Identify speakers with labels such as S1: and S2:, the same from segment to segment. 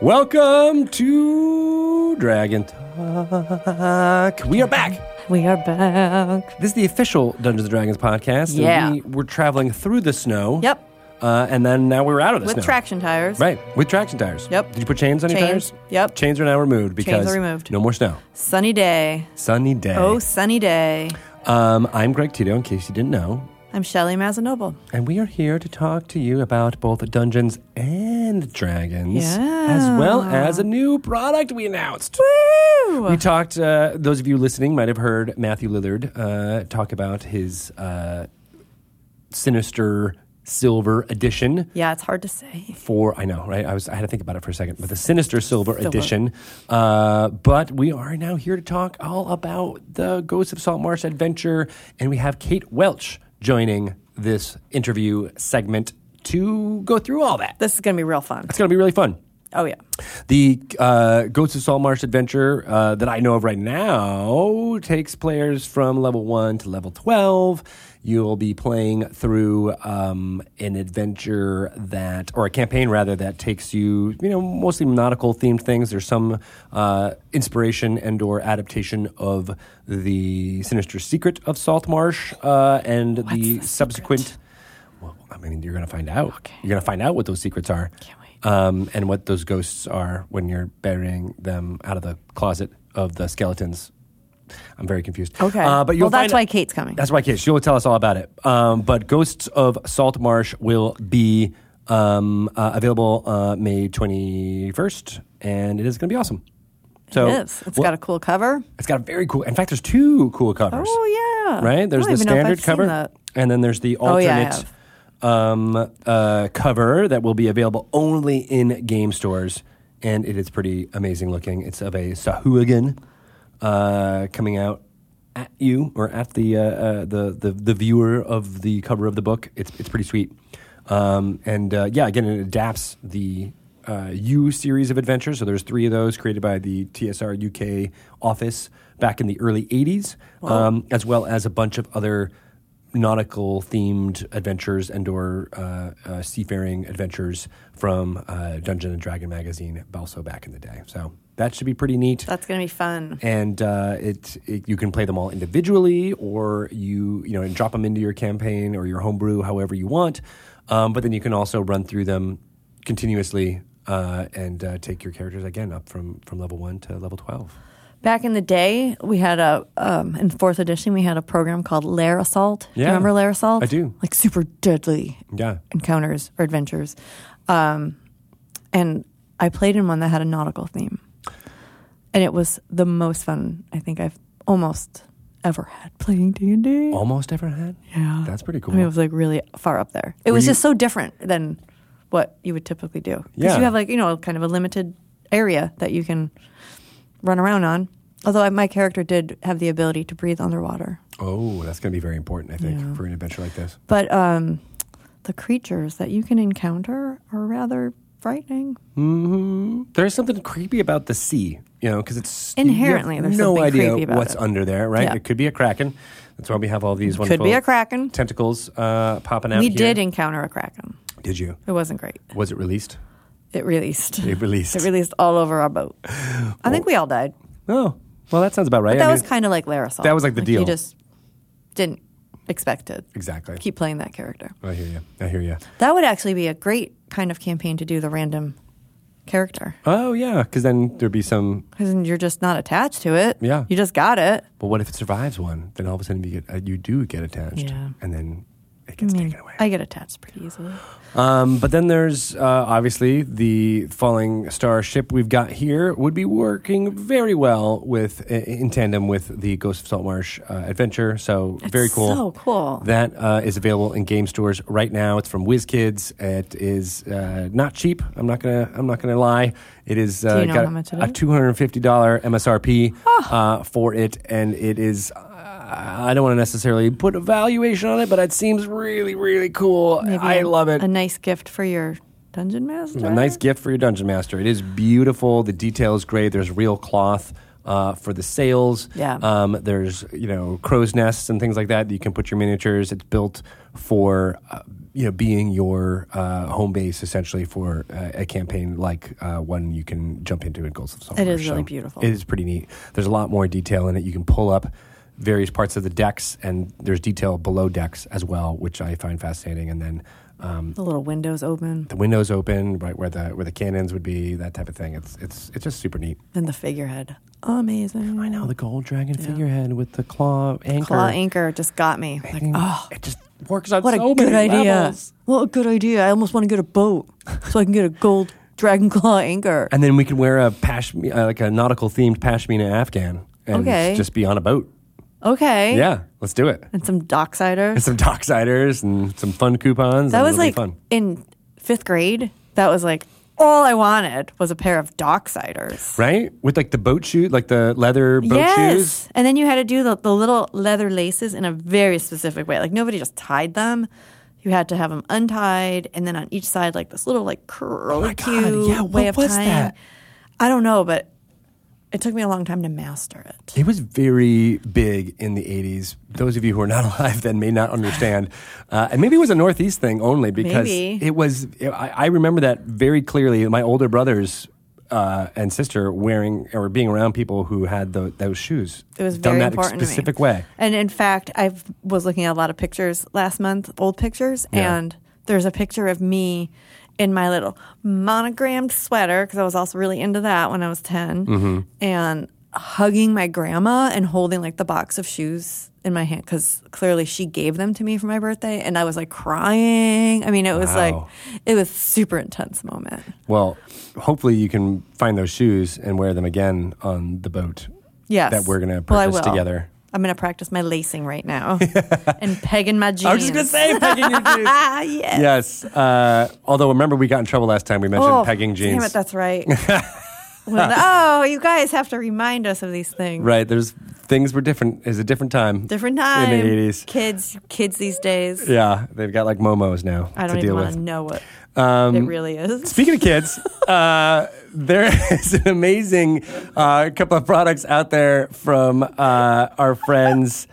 S1: Welcome to Dragon Talk. We are back.
S2: We are back.
S1: This is the official Dungeons and Dragons podcast. and
S2: Yeah.
S1: we were traveling through the snow.
S2: Yep.
S1: Uh, and then now we're out of the
S2: With
S1: snow.
S2: traction tires.
S1: Right, with traction tires.
S2: Yep.
S1: Did you put chains on your
S2: Chains,
S1: tires?
S2: yep.
S1: Chains are now removed because
S2: removed.
S1: no more snow.
S2: Sunny day.
S1: Sunny day.
S2: Oh, sunny day.
S1: Um, I'm Greg Tito, in case you didn't know.
S2: I'm Shelley Mazanoble.
S1: And we are here to talk to you about both Dungeons and Dragons, as well as a new product we announced. We talked, uh, those of you listening might have heard Matthew Lillard uh, talk about his uh, sinister silver edition
S2: Yeah, it's hard to say.
S1: for I know, right? I was I had to think about it for a second, but the Sinister Silver Edition. Uh, but we are now here to talk all about the Ghost of Salt Marsh adventure, and we have Kate Welch joining this interview segment to go through all that.
S2: This is going to be real fun.
S1: It's going to be really fun.
S2: Oh, yeah.
S1: The uh, Ghost of Salt Marsh adventure uh, that I know of right now takes players from level 1 to level 12. You'll be playing through um, an adventure that, or a campaign rather, that takes you, you know, mostly nautical themed things. There's some uh, inspiration and or adaptation of the sinister secret of Salt Marsh uh, and the, subsequent. Well, I mean, you're going to find out. You're going to find out what those secrets are
S2: Can't wait.
S1: um, and what those ghosts are when you're burying them out of the closet of the skeletons. I'm very confused.
S2: Okay.
S1: Uh, but you'll
S2: well, that's
S1: find-
S2: why Kate's coming.
S1: That's why Kate. She'll tell us all about it. Um, but Ghosts of Salt Marsh will be um, uh, available uh, May 21st, and it is going to be awesome. So
S2: it is. It's
S1: well,
S2: got a cool cover.
S1: it's got a very cool. In fact, there's two cool covers.
S2: Oh, yeah.
S1: Right? There's
S2: I
S1: the
S2: don't even know
S1: standard
S2: if I've seen
S1: cover,
S2: that.
S1: and then there's the
S2: Oh,
S1: alternate
S2: yeah, I
S1: um, uh, cover that will be available only in game stores, and it is pretty amazing looking. It's of a Sahuagin uh, coming out at you or at the, uh, uh, the the the viewer of the cover of the book. It's it's pretty sweet, um, and uh, yeah, again, it adapts the. Uh, U series of adventures. So there's three of those created by the TSR UK office back in the early 80s, um, as well as a bunch of other nautical themed adventures and or uh, uh, seafaring adventures from uh, Dungeon and Dragon magazine also back in the day. So that should be pretty neat.
S2: That's going to be fun.
S1: and uh, it, it you can play them all individually, or you you know and drop them into your campaign or your homebrew, however you want. Um, but then you can also run through them continuously uh, and uh, take your characters again up from from level one to level twelve.
S2: Back in the day, we had a, um, in fourth edition, we had a program called Lair Assault. Do
S1: Yeah.
S2: you remember Lair Assault?
S1: I do.
S2: Like super deadly
S1: Yeah,
S2: encounters or adventures. Um, and I played in one that had a nautical theme. And it was the most fun I think I've almost ever had playing D&D.
S1: almost ever had.
S2: yeah.
S1: Oh, that's pretty cool.
S2: I mean, it was like really far up there. It was
S1: you-
S2: just so different than what you would typically do. Because
S1: Yeah.
S2: you have like, you know, kind of a limited area that you can run around on. Although I- my character did have the ability to breathe underwater.
S1: Oh, that's going to be very important, I think, for an adventure like this.
S2: But um, the creatures that you can encounter are rather frightening.
S1: Mm-hmm. There's something creepy about the sea, you know, because it's you
S2: Inherently,
S1: have
S2: there's
S1: no
S2: something
S1: idea
S2: creepy about
S1: what's
S2: it.
S1: under there, right?
S2: Yeah.
S1: It could be a kraken. That's why we have all these
S2: Could
S1: wonderful
S2: be a kraken.
S1: tentacles uh, popping out.
S2: We
S1: here.
S2: did encounter a kraken.
S1: Did you?
S2: It wasn't great.
S1: Was it released?
S2: It released.
S1: It released.
S2: It released all over our boat. I think we all died.
S1: Oh, well, that sounds about right.
S2: That
S1: I
S2: was
S1: mean,
S2: kind of like Larasol.
S1: that was like the deal.
S2: You just didn't expect it.
S1: exactly.
S2: Keep playing that character.
S1: I hear you. I hear you.
S2: That would actually be a great kind of campaign to do the random character
S1: Oh yeah, because then there'd be some.
S2: because you're just not attached to it.
S1: Yeah.
S2: You just got it.
S1: Well, what if it survives one? Then all of a sudden you get uh, you do get attached,
S2: Yeah.
S1: and then it gets taken away.
S2: I get attached pretty easily.
S1: Um, but then there's uh, obviously the falling star ship we've got here would be working very well with i- in tandem with the Ghost of Salt Marsh uh, adventure. So very cool.
S2: so cool.
S1: That uh, is available in game stores right now. It's from WizKids. It is uh, not cheap. I'm not gonna. I'm not gonna lie. It is. Uh,
S2: you know
S1: got
S2: how much it
S1: a
S2: is?
S1: two hundred and fifty dollar MSRP uh, for it, and it is. Uh, I don't want to necessarily put a valuation on it, but it seems really, really cool. I
S2: a-
S1: love it.
S2: A nice gift for your dungeon master.
S1: A nice gift for your dungeon master. It is beautiful. The detail is great. There's real cloth uh, for the sails.
S2: Yeah.
S1: Um, there's you know crow's nests and things like that that you can put your miniatures. It's built for uh, you know, being your uh, home base essentially for uh, a campaign like uh, one you can jump into in Ghosts of Summer.
S2: It is really beautiful.
S1: It is pretty neat. There's a lot more detail in it. You can pull up various parts of the decks, and there's detail below decks as well, which I find fascinating. And then um,
S2: The little windows open
S1: the windows open, right where the where the cannons would be, that type of thing. It's it's it's just super neat.
S2: and the figurehead. Amazing.
S1: I know the gold dragon
S2: Yeah.
S1: figurehead with the claw anchor.
S2: Claw anchor just got me.
S1: I
S2: Like,
S1: think
S2: oh,
S1: it just works on
S2: what
S1: so
S2: a good
S1: many
S2: idea.
S1: levels.
S2: What a good idea. I almost want to get a boat so I can get a gold dragon claw anchor.
S1: And then we could wear a pashmi, uh, like a nautical themed pashmina afghan, and
S2: Okay.
S1: just be on a boat.
S2: Okay.
S1: Yeah, let's do it.
S2: And some
S1: And
S2: docksiders.
S1: some docksiders and some fun coupons.
S2: That
S1: and
S2: was
S1: it'll be
S2: like
S1: fun.
S2: in fifth grade. That was like all I wanted was a pair of docksiders.
S1: right with like the boat shoe, like the leather boat
S2: yes.
S1: shoes.
S2: And then you had to do the, the little leather laces in a very specific way. Like nobody just tied them. You had to have them untied, and then on each side, like this little like curly
S1: Oh God,
S2: cue
S1: yeah,
S2: way
S1: what
S2: of
S1: was
S2: tying.
S1: that?
S2: I don't know, but it took me a long time to master it.
S1: It was very big in the 80s. Those of you who are not alive then may not understand. Uh, and maybe it was a Northeast thing only because
S2: Maybe.
S1: it was, I, I remember that very clearly. My older brothers uh, and sister wearing or being around people who had tho- those shoes.
S2: It was
S1: done
S2: very
S1: that
S2: important to me.
S1: specific way.
S2: And in fact, I was looking at a lot of pictures last month, old pictures,
S1: Yeah.
S2: and there's a picture of me in my little monogrammed sweater because I was also really into that when I was 10
S1: Mm-hmm.
S2: and hugging my grandma and holding like the box of shoes in my hand because clearly she gave them to me for my birthday and I was like crying. I mean, it was
S1: Wow.
S2: like, it was super intense moment.
S1: Well, hopefully you can find those shoes and wear them again on the boat
S2: Yes.
S1: that we're going to
S2: Well, I
S1: purchase
S2: will.
S1: together.
S2: I'm going to practice my lacing right now and pegging my jeans.
S1: I was just going to say, pegging your jeans.
S2: Ah, yes.
S1: Yes. Uh, although remember, we got in trouble last time. We mentioned pegging jeans.
S2: Oh, Damn it, that's right. When- oh, you guys have to remind us of these things.
S1: Right. There's things were different. Is a different time.
S2: Different time.
S1: In the eighties.
S2: Kids, kids these days.
S1: Yeah, they've got like momos now
S2: I don't
S1: to
S2: even
S1: deal
S2: want
S1: with.
S2: to know what
S1: Um,
S2: it really is.
S1: Speaking of kids, uh, there is an amazing uh, couple of products out there from uh, our friends.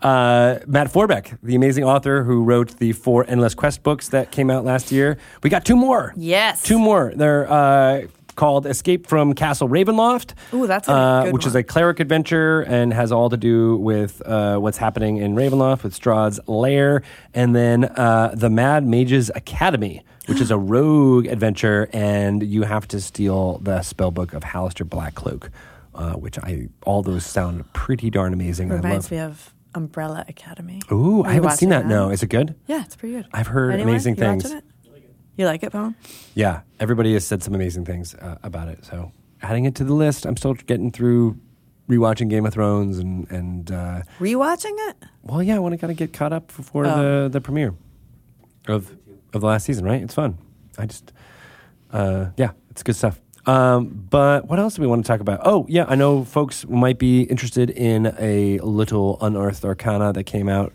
S1: Uh, Matt Forbeck, the amazing author who wrote the four Endless Quest books that came out last year. We got two more.
S2: Yes.
S1: Two more. They're uh, called Escape from Castle Ravenloft.
S2: Ooh, that's a
S1: uh,
S2: good
S1: Which is
S2: one.
S1: a cleric adventure and has all to do with uh, what's happening in Ravenloft with Strahd's lair. And then uh, The Mad Mages Academy, which is a rogue adventure, and you have to steal the spellbook of Hallister Blackcloak. Uh, which I all those sound pretty darn amazing. I love.
S2: Reminds me of Umbrella Academy.
S1: Ooh,
S2: Are
S1: I
S2: you
S1: haven't seen
S2: watching
S1: that. No, is it good?
S2: Yeah, it's pretty good.
S1: I've heard
S2: Anyway,
S1: amazing
S2: you watching
S1: things.
S2: it? You like it, Bowen?
S1: Yeah, everybody has said some amazing things uh, about it. So adding it to the list, I'm still getting through rewatching Game of Thrones and and uh,
S2: Rewatching it?
S1: well, yeah, I want to kind of get caught up before
S2: Oh.
S1: the the premiere of of the last season. Right, it's fun. I just uh, yeah, it's good stuff. Um, but what else do we want to talk about? Oh, yeah, I know folks might be interested in a little unearthed arcana that came out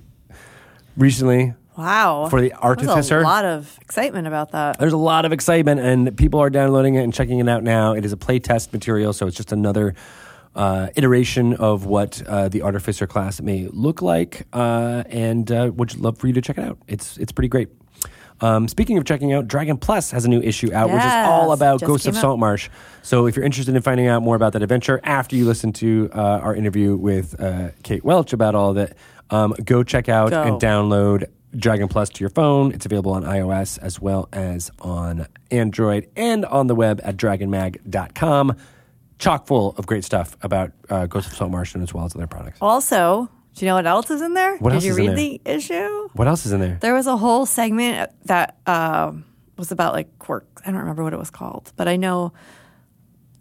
S1: recently.
S2: Wow.
S1: For the
S2: There's
S1: Artificer?
S2: a lot of excitement about that.
S1: There's a lot of excitement, and people are downloading it and checking it out now. It is a playtest material, so it's just another uh, iteration of what uh, the Artificer class may look like. Uh, and uh, would love for you to check it out. It's it's pretty great. Um, speaking of checking out, Dragon Plus has a new issue out, which is all
S2: Yes,
S1: about
S2: just
S1: Ghosts of
S2: came out.
S1: Saltmarsh. So if you're interested in finding out more about that adventure after you listen to uh, our interview with uh, Kate Welch about all of it, um, go check out
S2: Go.
S1: and download download Dragon Plus to your phone. It's available on iOS as well as on Android and on the web at dragonmag.com. Chock full of great stuff about uh, Ghost of Salt Martian as well as other products.
S2: Also, do you know what else is in there?
S1: What
S2: Did
S1: else
S2: you
S1: is in
S2: read
S1: there?
S2: the issue?
S1: What else is in there?
S2: There was a whole segment that um, was about like quirks. I don't remember what it was called, but I know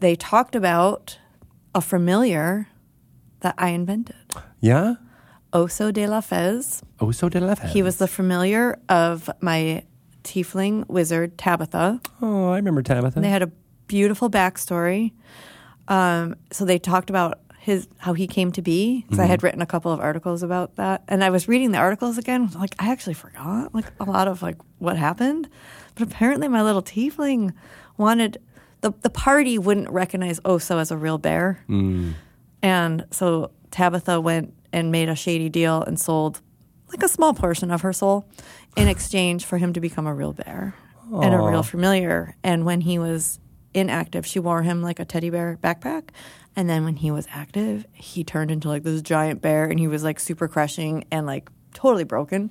S2: they talked about a familiar that I invented,
S1: Yeah? Oh,
S2: Oso de la Fez.
S1: Oso de Left.
S2: He was the familiar of my tiefling wizard Tabitha.
S1: Oh, I remember Tabitha.
S2: They had a beautiful backstory. Um, so they talked about his how he came to be because I had written a couple of articles about that, and I was reading the articles again. I was Like I actually forgot like a lot of like what happened, but apparently my little tiefling wanted the the party wouldn't recognize Oso as a real bear, and so Tabitha went and made a shady deal and sold like a small portion of her soul in exchange for him to become a real bear and a real familiar. And when he was inactive, she wore him like a teddy bear backpack. And then when he was active, he turned into like this giant bear and he was like super crushing and like totally broken,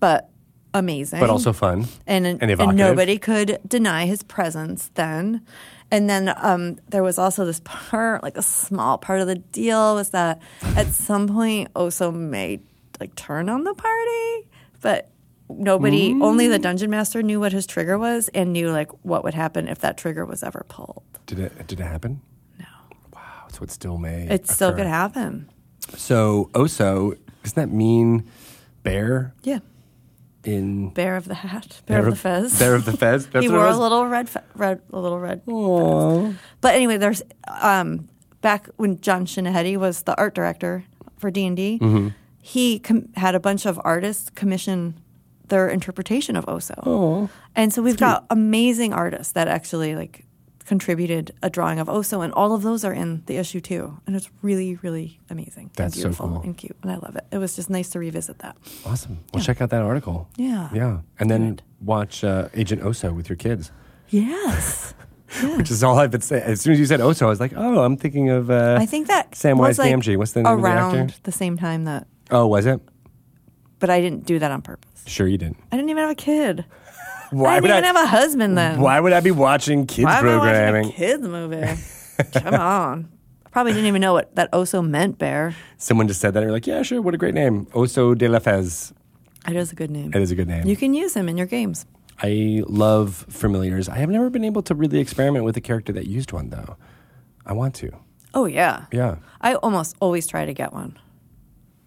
S2: but amazing.
S1: but also fun.
S2: and,
S1: evocative.
S2: and nobody could deny his presence then. And then um, there was also this part, like a small part of the deal, was that at some point Oso may like turn on the party, but nobody,
S1: Mm.
S2: only the dungeon master knew what his trigger was and knew like what would happen if that trigger was ever pulled.
S1: Did it? Did it happen?
S2: No,
S1: Wow, so it still may.
S2: it still
S1: occur.
S2: could happen.
S1: So Oso, doesn't that mean bear
S2: Yeah,
S1: in
S2: bear of the hat, bear, of the fez.
S1: Bear of the fez. That's
S2: he
S1: what it
S2: wore a
S1: was?
S2: little red, fe- red, a little red
S1: Aw.
S2: But anyway, there's um, back when John Shinahetti was the art director for D and
S1: Mm-hmm.
S2: D, he com- had a bunch of artists commission their interpretation of Oso,
S1: Oh.
S2: and so we've got amazing artists that actually like contributed a drawing of Oso, and all of those are in the issue too, and it's really really amazing.
S1: That's so
S2: and beautiful
S1: cool.
S2: and cute, and I love it. It was just nice to revisit that.
S1: Awesome. Well, check out that article.
S2: Yeah.
S1: Yeah, and then
S2: Good.
S1: watch uh, Agent Oso with your kids.
S2: Yes. Yeah.
S1: Which is all I've been saying. As soon as you said Oso, I was like, oh, I'm thinking of. Uh,
S2: I think that
S1: Samwise
S2: was, like,
S1: Gamgee. What's the name of the
S2: around
S1: actor?
S2: the same time that,
S1: Oh, was it?
S2: but I didn't do that on purpose.
S1: Sure, you didn't.
S2: I didn't even have a kid.
S1: Why
S2: I didn't
S1: would
S2: even have a husband then.
S1: Why would I be watching kids
S2: Why am I
S1: programming?
S2: watching a kids movie? Come on. I probably didn't even know what that Oso meant, Bear.
S1: Someone just said that, and you're like, yeah, sure. What a great name, Oso de la Fez.
S2: It is a good name.
S1: That is a good name.
S2: You can use him in your games.
S1: I love familiars. I have never been able to really experiment with a character that used one though. I want to.
S2: Oh, yeah.
S1: Yeah.
S2: I almost always try to get one.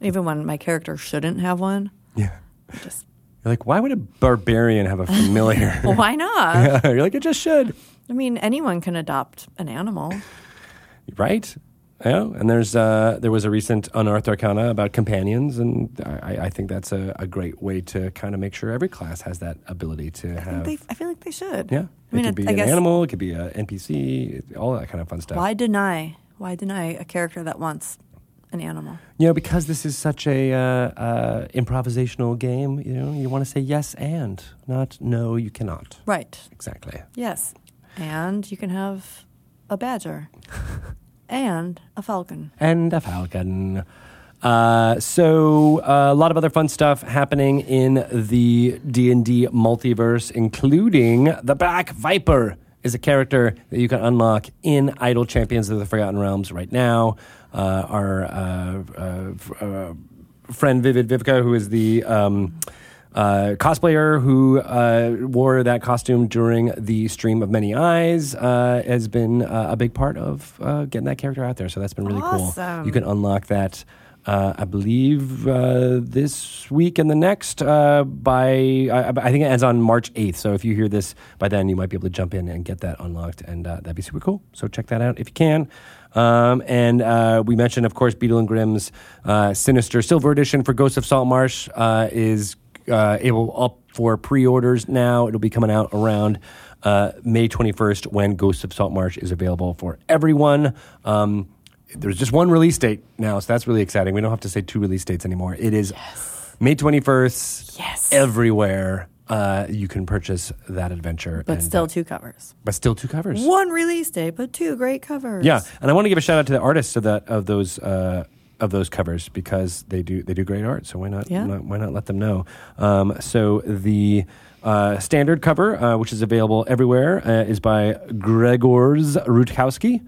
S2: Even when my character shouldn't have one.
S1: Yeah.
S2: I Just,
S1: You're like, why would a barbarian have a familiar?
S2: well, why not?
S1: You're like, it just should,
S2: I mean, anyone can adopt an animal.
S1: right? Yeah. And there's uh, there was a recent Unearthed Arcana about companions, and I, I- I think that's a, a great way to kind of make sure every class has that ability to
S2: I, think
S1: have.
S2: they, I feel like they should.
S1: yeah.
S2: I mean,
S1: it could be
S2: I
S1: an
S2: guess,
S1: animal. It could be an NPC. it- All that kind of fun stuff.
S2: why deny? Why deny a character that wants an animal?
S1: You know, because this is such a uh, uh, improvisational game, you know, you want to say yes and, not no, you cannot.
S2: Right.
S1: Exactly.
S2: Yes. And you can have a badger and a falcon.
S1: And a falcon. Uh, so uh, a lot of other fun stuff happening in the D&D multiverse, including the Black Viper is a character that you can unlock in Idle Champions of the Forgotten Realms right now. Uh, our uh, uh, f- uh, friend Vivid Vivka, who is the... Um, uh, cosplayer who uh, wore that costume during the stream of Many Eyes uh, has been uh, a big part of uh, getting that character out there. So that's been really cool.
S2: Awesome.
S1: You can unlock that. Uh, I believe uh, this week and the next uh, by I, I think it ends on March 8th. So if you hear this by then, you might be able to jump in and get that unlocked, and uh, that'd be super cool. So check that out if you can. Um, and uh, we mentioned, of course, Beetle and Grimm's uh, Sinister Silver Edition for Ghosts of Saltmarsh uh, is uh, it will up for pre-orders now. It'll be coming out around uh, May 21st when Ghosts of Saltmarsh is available for everyone. Um, there's just one release date now, so that's really exciting. We don't have to say two release dates anymore. It is May 21st.
S2: Yes.
S1: Everywhere uh, you can purchase that adventure,
S2: But
S1: and,
S2: still
S1: uh,
S2: two covers.
S1: but still two covers.
S2: One release date, but two great covers.
S1: Yeah, and I want to give a shout out to the artists of that of those uh, of those covers because they do they do great art. So why not,
S2: Yeah.
S1: not- why not let them know? Um, so the uh, standard cover, uh, which is available everywhere, uh, is by Gregorz Rutkowski,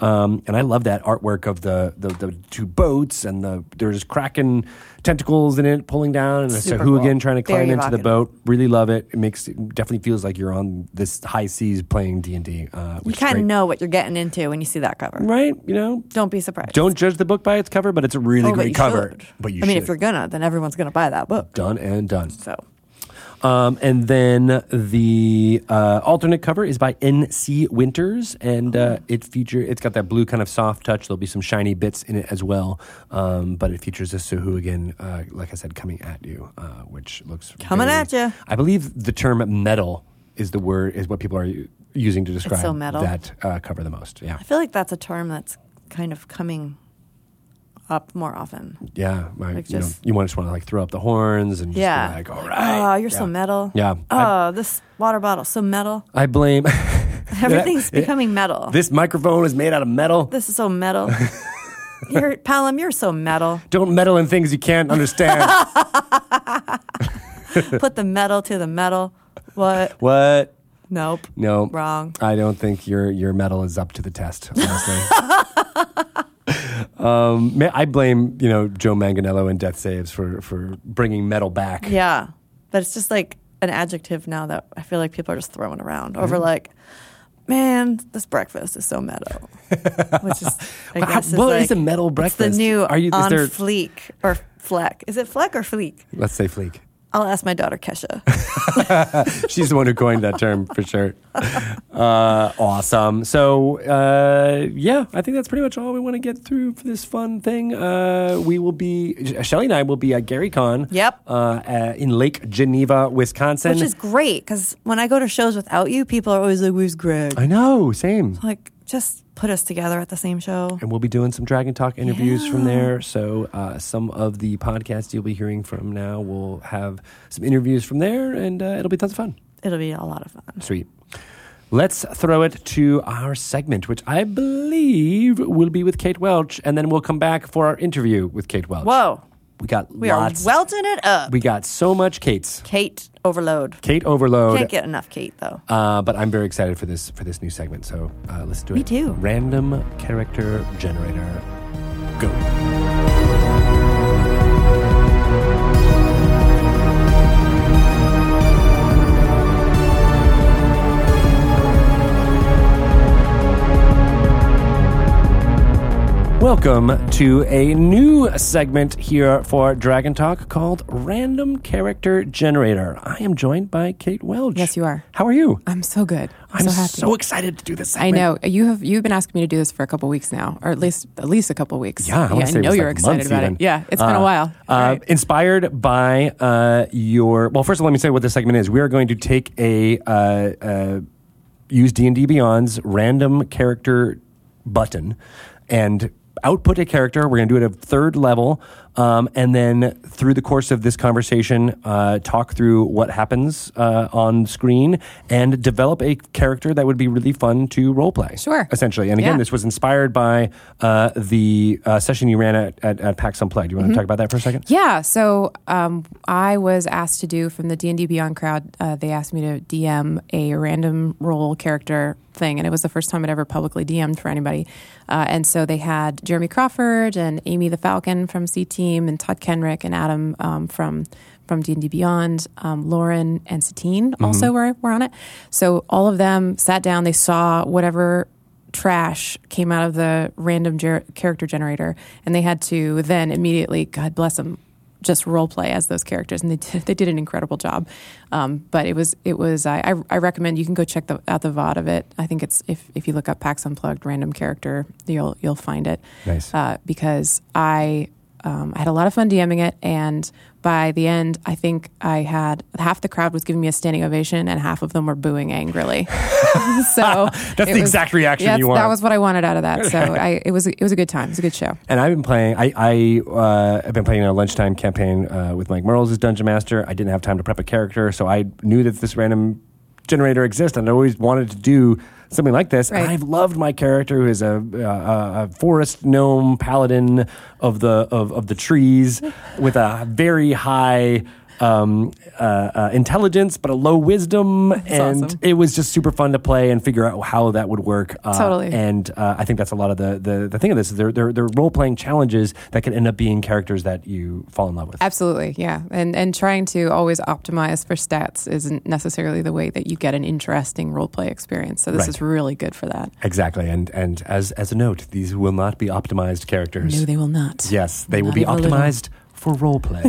S1: um, and I love that artwork of the, the the two boats and the there's kraken tentacles in it pulling down and a
S2: Super
S1: Sahuagin
S2: cool.
S1: trying to
S2: Very
S1: climb into the
S2: evocative.
S1: boat. Really love it. It makes it definitely feels like you're on this high seas playing D and D. uh,
S2: You kind of know what you're getting into when you see that cover.
S1: right? You know,
S2: Don't be surprised.
S1: don't judge the book by its cover, but it's a really
S2: Oh, but
S1: great
S2: you
S1: cover.
S2: should.
S1: But you
S2: I mean,
S1: should.
S2: if you're gonna, then everyone's gonna buy that book.
S1: done and done.
S2: So
S1: Um, and then the uh, alternate cover is by N.C. Winters, and
S2: Oh.
S1: uh, it feature it's got that blue kind of soft touch. There'll be some shiny bits in it as well, um, but it features a Suhugan, uh, like I said, coming at you, uh, which looks
S2: Coming
S1: very-
S2: at ya.
S1: I believe the term metal is the word is what people are u- using to describe
S2: so metal.
S1: that uh, cover the most. Yeah.
S2: I feel like that's a term that's kind of coming up more often.
S1: Yeah, my,
S2: Like
S1: you, know,
S2: just-
S1: you want just want to like throw up the horns and just be
S2: yeah.
S1: like, all
S2: Oh,
S1: right,
S2: you're so
S1: Yeah.
S2: metal.
S1: Yeah.
S2: Oh, this water bottle so metal.
S1: I blame
S2: Everything's becoming metal.
S1: this microphone is made out of metal.
S2: This is so metal. you're Pelham. You're so metal.
S1: Don't meddle in things you can't understand.
S2: Put the metal to the metal. What?
S1: what?
S2: Nope.
S1: No,
S2: Wrong.
S1: I don't think your your metal is up to the test. Honestly, um, ma- I blame you know Joe Manganello and Death Saves for for bringing metal back.
S2: Yeah, but it's just like an adjective now that I feel like people are just throwing around
S1: Mm-hmm.
S2: over like, man, this breakfast is so metal, which is I
S1: Well, how-
S2: guess is
S1: well, it
S2: like,
S1: is a metal
S2: It's
S1: breakfast.
S2: the new
S1: Are you- is
S2: on
S1: there-
S2: fleek or fleck? Is it fleck or fleek?
S1: Let's say fleek.
S2: I'll ask my daughter Kesha.
S1: She's the one who coined that term for sure. Uh, awesome. So, uh, yeah, I think that's pretty much all we want to get through for this fun thing. Uh, we will be, Shelly and I will be at Gary Con.
S2: Yep.
S1: Uh, uh, in Lake Geneva, Wisconsin.
S2: Which is great because when I go to shows without you, people are always like, "Where's Greg?"
S1: I know, same.
S2: Like, just put us together at the same show.
S1: And we'll be doing some Dragon Talk interviews from there. So, uh, some of the podcasts you'll be hearing from now will have some interviews from there, and uh, it'll be tons of fun.
S2: It'll be a lot of fun.
S1: Sweet. Let's throw it to our segment, which I believe will be with Kate Welch, and then we'll come back for our interview with Kate Welch.
S2: Whoa,
S1: We got
S2: we
S1: lots.
S2: are welting it up.
S1: we got so much Kate's.
S2: Kate overload.
S1: Kate overload.
S2: Can't get enough Kate though.
S1: uh, but I'm very excited for this for this new segment. So uh, let's do it.
S2: Me too.
S1: Random character generator. Go. Welcome to a new segment here for Dragon Talk called Random Character Generator. I am joined by Kate Welch.
S3: Yes, you are.
S1: How are you?
S3: I'm so good. I'm,
S1: I'm
S3: so happy.
S1: excited to do this.
S3: I
S1: Segment.
S3: know you have you've been asking me to do this for a couple weeks now, or at least at least a couple weeks.
S1: Yeah, I, wanna
S3: I
S1: say it
S3: know
S1: was
S3: you're
S1: like
S3: excited
S1: months
S3: about
S1: even.
S3: it. Yeah, it's been
S1: Uh,
S3: a while. All
S1: uh,
S3: right.
S1: Inspired by uh, your well, first of all, let me say what this segment is. We are going to take a uh, uh, use D and D Beyond's random character button and output a character. We're going to do it at third level, um, and then through the course of this conversation, uh, talk through what happens uh, on screen and develop a character that would be really fun to roleplay.
S3: Sure.
S1: essentially. And again,
S3: Yeah.
S1: this was inspired by uh, the uh, session you ran at, at, at PAX Unplugged. Do you want
S3: Mm-hmm.
S1: to talk about that for a second?
S3: Yeah, so um, I was asked to do from the D and D Beyond crowd. Uh, they asked me to DM a random role character thing, and it was the first time I'd ever publicly DM'd for anybody. Uh, and so they had Jeremy Crawford and Amy the Falcon from C Team, and Todd Kenrick and Adam um, from from D and D Beyond. Um, Lauren and Satine also were were on it. So all of them sat down. They saw whatever trash came out of the random ger- character generator, and they had to then immediately, God bless them, just role play as those characters, and they did, they did an incredible job. Um, but it was it was I, I, I recommend you can go check the, out the VOD of it. I think it's if, if you look up Pax Unplugged random character, you'll you'll find it
S1: Nice.
S3: uh, because I um, I had a lot of fun DMing it, and by the end, I think I had half the crowd was giving me a standing ovation, and half of them were booing angrily. so
S1: That's the exact reaction
S3: yes,
S1: you want.
S3: That was what I wanted out of that. So I, it was it was a good time. It was a good show.
S1: And I've been playing. I, I uh, have been playing a lunchtime campaign uh, with Mike Merles as dungeon master. I didn't have time to prep a character, so I knew that this random generator exists, and I always wanted to do something like this. And
S3: Right.
S1: I've loved my character, who is a, a, a forest gnome paladin of the of, of the trees, with a very high. Um, uh, uh, intelligence, but a low wisdom, and
S3: awesome.
S1: it was just super fun to play and figure out how that would work. Uh,
S3: Totally.
S1: and uh, I think that's a lot of the, the, the thing of this is they're, they're, they're role playing challenges that can end up being characters that you fall in love with.
S3: Absolutely, yeah. And and trying to always optimize for stats isn't necessarily the way that you get an interesting role play experience. So this
S1: Right.
S3: is really good for that.
S1: Exactly, and and as as a note, these will not be optimized characters.
S3: No, they will not.
S1: yes, they will
S3: Not
S1: be
S3: even a little.
S1: optimized for role play.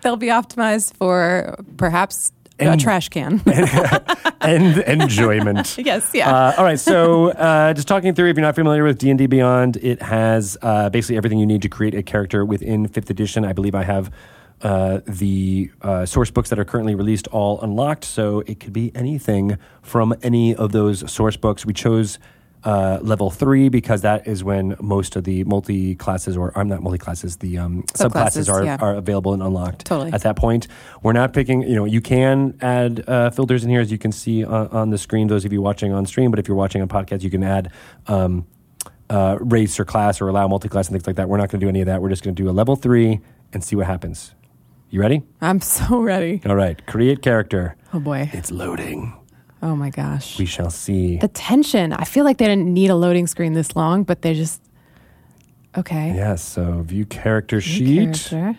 S3: They'll be optimized for perhaps
S1: And-
S3: a trash can.
S1: and enjoyment.
S3: yes, yeah.
S1: Uh, all right, so uh, just talking through. If you're not familiar with D and D Beyond, it has uh, basically everything you need to create a character within Fifth Edition. I believe I have uh, the uh, source books that are currently released all unlocked, so it could be anything from any of those source books. We chose uh, level three because that is when most of the multi classes or I'm not multi classes the um, subclasses
S3: Subclasses,
S1: are,
S3: yeah.
S1: are available and unlocked
S3: Totally.
S1: at that point. We're not picking you know you can add uh, filters in here as you can see on, on the screen. Those of you watching on stream, but if you're watching on podcast, you can add. Um, uh, race or class or allow multi-class and things like that. We're not going to do any of that. We're just going to do a level three and see what happens. You ready?
S3: I'm so ready.
S1: All right. Create character.
S3: Oh boy.
S1: It's loading.
S3: Oh my gosh.
S1: We shall see.
S3: The tension. I feel like they didn't need a loading screen this long, but they just okay.
S1: Yes. So view character
S3: New
S1: sheet.
S3: character.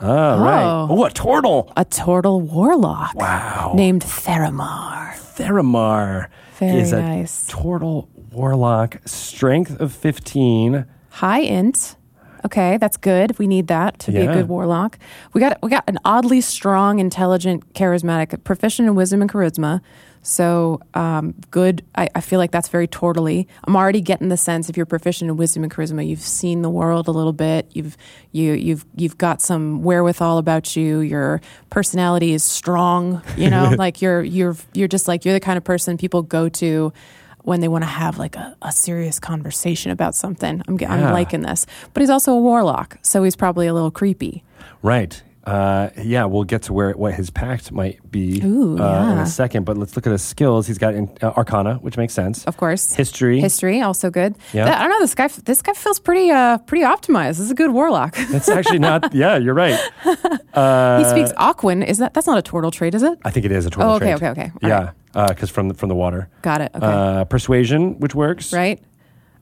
S1: All right.
S3: Oh.
S1: Oh, a turtle.
S3: A turtle warlock
S1: Wow.
S3: named Theramar.
S1: Theramar
S3: Very
S1: is a
S3: nice.
S1: turtle warlock. Strength of 15.
S3: High int. Okay, that's good. We need that to be
S1: Yeah.
S3: a good warlock. We got we got an oddly strong, intelligent, charismatic, proficient in wisdom and charisma. So um, good. I, I feel like that's very tortily. I'm already getting the sense if you're proficient in wisdom and charisma, you've seen the world a little bit. You've you you've you've got some wherewithal about you. Your personality is strong. You know, like you're you're you're just like you're the kind of person people go to when they want to have like a, a serious conversation about something. I'm, ge-
S1: Yeah.
S3: I'm liking this. But he's also a warlock, so he's probably a little creepy.
S1: Right. Uh, yeah, we'll get to where what his pact might be
S3: Ooh,
S1: uh, in
S3: yeah.
S1: a second, but let's look at his skills. He's got in, uh, Arcana, which makes sense.
S3: Of course.
S1: History.
S3: History, also good.
S1: Yeah.
S3: That- I don't know. This guy, f- this guy feels pretty, uh, pretty optimized. This is a good warlock.
S1: That's actually not. Yeah, you're right. Uh,
S3: he speaks Aquan. Is that that's not a turtle trait, is it?
S1: I think it is a turtle.
S3: Oh, okay,
S1: trait.
S3: okay, okay. All
S1: Yeah, because from the, from the water.
S3: Got it. Okay.
S1: Uh, persuasion, which works.
S3: right.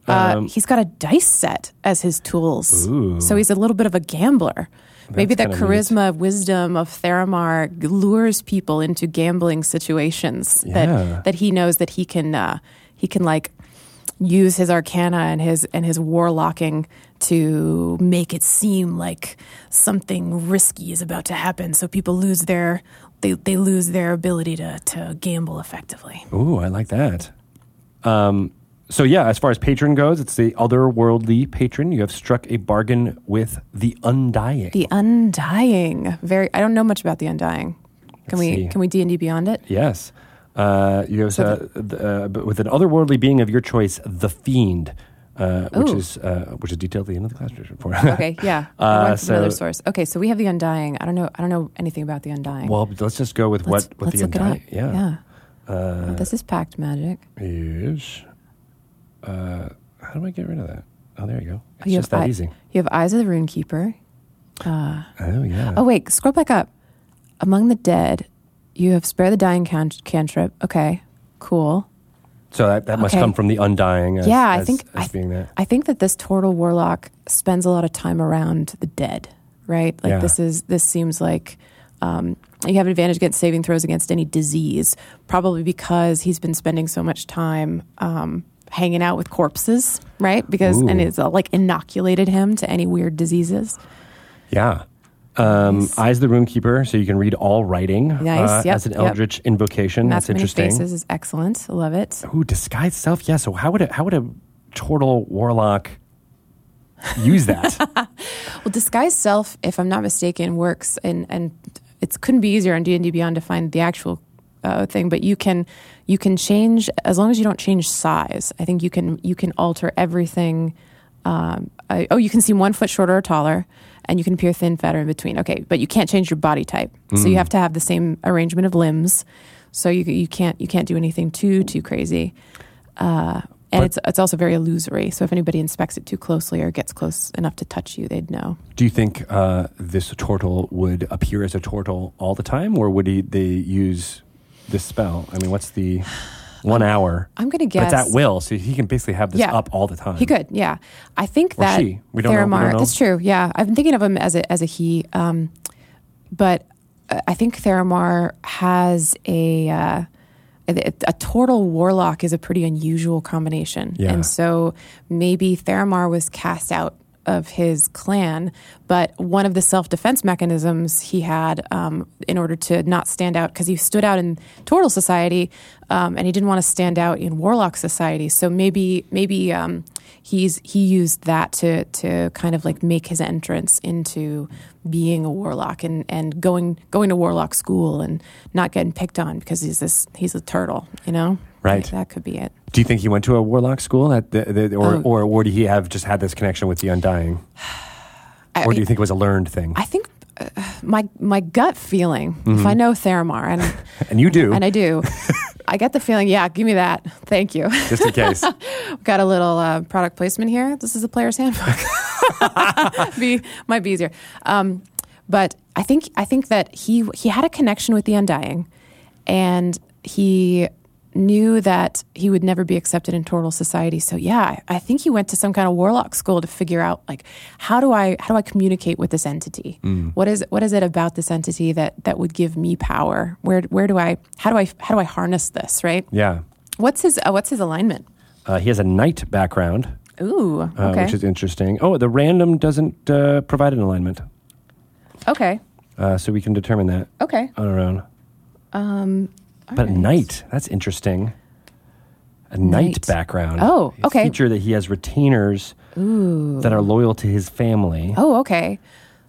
S3: Uh, he's got a dice set as his tools,
S1: Um, Ooh.
S3: so he's a little bit of a gambler. Maybe the
S1: That's kinda neat.
S3: charisma, wisdom of Theramar lures people into gambling situations
S1: Yeah.
S3: that that he knows that he can uh, he can like use his arcana and his and his warlocking to make it seem like something risky is about to happen, so people lose their they, they lose their ability to to gamble effectively.
S1: Ooh, I like that. Um, so yeah, as far as patron goes, it's the otherworldly patron. You have struck a bargain with the undying.
S3: The Undying. Very. I don't know much about the Undying. Can we
S1: see.
S3: can we D and D beyond it?
S1: yes. Uh, you have uh, th- uh, but with an otherworldly being of your choice, the fiend, uh, which
S3: Ooh.
S1: is uh, which is detailed at the end of the class description for.
S3: Okay. Yeah.
S1: Uh,
S3: I want
S1: so-
S3: another source. Okay. So we have the Undying. I don't know. I don't know anything about the Undying.
S1: well, let's just go with
S3: let's,
S1: what what
S3: let's
S1: the
S3: look
S1: undying.
S3: it up. Yeah.
S1: Uh,
S3: this is packed magic.
S1: is. Uh, how do I get rid of that? Oh, there you go. It's
S3: you
S1: just
S3: have
S1: that
S3: eye-
S1: easy.
S3: You have Eyes of the Runekeeper. Uh,
S1: Oh yeah.
S3: oh wait, scroll back up. Among the Dead, you have Spare the Dying can- cantrip. Okay. Cool.
S1: so that, that must
S3: okay.
S1: come from the undying. As,
S3: Yeah, I
S1: as-
S3: think-
S1: as
S3: I-
S1: being that.
S3: I think that this turtle warlock spends a lot of time around the dead, right? Like
S1: Yeah.
S3: this is this seems like um, you have an advantage against saving throws against any disease, probably because he's been spending so much time um, hanging out with corpses, right? Because and
S1: Ooh.
S3: it's uh, like inoculated him to any weird diseases.
S1: Yeah. Um, Eyes of the Roomkeeper, so you can read all writing.
S3: Nice,
S1: Uh,
S3: yep,
S1: As an
S3: yep.
S1: Eldritch invocation.
S3: Not
S1: That's
S3: so many
S1: interesting.
S3: faces is excellent. I love it.
S1: Ooh, disguise self. Yeah. So how would a, how would a turtle warlock use that?
S3: Well, disguise self, if I'm not mistaken, works and and it couldn't be easier on D and D Beyond to find the actual uh, thing, but you can you can change as long as you don't change size. I think you can you can alter everything. Um, I, oh, you can seem one foot shorter or taller, and you can appear thin, fatter in between. Okay, but you can't change your body type, so you have to have the same arrangement of limbs. So you you can't you can't do anything too too crazy. Uh, and it's it's also very illusory. So if anybody inspects it too closely or gets close enough to touch you, they'd know.
S1: Do you think uh, this turtle would appear as a turtle all the time, or would he, they use this spell? I mean, what's the one hour?
S3: I'm gonna
S1: But
S3: guess
S1: it's at will, so he can basically have this
S3: Yeah.
S1: up all the time.
S3: He could, yeah. I think
S1: Or
S3: that
S1: she. We don't know- we
S3: Theramar.
S1: don't know.
S3: That's true. Yeah, I've been thinking of him as a as a he, um, but uh, I think Theramar has a. Uh, a a turtle warlock is a pretty unusual combination.
S1: Yeah.
S3: And so maybe Theramar was cast out of his clan, but one of the self defense mechanisms he had um, in order to not stand out, because he stood out in turtle society um, and he didn't want to stand out in warlock society. So maybe, maybe. Um, He's he used that to to kind of like make his entrance into being a warlock and, and going going to warlock school and not getting picked on because he's this he's a turtle, you know.
S1: Right.
S3: That could be it.
S1: Do you think he went to a warlock school at the, the or,
S3: Oh.
S1: or or did he have just had this connection with the undying?
S3: I-
S1: Or do you think it was a learned thing?
S3: I think uh, my my gut feeling. If I know Theramar and
S1: and you do,
S3: and I do, I get the feeling. Yeah, give me that. Thank you.
S1: just in case.
S3: Got a little uh, product placement here. This is a player's handbook. be might be easier. Um, but I think I think that he he had a connection with the Undying, and he knew that he would never be accepted in total society. So yeah, I, I think he went to some kind of warlock school to figure out like how do I how do I communicate with this entity? What is what is it about this entity that that would give me power? Where where do I how do I how do I harness this? Right?
S1: yeah.
S3: What's his uh, what's his alignment?
S1: Uh, he has a knight background,
S3: Ooh,
S1: uh,
S3: okay,
S1: which is interesting. Oh, the random doesn't uh, provide an alignment,
S3: okay,
S1: uh, so we can determine that
S3: okay.
S1: on our own.
S3: Um, All
S1: but
S3: right.
S1: a knight, that's interesting. A knight,
S3: Knight.
S1: background.
S3: Oh,
S1: His
S3: okay.
S1: Feature that he has retainers that are loyal to his family.
S3: Oh, okay.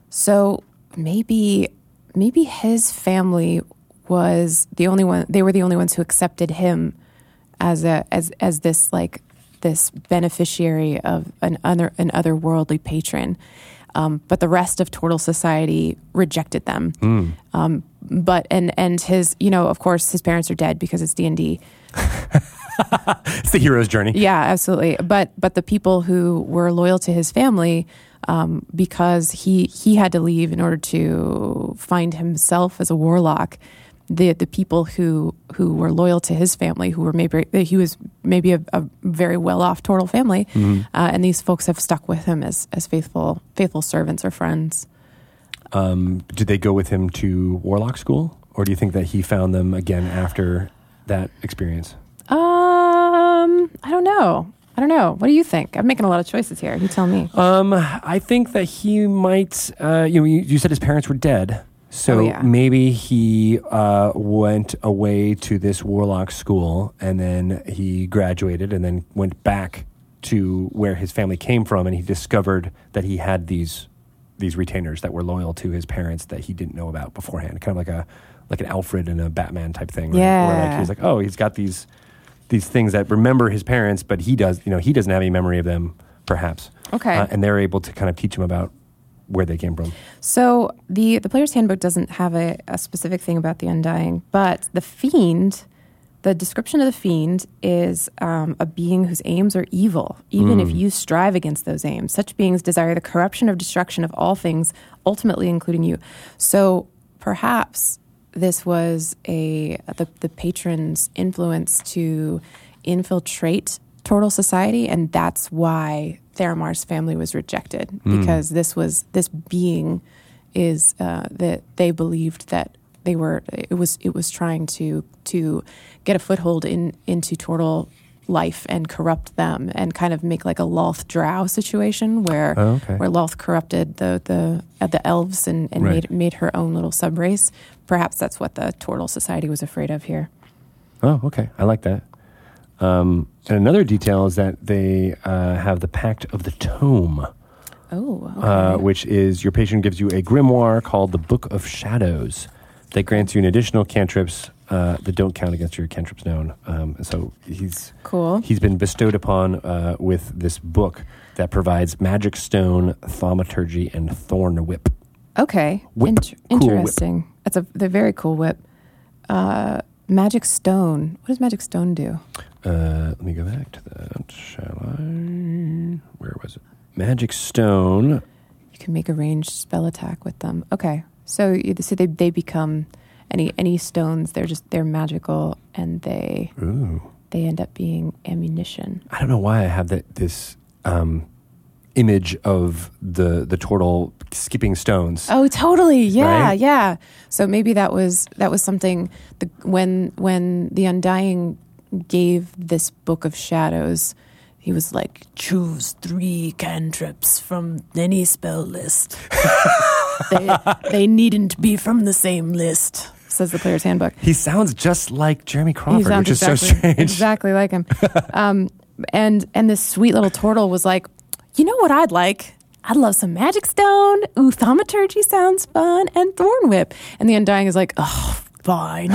S3: So maybe maybe his family was the only one they were the only ones who accepted him as a as as this like this beneficiary of an other an otherworldly patron. Um, but the rest of total society rejected them.
S1: Hmm.
S3: Um, but and and his you know of course his parents are dead because it's D and D. Oh.
S1: It's the hero's journey.
S3: Yeah, absolutely. But but the people who were loyal to his family, um, because he he had to leave in order to find himself as a warlock. The the people who who were loyal to his family, who were maybe he was maybe a, a very well off total family, uh, and these folks have stuck with him as as faithful faithful servants or friends.
S1: Um, did they go with him to warlock school, or do you think that he found them again after that experience?
S3: Um, I don't know. I don't know. What do you think? I'm making a lot of choices here. You tell me.
S1: Um, I think that he might. Uh, you know, you, you said his parents were dead, so
S3: Oh, yeah.
S1: maybe he uh, went away to this warlock school, and then he graduated, and then went back to where his family came from, and he discovered that he had these these retainers that were loyal to his parents that he didn't know about beforehand, kind of like a like an Alfred and a Batman type thing. right? where like
S3: Yeah.
S1: he's like, oh, he's got these these things that remember his parents, but he does, you know, he doesn't have any memory of them, perhaps.
S3: Okay.
S1: Uh, and they're able to kind of teach him about where they came from.
S3: So the the player's handbook doesn't have a, a specific thing about the undying, but the fiend, the description of the fiend is um, a being whose aims are evil, even if you strive against those aims. Such beings desire the corruption of destruction of all things, ultimately including you. So perhaps this was a the, the patron's influence to infiltrate total society and that's why Theramar's family was rejected
S1: Hmm.
S3: because this was this being is uh, that they believed that they were it was it was trying to to get a foothold in into total life and corrupt them and kind of make like a Loth Drow situation where
S1: Oh, okay.
S3: where Loth corrupted the the uh, the elves and, and
S1: Right.
S3: made made her own little sub race. Perhaps that's what the Tortle Society was afraid of here.
S1: Oh, okay. I like that. Um, and another detail is that they uh, have the Pact of the Tome,
S3: Oh,
S1: uh, which is your patron gives you a grimoire called the Book of Shadows that grants you an additional cantrips uh, that don't count against your cantrips known. Um, and so he's
S3: cool.
S1: he's been bestowed upon uh, with this book that provides magic stone, thaumaturgy, and thorn whip.
S3: Okay,
S1: Whip. Cool whip.
S3: interesting. That's a they're very cool whip. Uh, magic stone. What does magic stone do?
S1: Uh, let me go back to that. Shall I? Where was it? Magic stone.
S3: You can make a ranged spell attack with them. Okay, so you, so they they become any any stones. They're just they're magical and they
S1: Ooh.
S3: they end up being ammunition.
S1: I don't know why I have that this um, image of the the turtle skipping stones.
S3: Oh, totally. Yeah,
S1: Right?
S3: yeah. So maybe that was that was something the, when when the Undying gave this book of shadows, he was like, choose three cantrips from any spell list. they, they needn't be from the same list, says the player's handbook.
S1: He sounds just like Jeremy
S3: He
S1: Crawford, which
S3: sounds
S1: is
S3: exactly,
S1: so strange.
S3: Exactly like him. um, and and this sweet little turtle was like, you know what I'd like? I'd love some magic stone. Ooh, thaumaturgy sounds fun, and thorn whip. And the undying is like, oh, fine.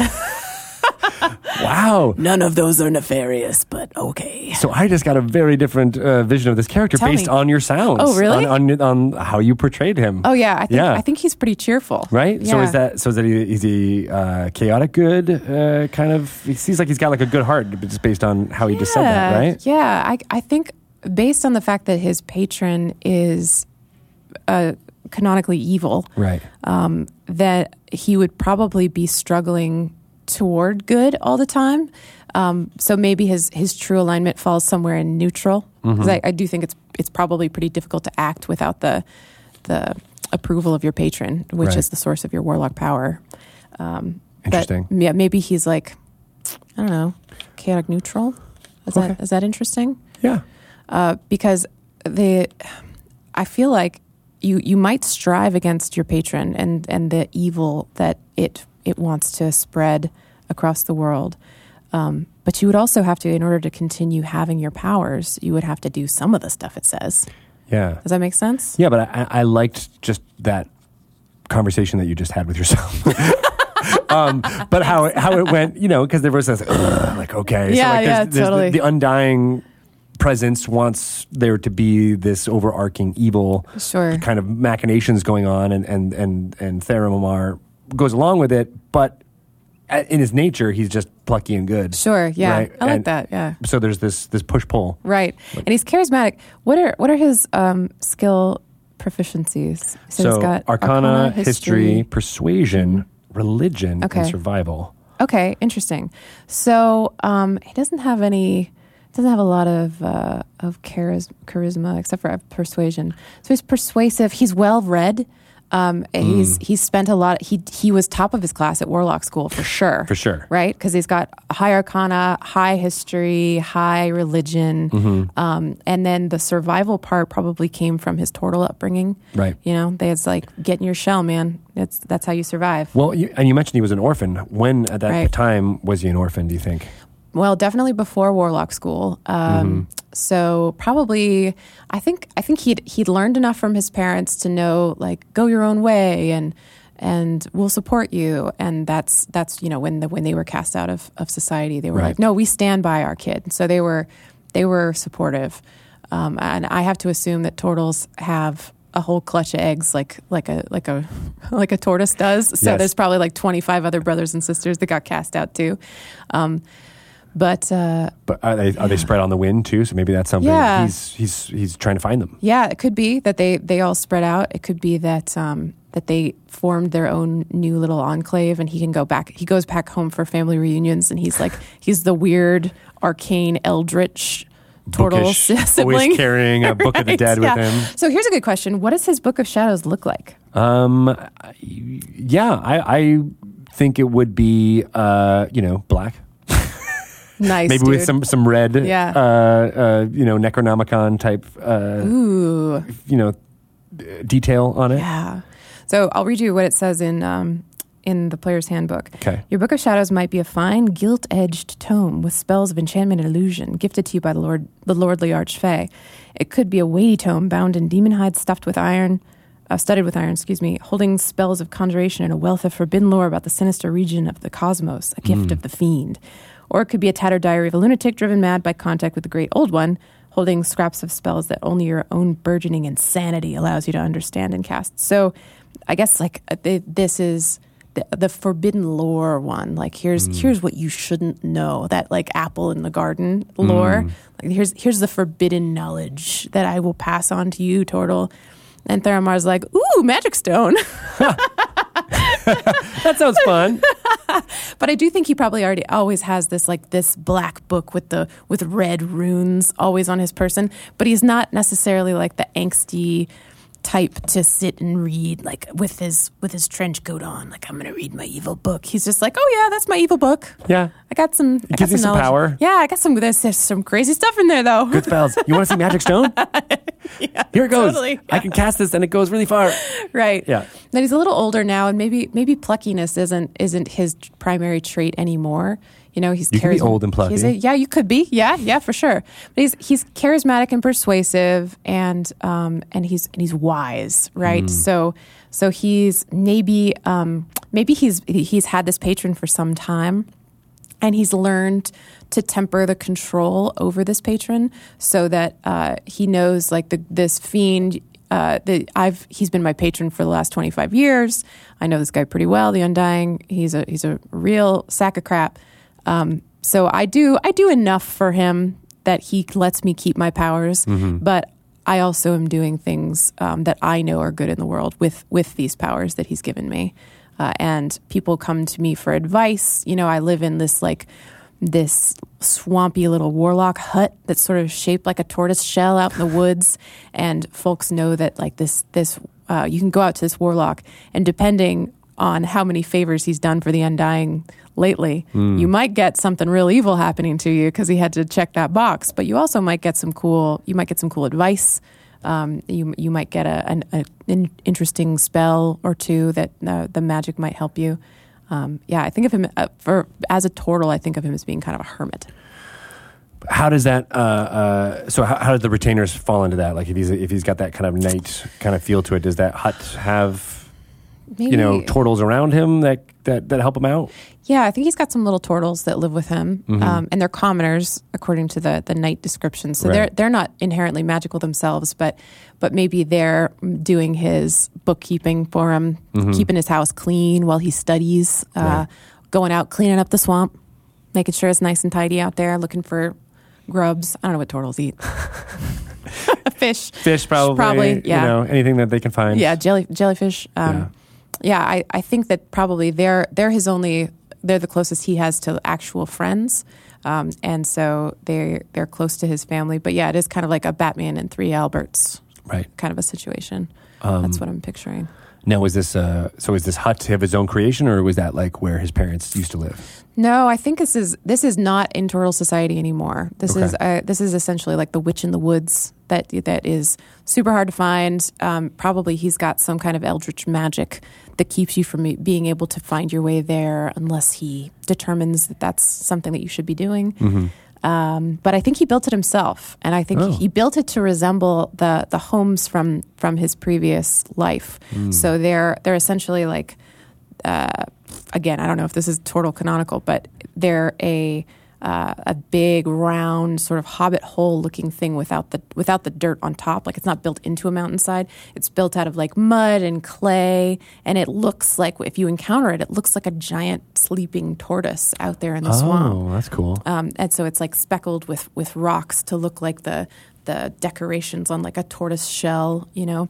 S1: wow.
S3: None of those are nefarious, but okay.
S1: So I just got a very different uh, vision of this character
S3: Tell
S1: based
S3: me.
S1: on your sounds.
S3: Oh, really?
S1: On, on, on how you portrayed him.
S3: Oh yeah, I think
S1: Yeah.
S3: I think he's pretty cheerful.
S1: Right. So
S3: Yeah.
S1: is that so? Is that he, is he uh, chaotic good? Uh, kind of. He seems like he's got like a good heart, but just based on how he just said that,
S3: Yeah,
S1: right?
S3: Yeah, I, I think based on the fact that his patron is uh, canonically evil,
S1: Right.
S3: um, that he would probably be struggling toward good all the time. Um, so maybe his his true alignment falls somewhere in neutral.
S1: Mm-hmm.
S3: 'Cause I, I do think it's it's probably pretty difficult to act without the the approval of your patron, which
S1: Right.
S3: is the source of your warlock power. Um, but,
S1: Interesting.
S3: yeah, maybe he's like I don't know, chaotic neutral. Is that
S1: Okay.
S3: is that interesting?
S1: Yeah.
S3: uh, because the I feel like you you might strive against your patron and and the evil that it it wants to spread across the world. Um, but you would also have to, in order to continue having your powers, you would have to do some of the stuff it says.
S1: Yeah.
S3: Does that make sense?
S1: Yeah, but I, I liked just that conversation that you just had with yourself. um, but how it, how it went, you know, because there was this "Ugh," like okay,
S3: Yeah,
S1: like,
S3: yeah,
S1: the-
S3: totally.
S1: The, undying presence wants there to be this overarching evil
S3: Sure.
S1: kind of machinations going on, and and and and Theramamar goes along with it, but a- in his nature, he's just plucky and good.
S3: Sure. Yeah.
S1: Right,
S3: I like
S1: and-
S3: that. Yeah.
S1: So there's this this push pull.
S3: Right. And he's charismatic. What are what are his um, skill proficiencies?
S1: So,
S3: he's got
S1: arcana, history, persuasion, religion,
S3: Okay.
S1: and survival.
S3: Okay, interesting. So um, he doesn't have any, doesn't have a lot of uh, of charis- charisma except for persuasion. So he's persuasive. He's well read. Um,
S1: Mm.
S3: He's he's spent a lot. He he was top of his class at Warlock School for sure.
S1: For sure.
S3: right? Because he's got high arcana, high history, high religion,
S1: Mm-hmm.
S3: um, and then the survival part probably came from his turtle upbringing.
S1: Right.
S3: You know, they it's like get in your shell, man. That's that's how you survive.
S1: Well, you, and you mentioned he was an orphan. When at that
S3: Right.
S1: time was he an orphan? Do you think?
S3: Well, definitely before Warlock School. Um, So probably, I think I think he'd he'd learned enough from his parents to know like go your own way and and we'll support you. And that's that's you know when the when they were cast out of of society, they were
S1: Right.
S3: like, no, we stand by our kid. So they were they were supportive. Um, and I have to assume that turtles have a whole clutch of eggs, like like a like a like a tortoise does. So
S1: Yes.
S3: there's probably like 25 other brothers and sisters that got cast out too. Um, but uh,
S1: But are they are they spread on the wind too? So maybe that's something
S3: Yeah.
S1: he's he's he's trying to find them.
S3: yeah, it could be that they they all spread out. It could be that um, that they formed their own new little enclave, and he can go back. He goes back home for family reunions, and he's like he's the weird, arcane, eldritch. Turtle
S1: Bookish,
S3: sibling.
S1: always carrying a Book of the
S3: Right,
S1: Dead with
S3: yeah.
S1: him.
S3: So here's a good question: What does his Book of Shadows look like?
S1: Um, I- yeah, I, I think it would be uh, you know black,
S3: Nice,
S1: maybe with
S3: dude.
S1: some some red,
S3: Yeah.
S1: uh, uh, you know Necronomicon type,
S3: Mm-hmm.
S1: uh,
S3: Ooh,
S1: you know uh, detail on it.
S3: yeah. So I'll read you what it says in um, in the player's handbook.
S1: Okay,
S3: Your Book of Shadows might be a fine, gilt-edged tome with spells of enchantment and illusion, gifted to you by the Lord, the lordly archfey. It could be a weighty tome bound in demon hide, stuffed with iron, uh, studded with iron, excuse me, holding spells of conjuration and a wealth of forbidden lore about the sinister region of the cosmos, a gift of the fiend. Or it could be a tattered diary of a lunatic driven mad by contact with the Great Old One, holding scraps of spells that only your own burgeoning insanity allows you to understand and cast. So, I guess like uh, th- this is the, the forbidden lore one like here's here's what you shouldn't know that like apple in the garden lore like here's here's the forbidden knowledge that i will pass on to you turtle and Theramar's like, ooh, magic stone.
S1: that sounds fun.
S3: but I do think he probably already always has this like this black book with the with red runes always on his person. But he's not necessarily like the angsty type to sit and read like with his with his trench coat on. Like I'm gonna read my evil book. He's just like, oh yeah, that's my evil book.
S1: yeah,
S3: I got some. I got
S1: gives you some
S3: knowledge.
S1: power.
S3: Yeah, I got some. There's, there's some crazy stuff in there though.
S1: good spells. You want to see Magic Stone? Here it goes.
S3: totally.
S1: I can cast this, and it goes really far.
S3: right.
S1: Yeah.
S3: That he's a little older now, and maybe maybe pluckiness isn't isn't his primary trait anymore. You know, he's
S1: You can be
S3: charism-
S1: old and plucky.
S3: he's a- yeah, you could be. Yeah, yeah, for sure. But he's he's charismatic and persuasive, and um and he's and he's wise, right?
S1: Mm.
S3: So so he's maybe um maybe he's he's had this patron for some time and he's learned to temper the control over this patron so that uh, he knows like the, this fiend uh, that I've he's been my patron for the last 25 years. I know this guy pretty well, the Undying. He's a he's a real sack of crap. Um, so I do I do enough for him that he lets me keep my powers, but I also am doing things um, that I know are good in the world with with these powers that he's given me. Uh, and people come to me for advice. You know, I live in this like this swampy little warlock hut that's sort of shaped like a tortoise shell out in the woods and folks know that like this this uh, you can go out to this warlock and depending on how many favors he's done for the undying lately
S1: Hmm.
S3: you might get something real evil happening to you because he had to check that box but you also might get some cool you might get some cool advice um, you you might get a an a in, interesting spell or two that uh, the magic might help you. Um, yeah, I think of him uh, for as a turtle. I think of him as being kind of a hermit.
S1: How does that? Uh, uh, so how, how do the retainers fall into that? Like if he's if he's got that kind of knight kind of feel to it, does that hut have
S3: Maybe,
S1: you know turtles around him that that that help him out?
S3: yeah, I think he's got some little turtles that live with him, um, and they're commoners according to the the knight description. So they're
S1: Right.
S3: they're not inherently magical themselves, but but maybe they're doing his bookkeeping for him, keeping his house clean while he studies, uh, going out cleaning up the swamp, making sure it's nice and tidy out there, looking for grubs. I don't know what turtles eat. Fish.
S1: Fish probably,
S3: Probably, yeah.
S1: you know anything that they can find.
S3: Yeah, jelly jellyfish. Um, yeah, I, I think that probably they're they're his only they're the closest he has to actual friends, um, and so they they're close to his family. But yeah, it is kind of like a Batman and three Alberts
S1: right.
S3: kind of a situation. That's what I'm picturing.
S1: Um, Now is this uh, so? Is this hut of his own creation, or was that like where his parents used to live?
S3: No, I think this is this is not in turtle society anymore. This
S1: Okay.
S3: is uh, this is essentially like the witch in the woods that that is super hard to find. Um, probably he's got some kind of eldritch magic that keeps you from being able to find your way there unless he determines that that's something that you should be doing. Um, but I think he built it himself, and I think
S1: Mm-hmm. Oh.
S3: he, he built it to resemble the the homes from from his previous life.
S1: Mm.
S3: So they're they're essentially like uh, again, I don't know if this is total canonical, but they're a uh, a big round sort of hobbit hole looking thing without the without the dirt on top. Like it's not built into a mountainside. It's built out of like mud and clay, and it looks like if you encounter it, it looks like a giant sleeping tortoise out there in the swamp.
S1: Oh, that's cool.
S3: Um, and so it's like speckled with with rocks to look like the the decorations on like a tortoise shell, you know.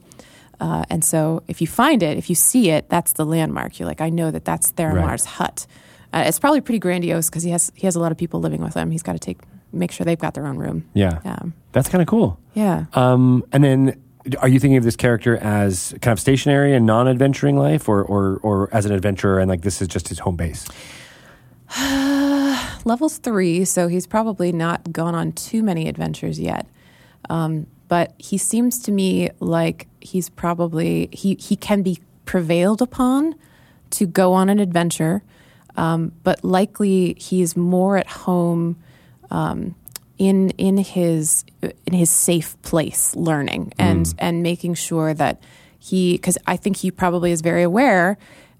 S3: Uh, and so if you find it, if you see it, that's the landmark. You're like, I know that that's Theramar's hut. Uh, it's probably pretty grandiose because he has he has a lot of people living with him. He's got to take make sure they've got their own room.
S1: Yeah,
S3: Um,
S1: that's kind of cool.
S3: yeah.
S1: Um, and then, are you thinking of this character as kind of stationary and non-adventuring life, or or or as an adventurer and like this is just his home base?
S3: levels three, so he's probably not gone on too many adventures yet. Um, but he seems to me like he's probably he he can be prevailed upon to go on an adventure, um, but likely he's more at home um, in in his in his safe place, learning and
S1: Mm.
S3: and making sure that he because I think he probably is very aware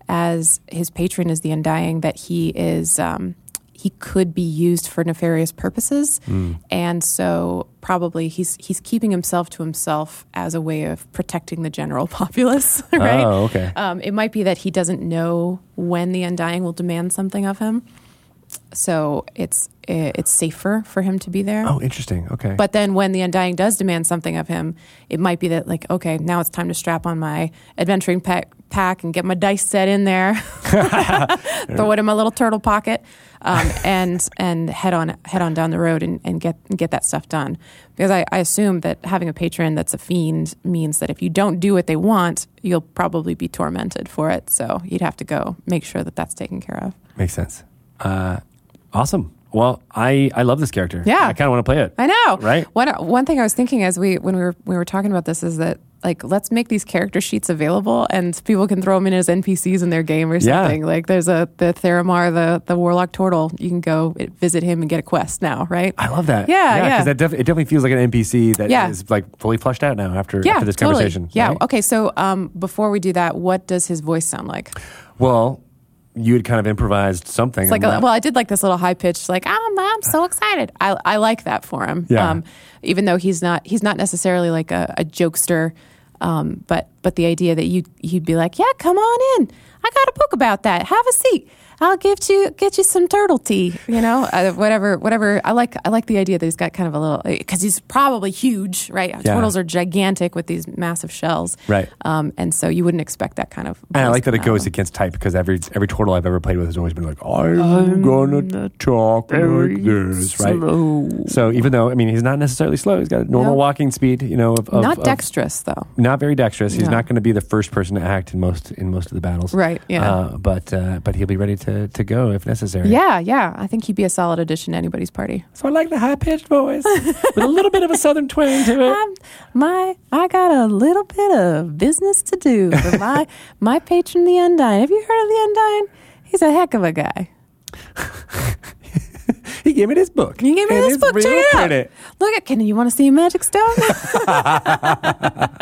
S3: as his patron is the undying that he is um, he could be used for nefarious purposes,
S1: Mm.
S3: and so probably he's he's keeping himself to himself as a way of protecting the general populace, right?
S1: Oh, okay.
S3: Um, it might be that he doesn't know when the undying will demand something of him, so it's i- it's safer for him to be there.
S1: Oh, interesting. Okay,
S3: But then when the Undying does demand something of him, it might be that, like, okay, now it's time to strap on my adventuring pack, pack and get my dice set in there, throw it in my little turtle pocket, um, and and head on head on down the road and, and get get that stuff done. Because I, I assume that having a patron that's a fiend means that if you don't do what they want, you'll probably be tormented for it. So you'd have to go make sure that that's taken care of.
S1: makes sense. Uh, awesome. Well, I I love this character.
S3: Yeah.
S1: I kind of want to play it.
S3: I know,
S1: Right?
S3: One one thing I was thinking as we when we were we were talking about this is that like let's make these character sheets available and people can throw them in as NPCs in their game or
S1: Yeah.
S3: something. Like there's a the Theramar, the the Warlock Turtle. You can go visit him and get a quest now, right?
S1: I love that.
S3: Yeah,
S1: yeah.
S3: yeah.
S1: Because that def- it definitely feels like an NPC that is
S3: Yeah.
S1: like fully fleshed out now after after this
S3: totally.
S1: conversation.
S3: Yeah. oh.
S1: right?
S3: Okay. So um, before we do that, what does his voice sound like?
S1: Well, you had kind of improvised something.
S3: It's like,
S1: I'm
S3: a,
S1: not-
S3: well, I did like this little high pitched, like, "Ah, I'm, I'm so excited. I, I like that for him. Um,
S1: Yeah.
S3: even though he's not, he's not necessarily like a, a jokester. Um, but, but the idea that you, he'd be like, yeah, come on in. I got a book about that. Have a seat. I'll give you, get you some turtle tea, you know, uh, whatever, whatever. I like, I like the idea that he's got kind of a little, cause he's probably huge, right?
S1: Yeah.
S3: Turtles are gigantic with these massive shells.
S1: Right.
S3: Um, and so you wouldn't expect that kind of.
S1: and I like that it
S3: voice.
S1: goes against type because every every turtle I've ever played with has always been like, I'm, gonna talk like this, right? So even though I mean he's not necessarily slow, he's got a normal
S3: No.
S1: walking speed, you know, of, of
S3: not
S1: of-
S3: dexterous though.
S1: not very dexterous. He's
S3: No.
S1: not going to be the first person to act in most in most of the battles,
S3: Right. Yeah.
S1: Uh, but uh, but he'll be ready to to go if necessary.
S3: Yeah, yeah. I think he'd be a solid addition to anybody's party.
S1: So I like the high pitched voice with a little bit of a southern twang to it.
S3: I'm, Um, my, I got a little bit of business to do for my my patron, the Undyne. Have you heard of the Undyne? He's a heck of a guy.
S1: He gave me this book.
S3: You give me
S1: And
S3: this
S1: it's
S3: book. Check
S1: real
S3: it out.
S1: pretty.
S3: Look at. Can you want to see a magic stone?
S1: I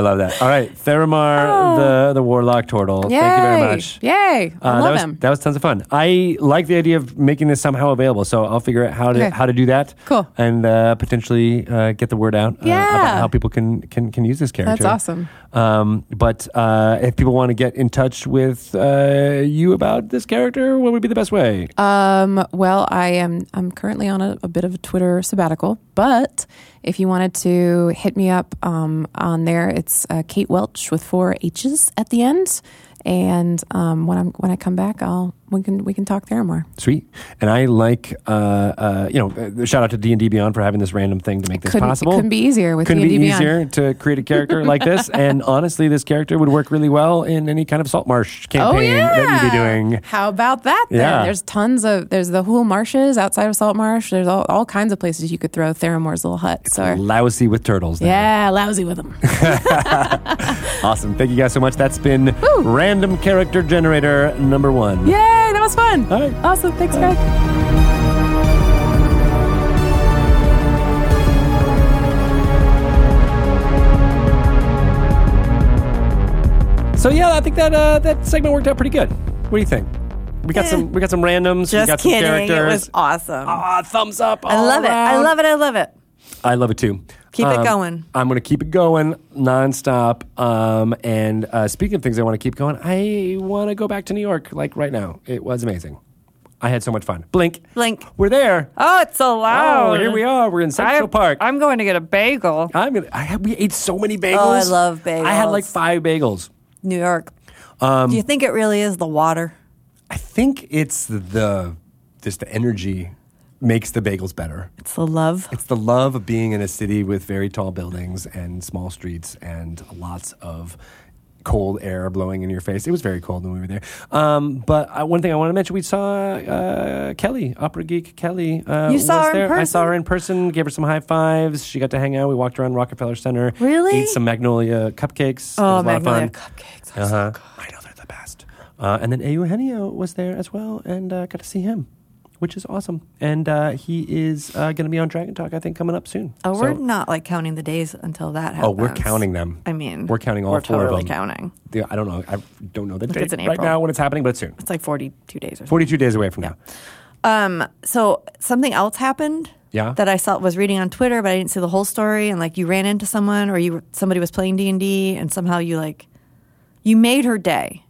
S1: love that. All right, Theramar, the the warlock turtle.
S3: Oh. Yay!
S1: Thank you very much.
S3: Yay! I
S1: Uh,
S3: love
S1: that was
S3: him.
S1: that was tons of fun. I like the idea of making this somehow available, so I'll figure out how to
S3: Okay.
S1: how to do that.
S3: Cool.
S1: and uh, potentially uh, get the word out uh, about
S3: Yeah.
S1: how people can can can use this character.
S3: That's awesome.
S1: Um, but uh, if people want to get in touch with uh, you about this character, what would be the best way?
S3: Um, well, I am. I'm currently on a, a bit of a Twitter sabbatical, but if you wanted to hit me up um, on there, it's uh, Kate Welch with four H's at the end. And um, when I'm when I come back, I'll we can we can talk there more.
S1: Sweet. And I like, uh, uh, you know, uh, shout out to D and D Beyond for having this random thing to make this
S3: couldn't,
S1: possible.
S3: It couldn't be easier with
S1: Couldn't
S3: D&D
S1: be
S3: Beyond.
S1: easier to create a character like this. And honestly, this character would work really well in any kind of salt marsh campaign
S3: Oh yeah,
S1: that you'd be doing.
S3: How about that? Then?
S1: Yeah.
S3: there's tons of there's the Hool Marshes outside of Salt Marsh. There's all, all kinds of places you could throw Theramore's little hut. So
S1: Lousy with turtles. there.
S3: yeah, lousy with them.
S1: Awesome. Thank you guys so much. That's been Random Character Generator number one.
S3: Yay, that was fun.
S1: All
S2: Uh,
S1: right.
S3: Awesome. Thanks, Greg.
S1: So yeah, I think that uh, that segment worked out pretty good. What do you think? We got some we got some randoms. we
S2: Just
S1: got
S2: kidding.
S1: some
S2: It
S1: characters.
S2: was awesome.
S1: Ah, thumbs up.
S2: I love it. I love it. I love it.
S1: I love it too. Um,
S2: Keep it going.
S1: I'm going to keep it going nonstop. Um, and uh, speaking of things I want to keep going, I want to go back to New York like right now. It was amazing. I had so much fun. Blink.
S2: Blink.
S1: We're there.
S2: Oh, it's so
S1: Oh,
S2: loud.
S1: here we are. We're in Central
S2: I-
S1: Park.
S2: I'm going to get a bagel.
S1: I'm gonna, I had, we ate so many bagels.
S2: I love
S1: I had like
S2: bagels.
S1: five bagels.
S2: New York.
S1: Um,
S2: Do you think it really is the water?
S1: I think it's the just the energy makes the bagels better.
S2: It's the love.
S1: It's the love of being in a city with very tall buildings and small streets and lots of cold air blowing in your face. It was very cold when we were there. Um, but I, one thing I want to mention, we saw uh, Kelly, opera geek Kelly. Uh,
S2: You saw
S1: was
S2: her in
S1: there. I saw
S2: person?
S1: her in person, gave her some high fives. She got to hang out. We walked around Rockefeller Center.
S2: Really?
S1: Ate some Magnolia cupcakes.
S2: Oh,
S1: it was a lot of fun.
S2: Magnolia cupcakes.
S1: Uh-huh. I know they're the best. Uh, and then Eugenio was there as well, and uh, got to see him, which is awesome. And uh, he is uh, going to be on Dragon Talk, I think, coming up soon.
S2: Oh,
S1: So-
S2: we're not like counting the days until that happens.
S1: Oh, we're counting them.
S2: I mean,
S1: we're counting all
S2: we're
S1: four
S2: totally
S1: of them.
S2: counting.
S1: The- I don't know. I don't know the
S2: think
S1: date
S2: it's in
S1: right
S2: April.
S1: now when it's happening, but it's soon.
S2: It's like 42 days or something.
S1: Forty-two days away from now.
S2: Um, so something else happened.
S1: Yeah?
S2: That I saw was reading on Twitter, but I didn't see the whole story. And like you ran into someone, or you were- somebody was playing D anD D, and somehow you like you made her day.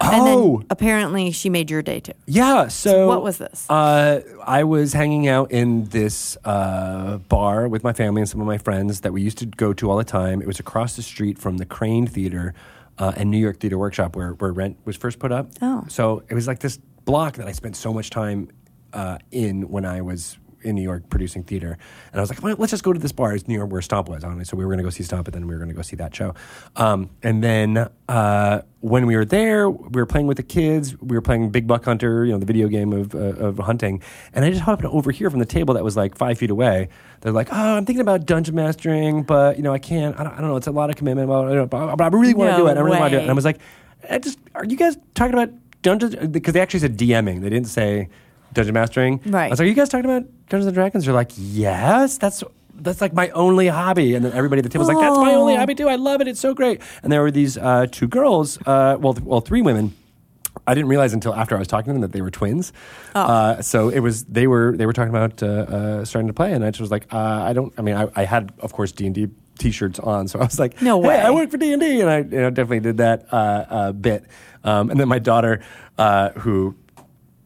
S2: And
S1: Oh!
S2: then apparently she made your day too.
S1: Yeah. So,
S2: what was this?
S1: Uh, I was hanging out in this uh, bar with my family and some of my friends that we used to go to all the time. It was across the street from the Crane Theater uh, and New York Theater Workshop, where where Rent was first put up.
S2: Oh.
S1: So it was like this block that I spent so much time uh, in when I was in New York producing theater. And I was like, well, let's just go to this bar. It's New York where Stomp was, honestly. So we were going to go see Stomp, and then we were going to go see that show. Um, and then uh, when we were there, we were playing with the kids. We were playing Big Buck Hunter, you know, the video game of, uh, of hunting. And I just happened to overhear from the table that was like five feet away. They're like, oh, I'm thinking about dungeon mastering, but, you know, I can't. I don't, I don't know. It's a lot of commitment, blah, blah, blah, blah, but I really want to
S2: No
S1: do it. I really want to do it.
S2: way.
S1: And I was like, I just are you guys talking about dungeons? Because they actually said DMing. They didn't say dungeon mastering.
S2: Right.
S1: I was like, are you guys talking about Dungeons and Dragons? They're like, yes. That's that's like my only hobby. And then everybody at the table was like, that's my only hobby too. I love it. It's so great. And there were these uh, two girls, uh, well, th- well, three women. I didn't realize until after I was talking to them that they were twins.
S2: Oh.
S1: Uh, so it was they were they were talking about uh, uh, starting to play, and I just was like, uh, I don't. I mean, I, I had of course D and D t-shirts on, so I was like,
S2: No
S1: "Hey,
S2: way."
S1: I work for D and D, and I you know, definitely did that uh, uh, bit. Um, and then my daughter, uh, who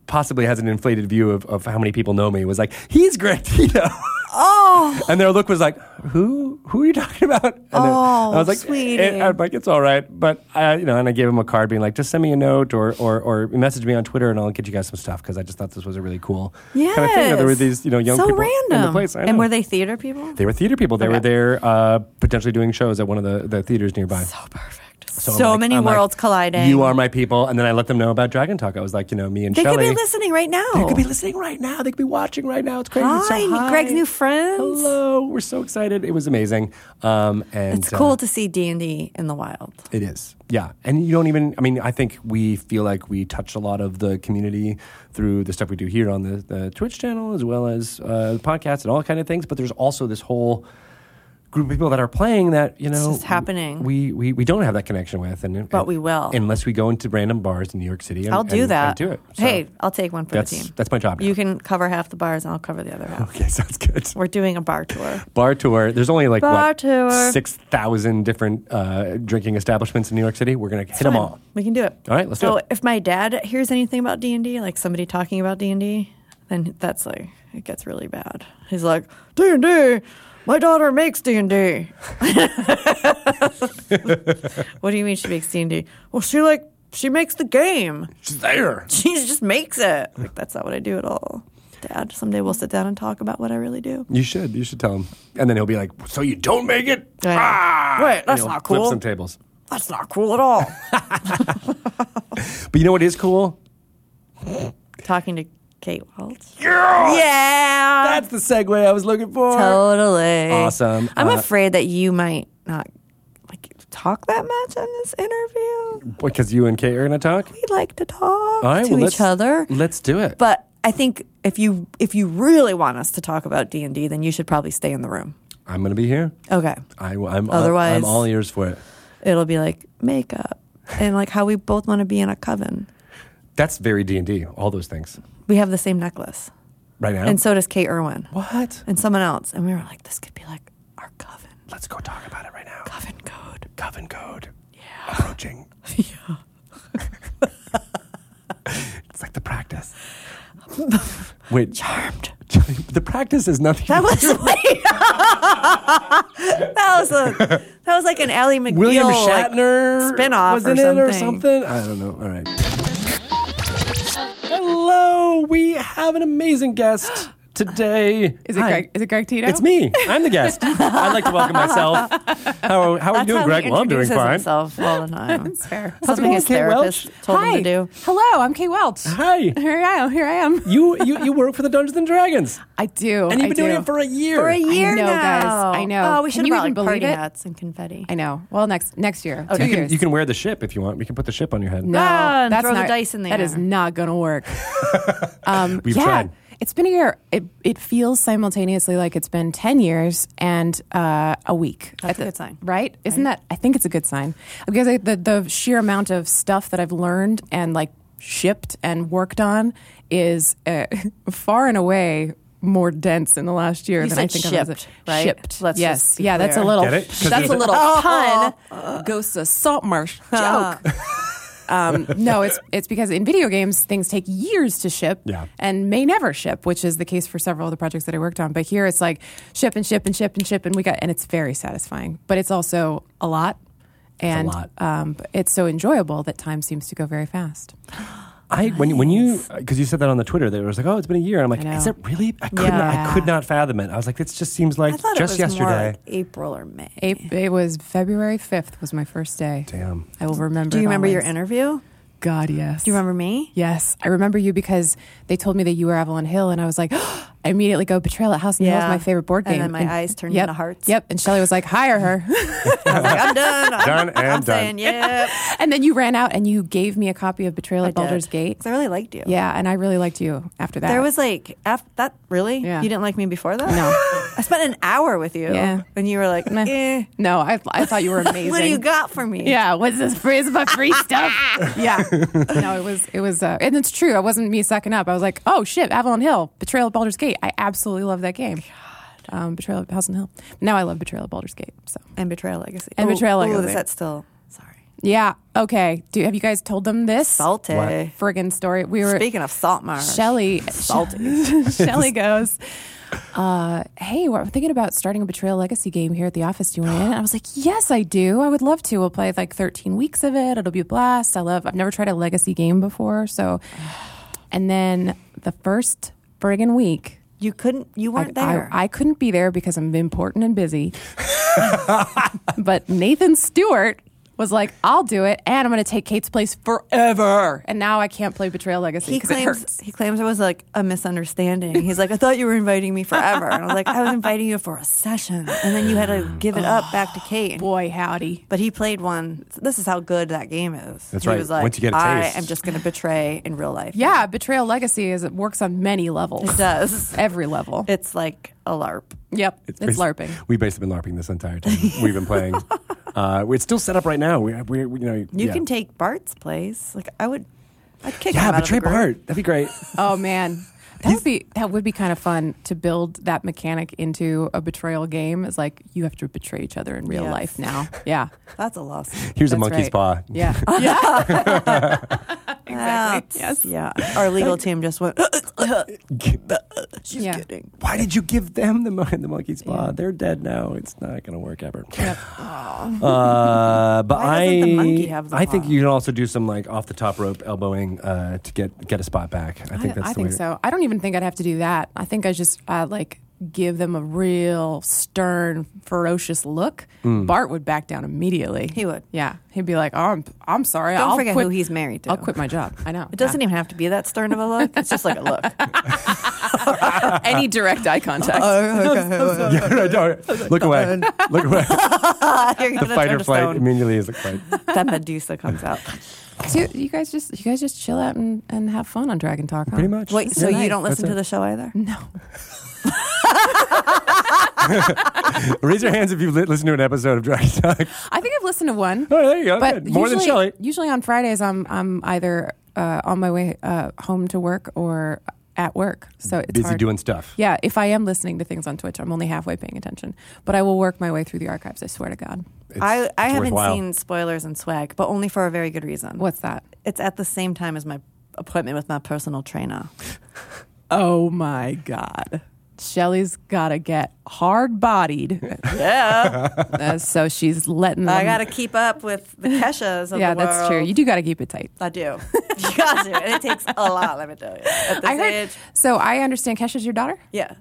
S1: possibly has an inflated view of, of how many people know me, was like, he's Greg Tito.
S2: Oh,
S1: And their look was like, "Who? Who are you talking about?" And then
S2: Oh,
S1: I was like,
S2: sweetie.
S1: eh, I'm like, "It's all right," but I, you know, and I gave him a card, being like, "Just send me a note or or, or message me on Twitter, and I'll get you guys some stuff." Because I just thought this was a really cool kind of thing. that There were
S2: Yes.
S1: these, you know, young
S2: so
S1: people
S2: random.
S1: in the place, I
S2: and
S1: know.
S2: were they theater people?
S1: They were theater people. They
S2: Okay.
S1: were there uh, potentially doing shows at one of the, the theaters nearby.
S2: so perfect. So,
S1: So I'm like-
S2: many
S1: I'm like,
S2: worlds colliding.
S1: You are my people, and then I let them know about Dragon Talk. I was like, you know, me and
S2: They
S1: Shelley.
S2: could be listening right now.
S1: They could be listening right now. They could be watching right now. It's crazy. It's so
S2: Hi, Greg's new friends.
S1: Hello. We're so excited. It was amazing. Um, and
S2: It's
S1: uh,
S2: cool to see D and D in the wild.
S1: It is. Yeah. And you don't even, I mean, I think we feel like we touch a lot of the community through the stuff we do here on the, the Twitch channel as well as uh, the podcast and all kind of things. But there's also this whole group of people that are playing that, you know,
S2: just happening.
S1: We, we, we don't have that connection with. And,
S2: But we will.
S1: Unless we go into random bars in New York City. And,
S2: I'll do
S1: and-
S2: that.
S1: And do it. So
S2: hey, I'll take one for
S1: that's,
S2: the team.
S1: that's my job. Now.
S2: You can cover half the bars, and I'll cover the other half.
S1: okay, sounds good.
S2: We're doing a bar tour.
S1: Bar tour. There's only like
S2: Bar
S1: what
S2: tour.
S1: six thousand different uh, drinking establishments in New York City. We're gonna hit them
S2: Fine.
S1: all.
S2: We can do it.
S1: All right, let's do
S2: so
S1: it.
S2: if my dad hears anything about D and D, like somebody talking about D and D, then that's like it gets really bad. He's like D and D. My daughter makes D and D. What do you mean she makes D and D? Well, she like she makes the game.
S1: She's there.
S2: She just makes it. Like that's not what I do at all. Dad, someday we'll sit down and talk about what I really do.
S1: You should. You should tell him. And then he'll be like, "So you don't make it?
S2: I know.
S1: Ah!"
S2: Right,
S1: And
S2: that's
S1: he'll
S2: not
S1: Flip
S2: cool.
S1: some tables.
S2: That's not cool at all.
S1: But you know what is cool?
S2: Talking to Kate Waltz.
S1: Yeah,
S2: Yeah.
S1: that's the segue I was looking for.
S2: Totally.
S1: Awesome.
S2: I'm
S1: Uh,
S2: afraid that you might not like talk that much in this interview.
S1: Because you and Kate are gonna talk.
S2: We like to talk
S1: All right,
S2: to
S1: well, let's-
S2: each other,
S1: Let's do it.
S2: but I think if you if you really want us to talk about D and D, then you should probably stay in the room.
S1: I'm gonna be here.
S2: Okay,
S1: I, I'm
S2: Otherwise-
S1: I'm all ears for it.
S2: it'll be like makeup and like how we both want to be in a coven.
S1: That's very D and D. All those things.
S2: We have the same necklace,
S1: Right now.
S2: and so does Kate Irwin
S1: what?
S2: and someone else, and we were like, this could be like our coven
S1: Let's go talk about it right now.
S2: coven code.
S1: Coven code. Yeah. Approaching.
S2: yeah.
S1: It's like the practice. Wait,
S2: Charmed.
S1: the practice is nothing.
S2: That was wait. that was a, that was like an Ally McBeal
S1: William
S2: like,
S1: Shatner
S2: spinoff
S1: was
S2: or
S1: in it or
S2: something.
S1: something. I don't know. All right. Hello, we have an amazing guest today.
S3: Is it
S2: Hi.
S3: Greg? Is it Greg Tito?
S1: It's me. I'm the guest. I'd like to welcome myself. How, how are you
S2: That's
S1: doing,
S2: how
S1: Greg?
S2: he
S1: Well, I'm doing
S2: introduces
S1: fine.
S2: himself all the time.
S3: That's fair.
S1: it
S2: Something
S1: going,
S2: his
S1: Kate
S2: therapist told him to do.
S3: Hello, I'm Kay Welch.
S1: Hi.
S3: Here I am. Here I am.
S1: You, you you work for the Dungeons and Dragons,
S3: I do.
S1: and you've
S3: I
S1: been doing
S3: do.
S1: it for a year.
S2: For a year
S3: know,
S2: now.
S3: guys. I know.
S2: Oh, we should
S3: Can
S2: have
S3: you
S2: brought
S3: even
S2: like party
S3: believe it?
S2: hats and confetti.
S3: I know. Well, next next year. Oh, Two
S1: You can,
S3: years.
S1: you can wear the ship if you want. We can put the ship on your head.
S3: No,
S2: Ah, and
S3: that's
S2: throw the
S3: not,
S2: dice in the
S3: That is
S2: air.
S3: not going to work. um,
S1: We've
S3: yeah,
S1: tried.
S3: it's been a year. It, it feels simultaneously like it's been ten years and uh, a week.
S2: That's
S3: At
S2: a
S3: the-
S2: good sign.
S3: right? Isn't that? I think it's a good sign because I, the the sheer amount of stuff that I've learned and like shipped and worked on is uh, far and away more dense in the last year
S2: You
S3: than
S2: said
S3: I think I was
S2: shipped, right?
S3: shipped.
S2: Let's
S3: yes,
S2: just be
S3: yeah, that's a
S2: clear.
S3: little
S1: Get it? 'Cause
S3: that's
S1: there's
S3: a
S1: a-
S3: little pun goes to salt marsh joke. um, no, it's it's because in video games things take years to ship
S1: Yeah.
S3: and may never ship, which is the case for several of the projects that I worked on. But here it's like ship and ship and ship and ship and we got and it's very satisfying, but it's also a lot. And
S1: lot.
S3: Um, it's so enjoyable that time seems to go very fast.
S1: I when when you because you said that on the Twitter that it was like oh it's been a year and I'm like
S3: I know.
S1: is it really I could not
S3: Yeah.
S1: I could not fathom it I was like this just seems
S2: I
S1: like
S2: thought
S1: just
S2: it was more
S1: yesterday
S2: like April or May.
S3: It, it was February fifth was my first day.
S1: damn
S3: I will remember.
S2: Do you
S3: it
S2: remember your
S3: always.
S2: interview?
S3: God? Yes.
S2: Do you remember me?
S3: Yes, I remember you because they told me that you were Avalon Hill, and I was like, I immediately go Betrayal at House and Hill
S2: Yeah.
S3: is my favorite board
S2: And
S3: game.
S2: then my eyes turned
S3: yep,
S2: into hearts.
S3: Yep. And Shelly was like, hire her.
S2: I was like, I'm done. I'm,
S1: Done and
S2: I'm
S1: done.
S2: saying, yep.
S3: and then you ran out and you gave me a copy of Betrayal
S2: I
S3: at Baldur's
S2: did.
S3: Gate.
S2: 'Cause I really liked you.
S3: Yeah, and I really liked you after that.
S2: There was like af- that. Really?
S3: Yeah.
S2: You didn't like me before that?
S3: No.
S2: I spent an hour with you.
S3: Yeah.
S2: And you were like,
S3: Meh.
S2: eh.
S3: no. I, I thought you were amazing.
S2: What do you got for me?
S3: Yeah, what's this phrase about free stuff? yeah, no, it was it was, uh, and it's true. It wasn't me sucking up. I was like, oh shit, Avalon Hill, Betrayal at Baldur's Gate. I absolutely love that game. Um, Betrayal at House and Hill. Now I love Betrayal at Baldur's Gate. So
S2: And Betrayal Legacy.
S3: And
S2: Ooh,
S3: Betrayal
S2: ooh,
S3: Legacy.
S2: is that still? Sorry.
S3: yeah, okay. Do have you guys told them this
S2: Salty.
S1: What?
S3: friggin' story? We were
S2: Speaking of salt marsh.
S3: Shelly.
S2: Salty.
S3: Shelly goes, uh, Hey, we're thinking about starting a Betrayal Legacy game here at the office. Do you want in? I was like, Yes, I do. I would love to. We'll play like 13 weeks of it. It'll be a blast. I love, I've never tried a legacy game before. So, and then the first friggin' week,
S2: you couldn't. You weren't
S3: I-
S2: there.
S3: I, I couldn't be there because I'm important and busy. but Nathan Stewart was like, I'll do it. And I'm going to take Kate's place forever. And now I can't play Betrayal Legacy.
S2: he
S3: 'cause it hurts.
S2: claims he claims it was like a misunderstanding. He's like, I thought you were inviting me forever, and I was like, I was inviting you for a session, and then you had to give it up back to Kate.
S3: Boy, howdy.
S2: But he played one. This is how good that game is.
S1: That's
S2: he
S1: right.
S2: Was like,
S1: Once you get a
S2: I
S1: taste."
S2: am just going to betray in real life.
S3: Yeah, Betrayal Legacy is it works on many levels.
S2: it does.
S3: Every level.
S2: It's like a LARP.
S3: yep. It's, LARPing.
S1: We've basically been LARPing this entire time. We've been playing. Uh, it's still set up right now. We, we, we you know,
S2: You
S1: yeah.
S2: can take Bart's place. Like I would, I'd kick
S1: yeah,
S2: him out
S1: betray
S2: of the group.
S1: Bart. That'd be great.
S3: Oh man. That would be that would be kind of fun to build that mechanic into a betrayal game. It's like you have to betray each other in real
S2: Yes.
S3: life now. Yeah.
S2: That's a loss.
S1: Here's a
S3: That's
S1: monkey's
S3: right.
S1: paw.
S3: Yeah. yeah. exactly.
S2: That's-
S3: Yes.
S2: Yeah. Our legal team just went. She's
S3: Yeah.
S2: kidding.
S1: Why did you give them the, mon- the monkey's paw? They're dead now. It's not going to work ever. Uh, but
S2: Why
S1: I,
S2: doesn't the monkey have the
S1: I think
S2: paw?
S1: you can also do some like off the top rope elbowing uh, to get get a spot back. I think that's the way.
S3: so. I don't even think I'd have to do that. I think I just uh, like give them a real stern, ferocious look.
S1: Mm.
S3: Bart would back down immediately.
S2: He would.
S3: Yeah, he'd be like, "Oh, I'm, I'm sorry.
S2: Don't
S3: I'll
S2: forget
S3: quit.
S2: who he's married to.
S3: I'll quit my job. I know.
S2: It doesn't even have to be that stern of a look. It's just like a look.
S3: any direct eye contact.
S1: Yeah, no, don't. Look away. Look away.
S2: You're
S1: The
S2: gonna
S1: fight
S2: turn
S1: or
S2: to
S1: flight
S2: stone.
S1: immediately is like fight.
S2: That Medusa comes out.
S3: Dude, you guys just you guys just chill out and, and have fun on Dragon Talk. Huh?
S1: Pretty much.
S2: Wait, so
S1: Yeah.
S2: you don't
S1: That's
S2: listen to
S1: it.
S2: the show either?
S3: No.
S1: Raise your hands if you've li- listened to an episode of Dragon Talk.
S3: I think I've listened to one.
S1: Oh, there you go.
S3: But
S1: Good. More
S3: usually,
S1: than Shelly.
S3: Usually on Fridays, I'm I'm either uh, on my way uh, home to work or at work. So it's
S1: Busy
S3: hard.
S1: doing stuff.
S3: Yeah, if I am listening to things on Twitch, I'm only halfway paying attention. But I will work my way through the archives. I swear to God.
S1: It's-
S2: I, I
S1: it's
S2: haven't
S1: worthwhile.
S2: seen spoilers and swag, but only for a very good reason.
S3: What's that?
S2: It's at the same time as my appointment with my personal trainer.
S3: Oh my God. Shelly's gotta get hard bodied, Uh,
S2: Yeah,
S3: so she's letting. Them,
S2: I got to keep up with the Keshas. Of
S3: Um, Yeah,
S2: the
S3: that's true.
S2: world.
S3: You do gotta keep it tight.
S2: I do. You got to, and it takes a lot. Let me tell you. At this
S3: I heard.
S2: age,
S3: So I understand Kesha's your daughter.
S2: yeah.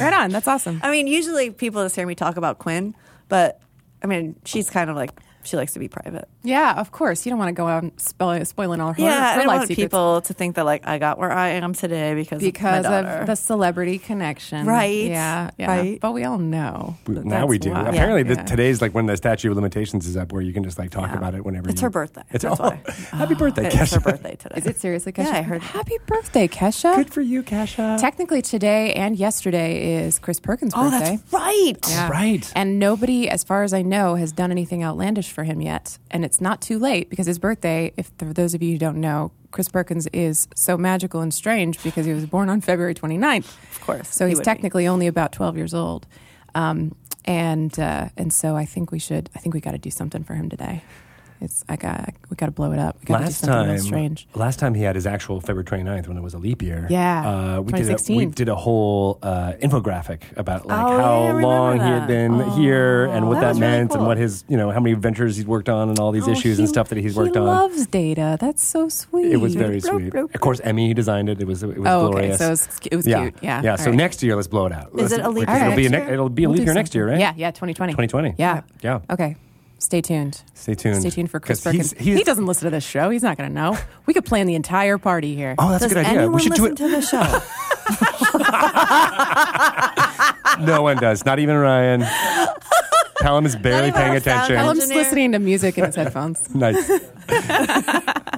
S3: Right on. That's awesome.
S2: I mean, usually people just hear me talk about Quinn, but I mean, she's kind of like she likes to be private.
S3: Yeah, of course. You don't want to go out and spoil, spoiling all her,
S2: yeah,
S3: her
S2: I don't
S3: life
S2: want
S3: secrets
S2: people to think that like I got where I am today because
S3: because
S2: of, my daughter.
S3: of the celebrity connection.
S2: Right,
S3: Yeah. yeah.
S2: right.
S3: But we all know.
S1: We-
S3: that
S1: now we
S3: that's
S1: do.
S3: why.
S1: Apparently, the,
S3: Yeah.
S1: today's like when the statute of limitations is up, where you can just like talk
S2: Yeah.
S1: about it whenever.
S2: It's
S1: you-
S2: her birthday.
S1: It's
S2: That's
S1: oh,
S2: why.
S1: happy birthday,
S2: it's her
S1: Kesha.
S2: birthday today.
S3: Is it seriously, Kesha?
S2: Yeah, I heard.
S3: Happy birthday, Kesha.
S1: Good for you, Kesha.
S3: Technically, today and yesterday is Chris Perkins'
S2: Oh,
S3: birthday.
S2: that's right.
S3: Yeah.
S1: right.
S3: And nobody, as far as I know, has done anything outlandish for him yet. And it's not too late because his birthday, if for those of you who don't know, Chris Perkins is so magical and strange because he was born on February 29th.
S2: Of course.
S3: So
S2: he
S3: he's
S2: would be.
S3: technically only about 12 years old. Um, and uh, and so I think we should, I think we got to do something for him today. It's, I got, we got to blow it up. We got to do
S1: Last
S3: something
S1: time,
S3: real strange.
S1: last time he had his actual February 29th when it was a leap year.
S3: Yeah,
S1: uh, we did a,
S3: 2016.
S1: we did a whole uh, infographic about like
S2: Oh, yeah, I
S1: how
S2: remember
S1: long he had
S2: that. Oh,
S1: been here and what
S2: That
S1: that,
S2: was really
S1: meant and
S2: cool. Oh,
S1: what his you know how many ventures he's worked on and all these issues and stuff that he's worked
S3: Oh, He
S1: on.
S3: loves data. That's so sweet.
S1: It was very sweet. Of course, Emmy designed it. It was it was
S3: Oh, okay.
S1: glorious.
S3: So it was, it was cute. Yeah.
S1: Yeah.
S3: All
S1: So
S3: right.
S1: next year, let's blow it out.
S2: Is
S1: Let's-
S2: it a leap
S1: because
S3: year
S1: It'll be a
S2: next
S1: ne-
S2: year?
S1: it'll be a
S3: We'll
S1: leap
S3: do
S1: year next
S3: something.
S1: year, right?
S3: Yeah, yeah, 2020.
S1: 2020.
S3: Yeah.
S1: Yeah.
S3: Okay.
S1: Yeah.
S3: Okay. Stay tuned.
S1: Stay tuned.
S3: Stay tuned for Chris
S1: 'Cause he's-
S3: Birkin.
S1: he's-
S3: he doesn't listen to this show. He's not going to know. We could plan the entire party here.
S1: Oh, that's
S2: Does
S1: a good idea.
S2: anyone
S1: We should do
S2: listen
S1: it.
S2: to the show?
S1: no one does. Not even Ryan. Callum is barely
S2: even
S1: paying
S2: our sound
S1: attention.
S3: Callum's
S2: engineer.
S3: listening to music in his headphones.
S1: Nice.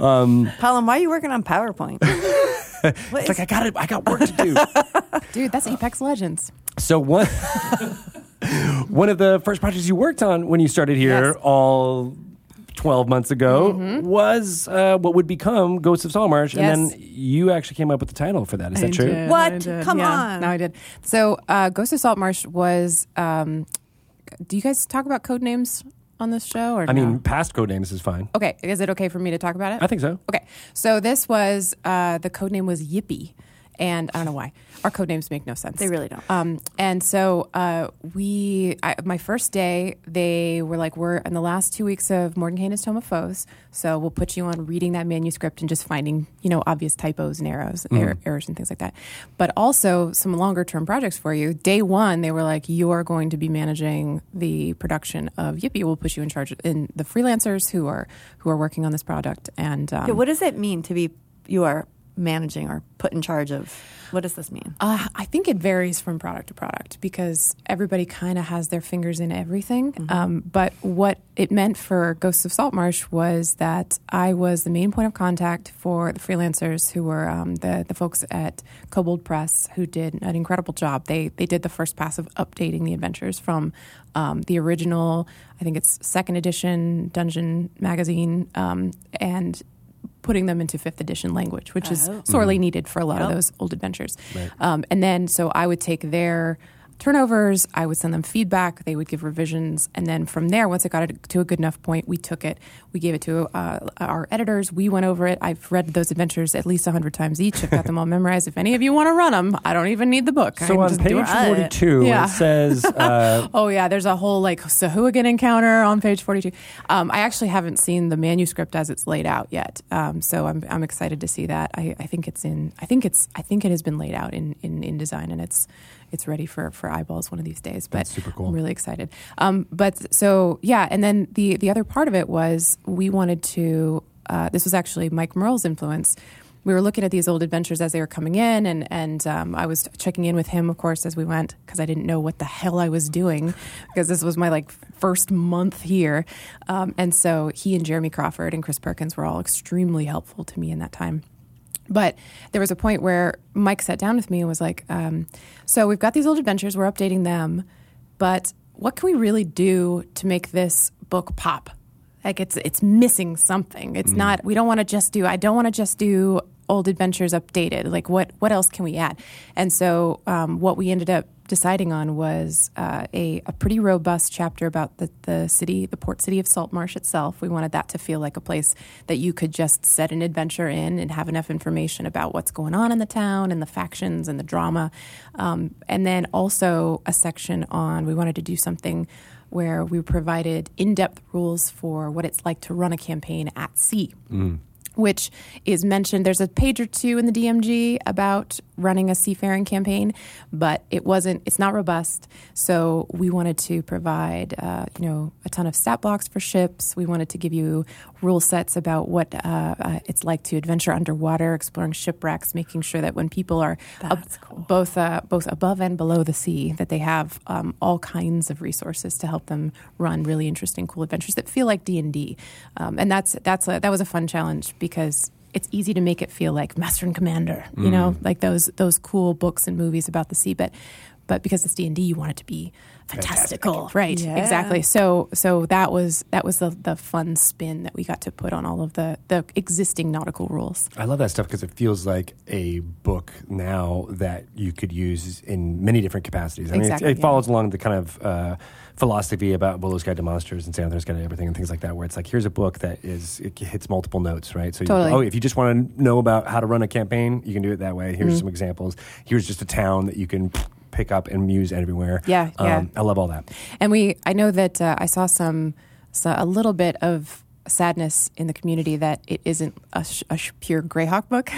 S2: Colin, why are you working on PowerPoint? What
S1: It's
S2: is-
S1: like I got it. I got work to do.
S3: Dude, that's Apex Legends.
S1: So one one of the first projects you worked on when you started here
S3: Yes. Mm-hmm.
S1: all twelve months ago was uh, what would become Ghosts of Salmarsh, and
S3: Yes.
S1: then you actually came up with the title for that. Is that true?
S3: I did,
S2: What?
S3: I did.
S2: Come
S3: Yeah,
S2: on.
S3: No, I did. So, uh, Ghost of Saltmarsh was. Um, do you guys talk about code names on this show? Or
S1: I mean,
S3: no?
S1: past code names is fine.
S3: okay. Is it okay for me to talk about it?
S1: I think so.
S3: Okay, so this was uh, the code name was Yippee, and I don't know why our code names make no sense.
S2: They really don't.
S3: Um, and so uh, we, I, my first day, they were like, "We're in the last two weeks of Morgan Cain's Tome of Foes, so we'll put you on reading that manuscript and just finding, you know, obvious typos and arrows, er- errors and things like that. But also some longer term projects for you. Day one, they were like, "You are going to be managing the production of Yippee. We'll put you in charge of, in the freelancers who are who are working on this product." And um,
S2: Yeah, what does it mean to be you are managing or put in charge of? What does this mean?
S3: Uh, I think it varies from product to product because everybody kind of has their fingers in everything. Um, but what it meant for Ghosts of Saltmarsh was that I was the main point of contact for the freelancers who were um, the, the folks at Kobold Press who did an incredible job. They, they did the first pass of updating the adventures from um, the original, I think it's second edition Dungeon magazine, um, and putting them into fifth edition language, which is
S2: Oh.
S1: Mm.
S3: sorely needed for a lot of those old adventures. Um, and then, so I would take their turnovers, I would send them feedback, they would give revisions. And then from there, once it got it to a good enough point, we took it, we gave it to uh, our editors, we went over it. I've read those adventures at least 100 times each. I've got them all memorized. If any of you want to run them, I don't even need the book. I
S1: So
S3: can
S1: on
S3: just do
S1: page
S3: it.
S2: Right.
S1: forty-two,
S3: Yeah.
S1: it says uh,
S3: Oh yeah, there's a whole like Sahuagin encounter on page 42. Um, I actually haven't seen the manuscript as it's laid out yet, um, so I'm, I'm excited to see that. I, I think it's in. I think it's. I think it has been laid out in in InDesign, and it's it's ready for for eyeballs one of these days. But
S1: That's super cool.
S3: I'm really excited. Um, but so yeah, and then the the other part of it was we wanted to. Uh, this was actually Mike Merle's influence we were looking at these old adventures as they were coming in, and and um, I was checking in with him, of course, as we went because I didn't know what the hell I was doing because this was my like first month here, um, and so he and Jeremy Crawford and Chris Perkins were all extremely helpful to me in that time. But there was a point where Mike sat down with me and was like, um, "So we've got these old adventures, we're updating them, but what can we really do to make this book pop?" like it's it's missing something it's not we don't want to just do i don't want to just do old adventures updated like what what else can we add and so um, what we ended up deciding on was uh, a, a pretty robust chapter about the, the city the port city of saltmarsh itself we wanted that to feel like a place that you could just set an adventure in and have enough information about what's going on in the town and the factions and the drama um, and then also a section on we wanted to do something where we provided in depth rules for what it's like to run a campaign at sea. Which is mentioned. There's a page or two in the DMG about running a seafaring campaign, but it wasn't. It's not robust. So we wanted to provide, uh, you know, a ton of stat blocks for ships. We wanted to give you rule sets about what uh, uh, it's like to adventure underwater, exploring shipwrecks, making sure that when people are ab-
S2: That's cool.
S3: both uh, both above and below the sea that they have um, all kinds of resources to help them run really interesting cool adventures that feel like D&D um, and that's that's a, that was a fun challenge because it's easy to make it feel like master and commander you know like those those cool books and movies about the sea but but because it's D&D you want it to be fantastical right
S2: Yeah.
S3: exactly so so that was that was the, the fun spin that we got to put on all of the the existing nautical rules
S1: I love that stuff because it feels like a book now that you could use in many different capacities. I mean,
S3: Exactly,
S1: it, it
S3: yeah.
S1: follows along the kind of uh, philosophy about Willow's Guide to Monsters and Sandler's Guide to Everything and things like that, where it's like, here's a book that is it hits multiple notes, right? So, you-
S3: Totally.
S1: oh, if you just want to know about how to run a campaign, you can do it that way.
S3: Mm-hmm.
S1: Here's some examples. Here's just a town that you can pick up and use everywhere. Um,
S3: Yeah, yeah.
S1: I love all that.
S3: And we, I know that uh, I saw some, so a little bit of sadness in the community that it isn't a, sh- a sh- pure Greyhawk book.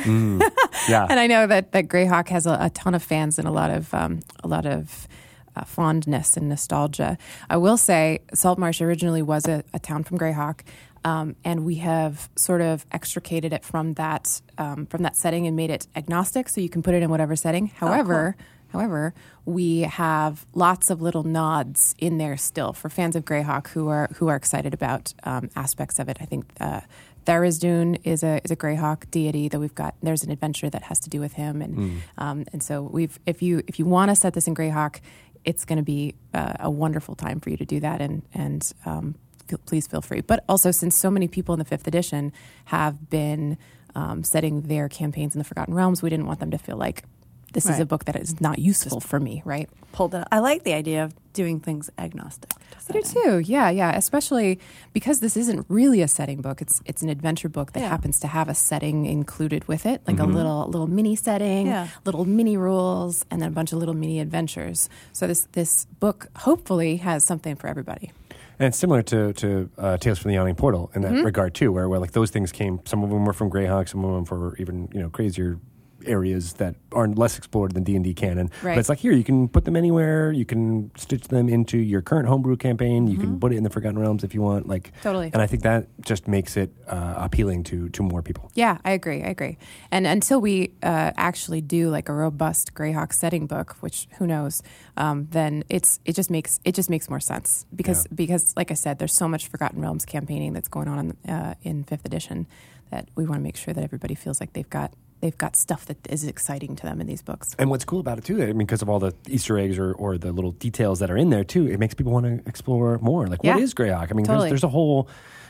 S1: Yeah.
S3: and I know that that Greyhawk has a, a ton of fans and a lot of um, a lot of. uh, fondness and nostalgia. I will say Saltmarsh originally was a, a town from Greyhawk. Um, and we have sort of extricated it from that um, from that setting and made it agnostic, so you can put it in whatever setting. However, However, we have lots of little nods in there still for fans of Greyhawk who are who are excited about um, aspects of it. I think uh, Tharizdun is a is a Greyhawk deity that we've got. There's an adventure that has to do with him, and um, and so we've if you if you want to set this in Greyhawk, it's going to be uh, a wonderful time for you to do that, and and um, feel, please feel free. But also, since so many people in the fifth edition have been um, setting their campaigns in the Forgotten Realms, we didn't want them to feel like this is
S2: Right.
S3: a book that is not useful for me, right?
S2: Pulled it. I like the idea of doing things agnostic. to
S3: I do
S2: setting.
S3: too. Yeah, yeah. Especially because this isn't really a setting book. It's it's an adventure book that
S2: Yeah.
S3: happens to have a setting included with it, like a little little mini setting,
S2: Yeah.
S3: little mini rules, and then a bunch of little mini adventures. So this this book hopefully has something for everybody.
S1: And it's similar to, to uh, Tales from the Yawning Portal in that regard too, where, where like those things came. Some of them were from Greyhawk, some of them were even you know crazier areas that are less explored than D and D canon. But
S3: Right.
S1: it's like here you can put them anywhere. You can stitch them into your current homebrew campaign. You can put it in the Forgotten Realms if you want. Like
S3: Totally.
S1: And I think that just makes it uh, appealing to to more people.
S3: Yeah, I agree. I agree. And until we uh, actually do like a robust Greyhawk setting book, which who knows, um, then it's it just makes it just makes more sense because
S1: Yeah.
S3: because like I said, there's so much Forgotten Realms campaigning that's going on uh, in Fifth Edition that we want to make sure that everybody feels like they've got they've got stuff that is exciting to them in these books.
S1: And what's cool about it too, I mean, because of all the Easter eggs or, or the little details that are in there too, it makes people want to explore more. Like, what
S3: Yeah.
S1: is Greyhawk? I mean,
S3: Totally.
S1: there's, there's a whole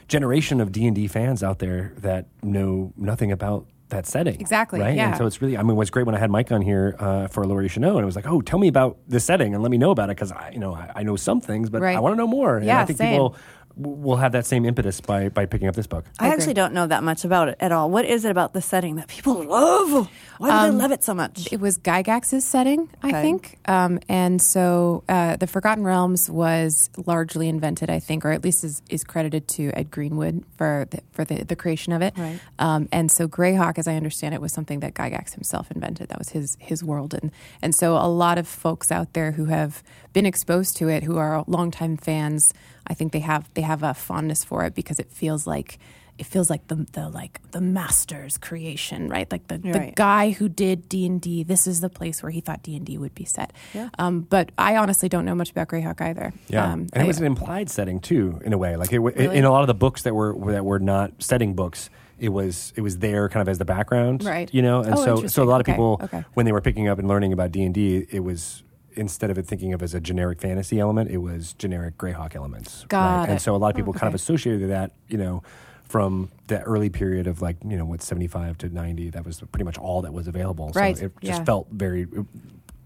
S1: generation of D and D fans out there that know nothing about that setting.
S3: Exactly,
S1: Right.
S3: yeah.
S1: And so it's really, I mean, what's great when I had Mike on here uh, for Laurie Chanel, and it was like, oh, tell me about this setting and let me know about it because I, you know, I, I know some things, but
S3: Right.
S1: I want to know more. and
S3: Yeah,
S1: I think
S3: same.
S1: people w- will have that same impetus by by picking up this book.
S2: I,
S3: I agree.
S2: actually don't know that much about it at all. What is it about the setting that people love? Why do they love it so much?
S3: It was Gygax's setting,
S2: Okay.
S3: I think. Um, and so uh, the Forgotten Realms was largely invented, I think, or at least is, is credited to Ed Greenwood for the, for the, the creation of it.
S2: Right.
S3: Um, and so Greyhawk, as I understand it, was something that Gygax himself invented. That was his his world, and and so a lot of folks out there who have been exposed to it, who are longtime fans, I think they have they have a fondness for it because it feels like. It feels like the, the like the master's creation, right? Like the, the
S2: Right.
S3: guy who did D and D. This is the place where he thought D and D would be set.
S2: Yeah.
S3: Um, but I honestly don't know much about Greyhawk either.
S1: Yeah,
S3: Um,
S1: and
S3: I-
S1: it was an implied setting too, in a way. Like it, w
S3: Really?
S1: in a lot of the books that were that were not setting books, it was it was there kind of as the background,
S3: Right.
S1: You know, and
S3: Oh,
S1: so so a
S3: interesting.
S1: lot of
S3: Okay,
S1: people
S3: okay.
S1: when they were picking up and learning about D and D, it was instead of it thinking of as a generic fantasy element, it was generic Greyhawk elements.
S3: Got
S1: And
S3: it.
S1: so a lot of people kind of
S3: okay.
S1: associated that, you know. From the early period of like you know what seventy five to ninety, that was pretty much all that was available.
S3: Right,
S1: So it just
S3: yeah.
S1: felt very uh,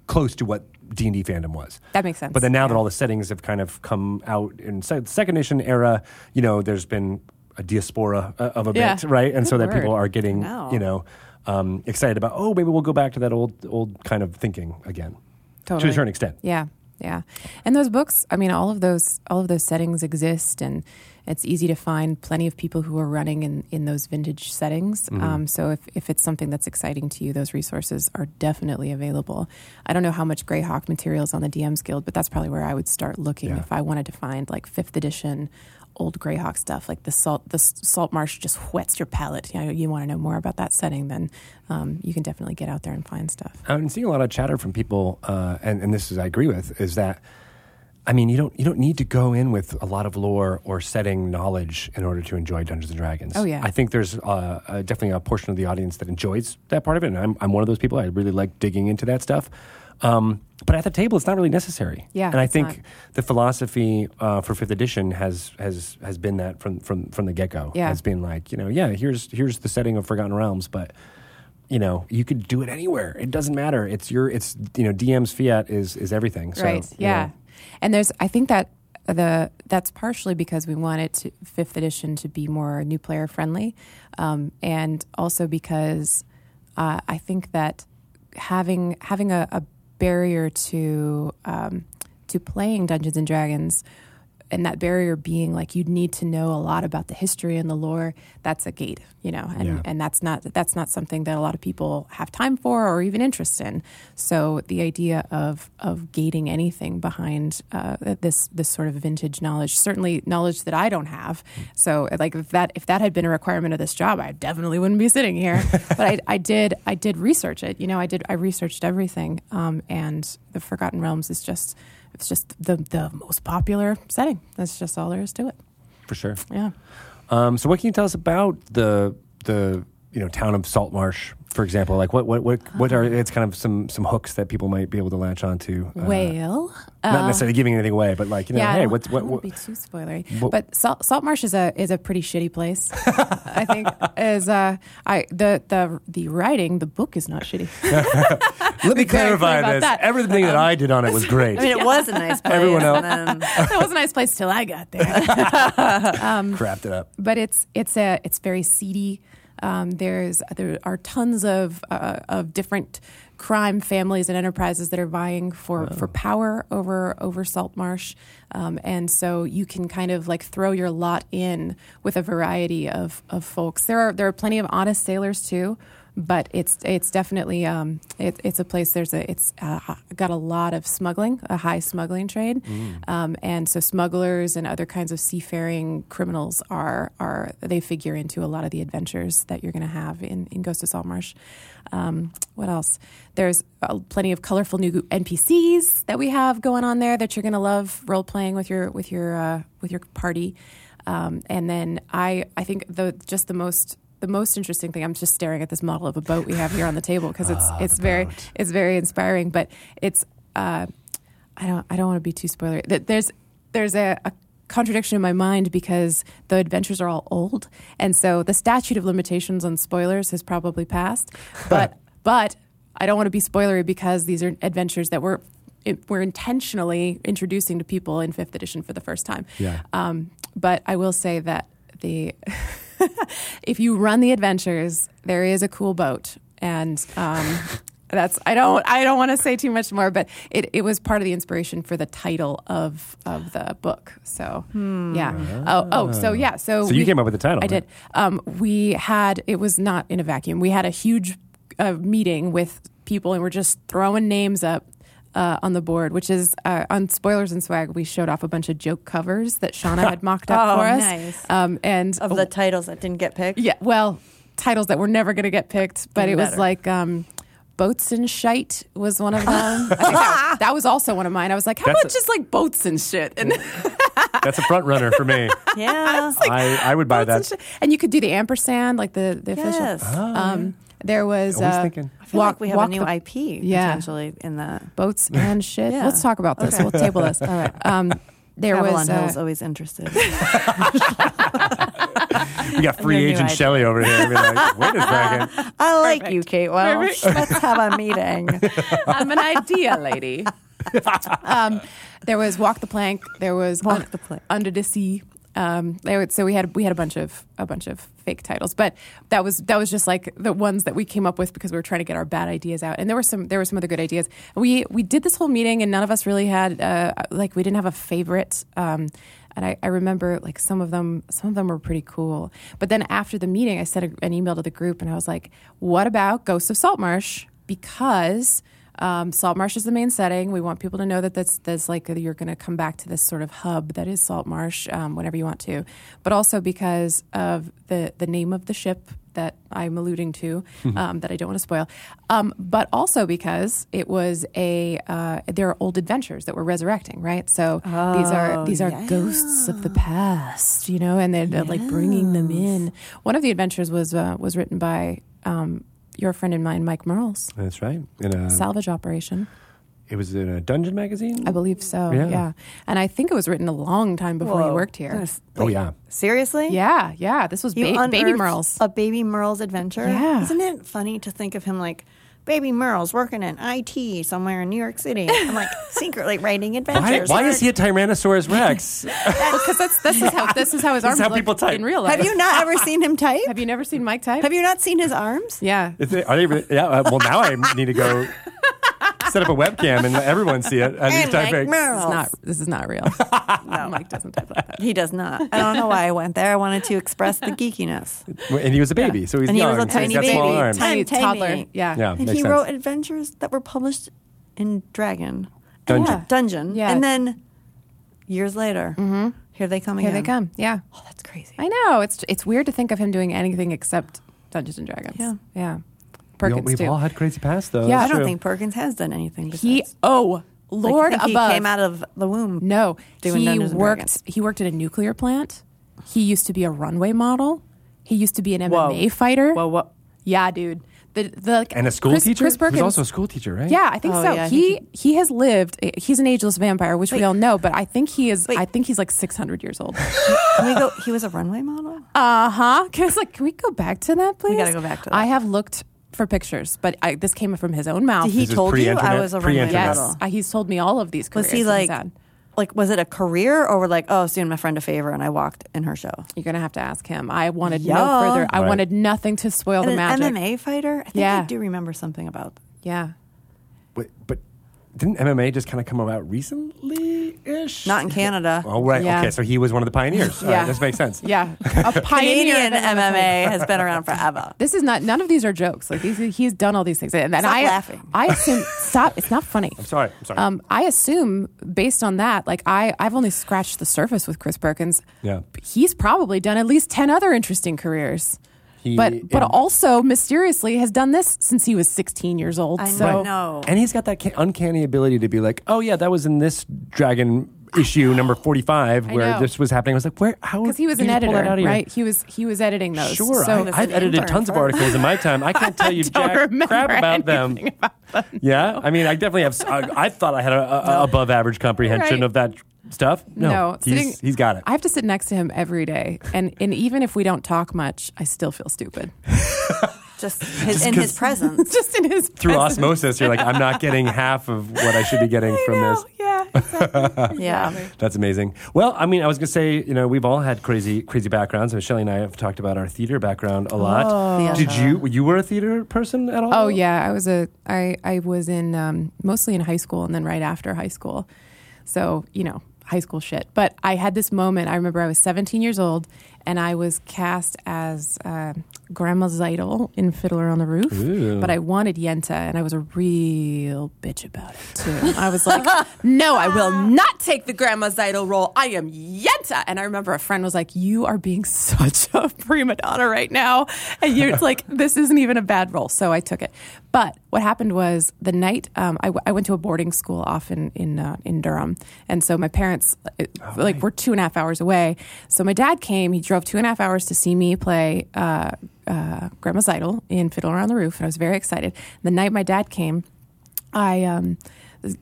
S1: close to what D and D fandom was.
S3: that makes sense.
S1: But then now that
S3: Yeah.
S1: all the settings have kind of come out in se- second edition era, you know, there's been a diaspora uh, of a
S3: Yeah.
S1: bit, right? And so
S3: Good
S1: that people
S3: word.
S1: are getting,
S2: Wow.
S1: you know, um, excited about, oh, maybe we'll go back to that old old kind of thinking again, to a
S3: Totally.
S1: certain extent.
S3: Yeah, yeah. And those books, I mean, all of those, all of those settings exist, and it's easy to find plenty of people who are running in in those vintage settings. Um, so if if it's something that's exciting to you, those resources are definitely available. I don't know how much Greyhawk materials on the DM's Guild, but that's probably where I would start looking
S1: Yeah.
S3: if I wanted to find like fifth edition. Old Greyhawk stuff, like the salt, the s- salt marsh just whets your palate. You, know, you want to know more about that setting, then um, you can definitely get out there and find stuff.
S1: I'm seeing a lot of chatter from people, uh, and, and this is I agree with, is that I mean you don't you don't need to go in with a lot of lore or setting knowledge in order to enjoy Dungeons and Dragons.
S3: Oh, yeah.
S1: I think there's uh, uh, definitely a portion of the audience that enjoys that part of it, and I'm I'm one of those people. I really like digging into that stuff. Um, but at the table, it's not really necessary.
S3: Yeah,
S1: and I
S3: it's
S1: think
S3: not.
S1: the philosophy uh, for fifth edition has has has been that from from from the get go.
S3: Yeah.
S1: has been like you know yeah here's here's the setting of Forgotten Realms, but you know you could do it anywhere it doesn't matter it's your it's you know dm's fiat is is everything so
S3: right.
S1: you
S3: Yeah.
S1: know.
S3: And there's, I think that the that's partially because we wanted to, fifth edition to be more new player friendly, um, and also because uh, I think that having having a, a barrier to um, to playing Dungeons and Dragons and that barrier being like you'd need to know a lot about the history and the lore that's a gate you know and,
S1: Yeah.
S3: and that's not that's not something that a lot of people have time for or even interest in so the idea of of gating anything behind uh, this this sort of vintage knowledge certainly knowledge that I don't have so like if that if that had been a requirement of this job I definitely wouldn't be sitting here but I, I did I did research it you know I did I researched everything um, and the Forgotten Realms is just it's just the the most popular setting. That's just all there is to it.
S1: for sure.
S3: Yeah.
S1: Um, so, what can you tell us about the the you know town of Salt Marsh, for example? Like, what what what, what are it's kind of some some hooks that people might be able to latch onto. uh,
S3: well,
S1: not necessarily giving anything away, but like you know,
S3: uh, yeah, I
S1: hey,
S3: don't-
S1: what's
S3: I
S1: what,
S3: don't
S1: what
S3: wanna be too spoilery.
S1: What-
S3: but Salt, Salt Marsh is a is a pretty shitty place. I think is uh, I the the the writing the book is not shitty.
S1: let me
S3: be very clear
S1: clarify
S3: about
S1: this.
S3: that. Um,
S1: Everything that I did on it was great.
S2: I mean, it was a nice place.
S1: Everyone else-
S2: And then,
S3: that was a nice place till I got there.
S1: Crapped it up.
S3: but it's it's a it's very seedy. Um, there's there are tons of uh, of different crime families and enterprises that are vying for, for power over over Salt Marsh, um, and so you can kind of like throw your lot in with a variety of, of folks. There are there are plenty of honest sailors too, but it's it's definitely um, it, it's a place. There's a it's uh, got a lot of smuggling, a high smuggling trade, um, and so smugglers and other kinds of seafaring criminals are are they figure into a lot of the adventures that you're going to have in in Ghost of Saltmarsh. Um, what else? There's uh, plenty of colorful new NPCs that we have going on there that you're going to love role playing with your with your uh, with your party. Um, and then I, I think the just the most the most interesting thing. I'm just staring at this model of a boat we have here on the table because it's it's very it's very inspiring. But it's uh, I don't I don't want to be too spoilery. Th- There's there's a, a contradiction in my mind because the adventures are all old, and so the statute of limitations on spoilers has probably passed. But but I don't want to be spoilery because these are adventures that were. It, we're intentionally introducing to people in fifth edition for the first time.
S1: Yeah.
S3: Um, but I will say that the if you run the adventures, there is a cool boat, and um, that's I don't I don't want to say too much more, but it, it was part of the inspiration for the title of of the book. So yeah. Oh oh so yeah so
S1: Hmm. So you
S3: we-
S1: came up with the title,
S3: I
S1: huh?
S3: did. Um, we had it was not in a vacuum. We had a huge uh, meeting with people, and we're just throwing names up. Uh, on the board, which is uh, on spoilers and swag, we showed off a bunch of joke covers that Shauna had mocked up
S2: Oh,
S3: for us,
S2: nice.
S3: um, and
S2: of the titles that didn't get picked.
S3: yeah, well, titles that were never going to get picked, but
S2: Even
S3: it was
S2: better.
S3: like um, boats and shite was one of them. I think that, that was also one of mine. I was like, how
S1: That's
S3: about
S1: a-
S3: just like boats and shit?
S2: Mm.
S3: And
S1: That's a front runner for me.
S2: Yeah.
S1: I, I would buy
S3: boats and
S1: that.
S3: shit. And you could do the ampersand, like the the official.
S2: Yes. Oh,
S3: Um, there was
S1: Always
S3: uh,
S1: thinking.
S2: I feel
S3: walk,
S2: like we have
S3: walk
S2: a new
S3: the
S2: IP
S3: Yeah.
S2: potentially in that.
S3: boats and shit.
S2: Yeah.
S3: Let's talk about this. We'll table this.
S2: All right.
S3: Um, there
S2: Avalon
S3: was
S2: Hill's
S3: uh,
S2: always interested.
S1: We got free
S2: Your new
S1: agent
S2: idea.
S1: Shelley over here. Be like, Wait a second.
S2: I like you, Kate Welsh. Let's have a meeting.
S3: I'm an idea lady. um, there was walk the plank. There was
S2: Walk the Plank.
S3: under the sea. Um, there was- so we had we had a bunch of a bunch of fake titles, but that was that was just like the ones that we came up with because we were trying to get our bad ideas out. And there were some there were some other good ideas. We we did this whole meeting, and none of us really had uh, like we didn't have a favorite. Um, and I, I remember like some of them some of them were pretty cool. But then after the meeting, I sent a, an email to the group, and I was like, "What about Ghosts of Saltmarsh?" Because um, salt marsh is the main setting. We want people to know that that's that's like you're going to come back to this sort of hub that is salt marsh um, whenever you want to, but also because of the the name of the ship that I'm alluding to um, that I don't want to spoil, um, but also because it was a uh, there are old adventures that we're resurrecting, right? So these are these are ghosts of the past, you know, and they're, they're, like bringing them in. One of the adventures was uh, was written by. Um, your friend and mine, Mike Merles
S1: That's right. In a,
S3: salvage operation.
S1: it was in a dungeon magazine.
S3: I believe so.
S1: Yeah.
S3: Yeah. And I think it was written a long time before he
S2: Whoa.
S3: worked here.
S2: Goodness.
S1: Oh yeah.
S2: Seriously?
S3: Yeah, yeah. This was
S2: You
S3: ba- Baby
S2: unearthed
S3: Merle's.
S2: A Baby Merle's adventure?
S3: Yeah.
S2: Isn't it funny to think of him like Baby Merle's working in IT somewhere in New York City and like secretly writing
S1: Why,
S2: adventures?
S1: why is he a Tyrannosaurus Rex?
S3: Because that's this is how this is how his
S1: This is
S3: arms
S1: how
S3: looked
S1: people type.
S3: in real life.
S2: Have you not ever seen him type?
S3: Have you never seen Mike type?
S2: Have you not seen his arms?
S3: yeah.
S1: Is it- are they, really- yeah. uh, Well, now I need to go set up a webcam and let everyone see it. As he's
S2: And make
S1: typing.
S2: mer-
S3: This is not. This is not real. Mike doesn't type like that.
S2: He does not. I don't know why I went there. I wanted to express the geekiness.
S1: And he was a baby, so he's
S2: And he
S1: young.
S2: was a
S1: so he's
S2: tiny
S1: got small
S2: baby.
S1: arms.
S2: Tiny-
S3: toddler.
S2: tiny.
S3: Yeah.
S1: yeah,
S2: and
S1: makes
S2: he
S1: sense.
S2: wrote adventures that were published in Dragon
S1: Dungeon.
S2: Yeah, Dungeon.
S3: Yeah. Mm-hmm.
S2: And then years later, here they come
S3: Here
S2: again.
S3: they come. Yeah.
S2: Oh, that's crazy.
S3: I know. It's it's weird to think of him doing anything except Dungeons and Dragons.
S2: Yeah.
S3: Yeah.
S1: We all-
S3: Perkins
S1: we've
S3: too.
S1: all had crazy past though.
S3: Yeah,
S1: That's
S2: I don't
S1: true.
S2: think Perkins has done anything. Besides.
S3: he oh
S2: Like, you
S3: Lord
S2: think
S3: above.
S2: He came out of the womb.
S3: no,
S2: doing
S3: he
S2: Dungeons and
S3: worked.
S2: Dragons.
S3: He worked at a nuclear plant. He used to be a runway model. He used to be an
S2: Whoa.
S3: MMA fighter.
S2: Well, what?
S3: Yeah, dude. The the
S1: And a school
S3: Chris,
S1: teacher.
S3: Chris
S1: He was
S3: Perkins
S1: also a school teacher, right?
S3: Yeah, I think
S2: Oh,
S3: so.
S2: yeah, I
S3: he,
S2: think
S3: he has lived. eh, He's an ageless vampire, which we
S2: Wait.
S3: all know. But I think he is.
S2: Wait.
S3: I think he's like six hundred years old.
S2: Can we go? He was a runway model.
S3: Uh huh. Because like, can we go back to that, please?
S2: We gotta go back to that.
S3: I have looked for pictures, but I, this came from his own mouth.
S2: Did he
S1: Oh, This is
S2: told you I
S1: pre-internet-
S2: was a runway
S1: pre-internet.
S3: yes,
S2: model?
S3: Uh, he's told me all of these. Careers.
S2: Was he
S3: It's
S2: like,
S3: sad.
S2: like, was it a career or were like, oh, soon my friend a favor and I walked in her show?
S3: You're gonna have to ask him. I wanted no
S2: Yeah.
S3: further. I
S1: Right.
S3: wanted nothing to spoil
S2: And
S3: Oh, the
S2: an
S3: magic.
S2: MMA fighter? I think
S3: Yeah.
S2: I do remember something about.
S3: Yeah.
S1: But, but didn't MMA just kind of come about recently ish?
S2: Not in Canada.
S1: Oh right.
S3: Yeah.
S1: Okay, so he was one of the pioneers. All
S3: Yeah.
S1: right, this makes sense.
S3: Yeah. A pioneer.
S2: Canadian
S3: of
S2: MMA has been around forever.
S3: This is not. None of these are jokes. Like these, he's done all these things. And, and
S2: Stop
S3: I,
S2: laughing.
S3: I assume. stop. It's not funny.
S1: I'm sorry. I'm sorry.
S3: Um, I assume based on that, like I, I've only scratched the surface with Chris Perkins.
S1: Yeah.
S3: He's probably done at least 10 other interesting careers.
S1: He-
S3: but but
S1: and-
S3: also mysteriously has done this since he was 16 years old.
S2: I
S3: so
S2: know.
S1: And he's got that ca- uncanny ability to be like, oh yeah, that was in this dragon issue number 45
S3: I
S1: where
S3: know.
S1: this was happening. I was like, where? How?
S3: because he was
S1: did
S3: an
S1: you pull
S3: editor,
S1: that out of your-
S3: right? He was he was editing those.
S1: Sure.
S3: So
S1: I, I've
S2: an
S1: edited
S2: intern
S1: tons of
S2: for-
S1: articles in my time. I can't tell you
S3: don't
S1: jack
S3: remember
S1: crap about them.
S3: anything about them.
S1: Yeah, I mean, I definitely have. s- I, I thought I had a, a- a above average comprehension
S3: Right.
S1: of that stuff. No,
S3: No,
S1: he's,
S3: sitting-
S1: he's got it.
S3: I have to sit next to him every day, and and even if we don't talk much, I still feel stupid.
S2: Just his, in his presence.
S3: Just in his
S1: Through
S3: presence.
S1: osmosis, you're like, I'm not getting half of what I should be getting
S3: I
S1: from
S3: know,
S1: this.
S3: Yeah, exactly.
S2: Yeah.
S1: That's amazing. Well, I mean, I was gonna say, you know, we've all had crazy, crazy backgrounds. And Shelley and I have talked about our theater background a lot.
S2: Oh.
S1: Did you? You were a theater person at all?
S3: Oh yeah, I was a I I was in um, mostly in high school and then right after high school, so you know high school shit. But I had this moment. I remember I was 17 years old and I was cast as uh, Grandma Zeidel in Fiddler on the Roof.
S1: Ooh.
S3: But I wanted Yenta and I was a real bitch about it too. I was like, no, I will not take the Grandma Zeidel role. I am Yenta. And I remember a friend was like, you are being such a prima donna right now. And you're it's like, this isn't even a bad role. So I took it. But what happened was the night um, I, w- I went to a boarding school off in in, uh, in Durham. And so my parents, uh like, were two and a half hours away. So my dad came, he drove two and a half hours to see me play. Uh, uh, Grandma's Idol in Fiddler on the Roof, and I was very excited. The night my dad came, I um,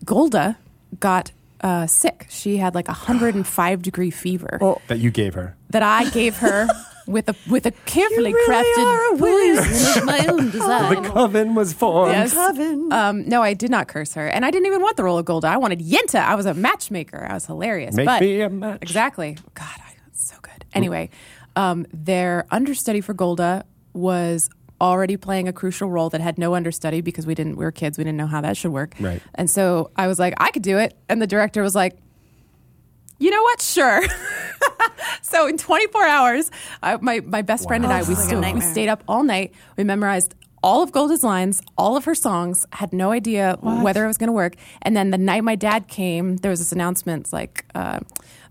S3: Golda got uh, sick. She had like a 105 degree fever
S1: that you gave her.
S3: that I gave her with a with a carefully
S2: really are a
S3: crafted poison of my own design.
S1: The coven was formed.
S3: Um, Yes.
S2: coven.
S3: Um, no, I did not curse her, and I didn't even want the role of Golda. I wanted Yenta. I was a matchmaker. I was hilarious.
S1: Make
S3: but
S1: me a match.
S3: Exactly. God, I, it's so good. Anyway, um, their understudy for Golda was already playing a crucial role that had no understudy because we didn't. We were kids. We didn't know how that should work.
S1: Right.
S3: And so I was like, I could do it, and the director was like, You know what? Sure. So in 24 hours, I, my, my best friend and I, we,
S2: Sounds like a
S3: st- we
S2: nightmare.
S3: stayed up all night. We memorized all of Golda's lines, all of her songs, had no idea whether it was going to work. And then the night my dad came, there was this announcement it's like, uh,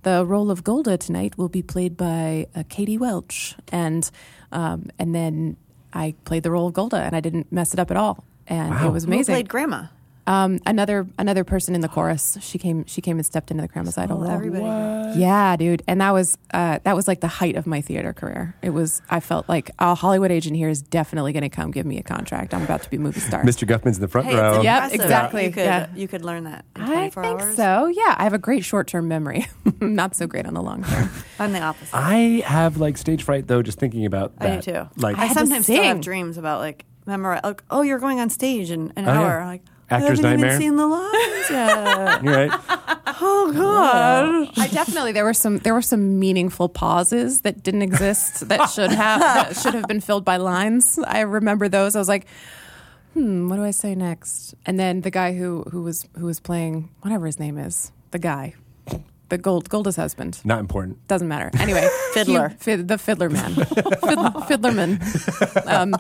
S3: the role of Golda tonight will be played by uh, Katie Welch. And, um, and then I played the role of Golda and I didn't mess it up at all. And it was
S2: Who
S3: amazing.
S2: played grandma?
S3: um, another another person in the chorus. She came. She came and stepped into the Kramer's idol role.
S2: everybody
S3: Yeah, dude. And that was uh, that was like the height of my theater career. It was. I felt like a Hollywood agent here is definitely going to come give me a contract. I'm about to be a movie star.
S1: Mr. Guffman's in the front
S2: Hey,
S1: row.
S2: it's
S3: Yep,
S2: impressive.
S3: exactly,
S2: You could,
S3: yeah.
S2: you could learn that in
S3: I
S2: 24
S3: think
S2: hours.
S3: so. Yeah, I have a great short term memory. Not so great on the long term.
S2: I'm the opposite.
S1: I have like stage fright though, just thinking about
S2: I
S1: that.
S2: do too.
S1: Like
S2: I,
S3: had to
S2: sometimes still
S3: sing.
S2: have dreams about like memorize. Like, oh, you're going on stage in an
S1: Oh, yeah.
S2: hour. I'm Like
S1: Actor's
S2: I haven't
S1: nightmare.
S2: Even seen the lines yet.
S1: you're right.
S2: oh God.
S3: I definitely there were some there were some meaningful pauses that didn't exist that should have that should have been filled by lines. I remember those. I was like, hmm, what do I say next? And then the guy who who was who was playing whatever his name is, the guy, the gold Golda's husband.
S1: Not important.
S3: Doesn't matter. Anyway,
S2: Fiddler.
S3: he- fid, the fiddler man, Fid- fiddler man. Um,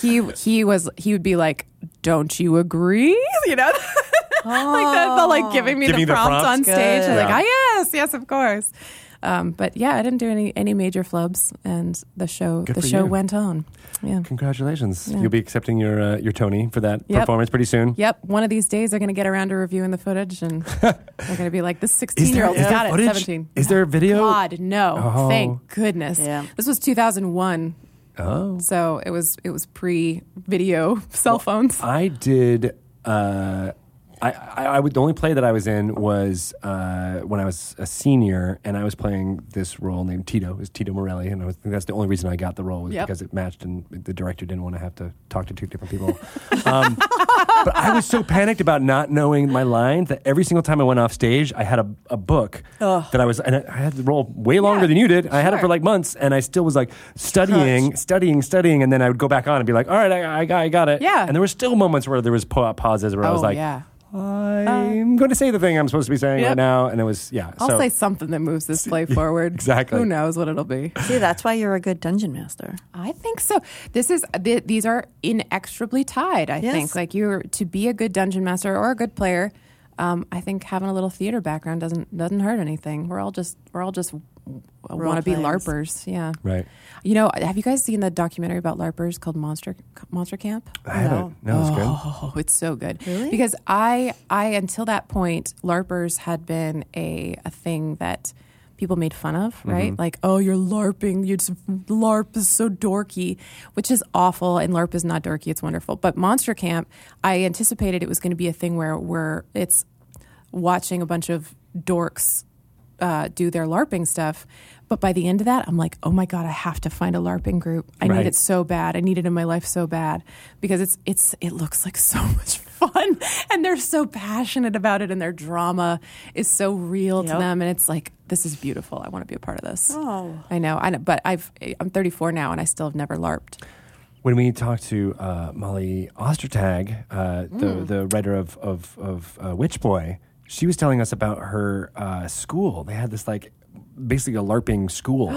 S3: he he was he would be like, "Don't you agree?" You know, like that. The,
S2: Oh.
S3: like giving me
S1: Giving
S3: the
S1: the
S3: prompts
S1: prompts.
S3: on stage.
S2: Good.
S3: I'm Like,
S1: Yeah.
S3: ah, yes, yes, of course. Um, but yeah, I didn't do any any major flubs, and the show
S1: Good
S3: the
S1: for
S3: show
S1: you.
S3: went on. Yeah.
S1: Congratulations.
S3: Yeah.
S1: You'll be accepting your uh, your Tony for that
S3: Yep.
S1: performance pretty soon.
S3: Yep, one of these days they're going to get around to reviewing the footage, and they're going to be like, "This sixteen-year-old
S1: is there
S3: got it."
S1: footage?
S3: Seventeen.
S1: Is there a video?
S3: God, no!
S1: Oh.
S3: Thank goodness.
S2: Yeah.
S3: This was two thousand one,
S1: Oh.
S3: so it was it was pre-video cell phones.
S1: I did. Uh, I, I, I would the only play that I was in was uh, when I was a senior, and I was playing this role named Tito. It was Tito Morelli, and I was, think that's the only reason I got the role was
S3: Yep.
S1: because it matched, and the director didn't want to have to talk to two different people. um, but I was so panicked about not knowing my lines that every single time I went off stage, I had a, a book that I was, and I, I had the role way longer
S3: Yeah,
S1: than you did. I had it for
S3: sure.
S1: like months, and I still was like studying, studying, studying, and then I would go back on and be like, all right, I, I, got- I got it.
S3: Yeah.
S1: And there were still moments where there was pa- pauses where I was
S3: Oh,
S1: like,
S3: yeah. Uh,
S1: I'm going to say the thing I'm supposed to be saying
S3: Yep.
S1: right now. And it was, yeah.
S3: I'll
S1: so
S3: say something that moves this play forward.
S1: exactly.
S3: Who knows what it'll be?
S2: See, that's why you're a good dungeon master.
S3: I think so. This is th- these are inextricably tied. I
S2: Yes.
S3: think like you're to be a good dungeon master or a good player. Um, I think having a little theater background doesn't doesn't hurt anything. We're all just we're all just want to be
S2: players.
S3: larpers. Yeah.
S1: Right.
S3: You know, have you guys seen the documentary about larpers called Monster Monster Camp?
S1: I haven't. No, it's good.
S3: Oh, it's so good.
S2: Really?
S3: Because I, I until that point, larpers had been a a thing that people made fun of,
S1: Mm-hmm.
S3: right? Like, oh, you're larping. You just, larp is so dorky, which is awful. And larp is not dorky. It's wonderful. But Monster Camp, I anticipated it was going to be a thing where we're it's watching a bunch of dorks uh, do their LARPing stuff. But by the end of that, I'm like, oh my god, I have to find a LARPing group. I
S1: Right.
S3: need it so bad. I need it in my life so bad because it's it's it looks like so much fun, and they're so passionate about it, and their drama is so real to
S2: Yep.
S3: them, and it's like this is beautiful. I want to be a part of this.
S2: Oh.
S3: I know, I know. But I've I'm 34 now, and I still have never LARPed.
S1: When we talked to uh, Molly Ostertag, uh,
S3: Hmm.
S1: the, the writer of, of, of uh, Witch Boy, she was telling us about her uh, school. They had this, like, basically a LARPing school.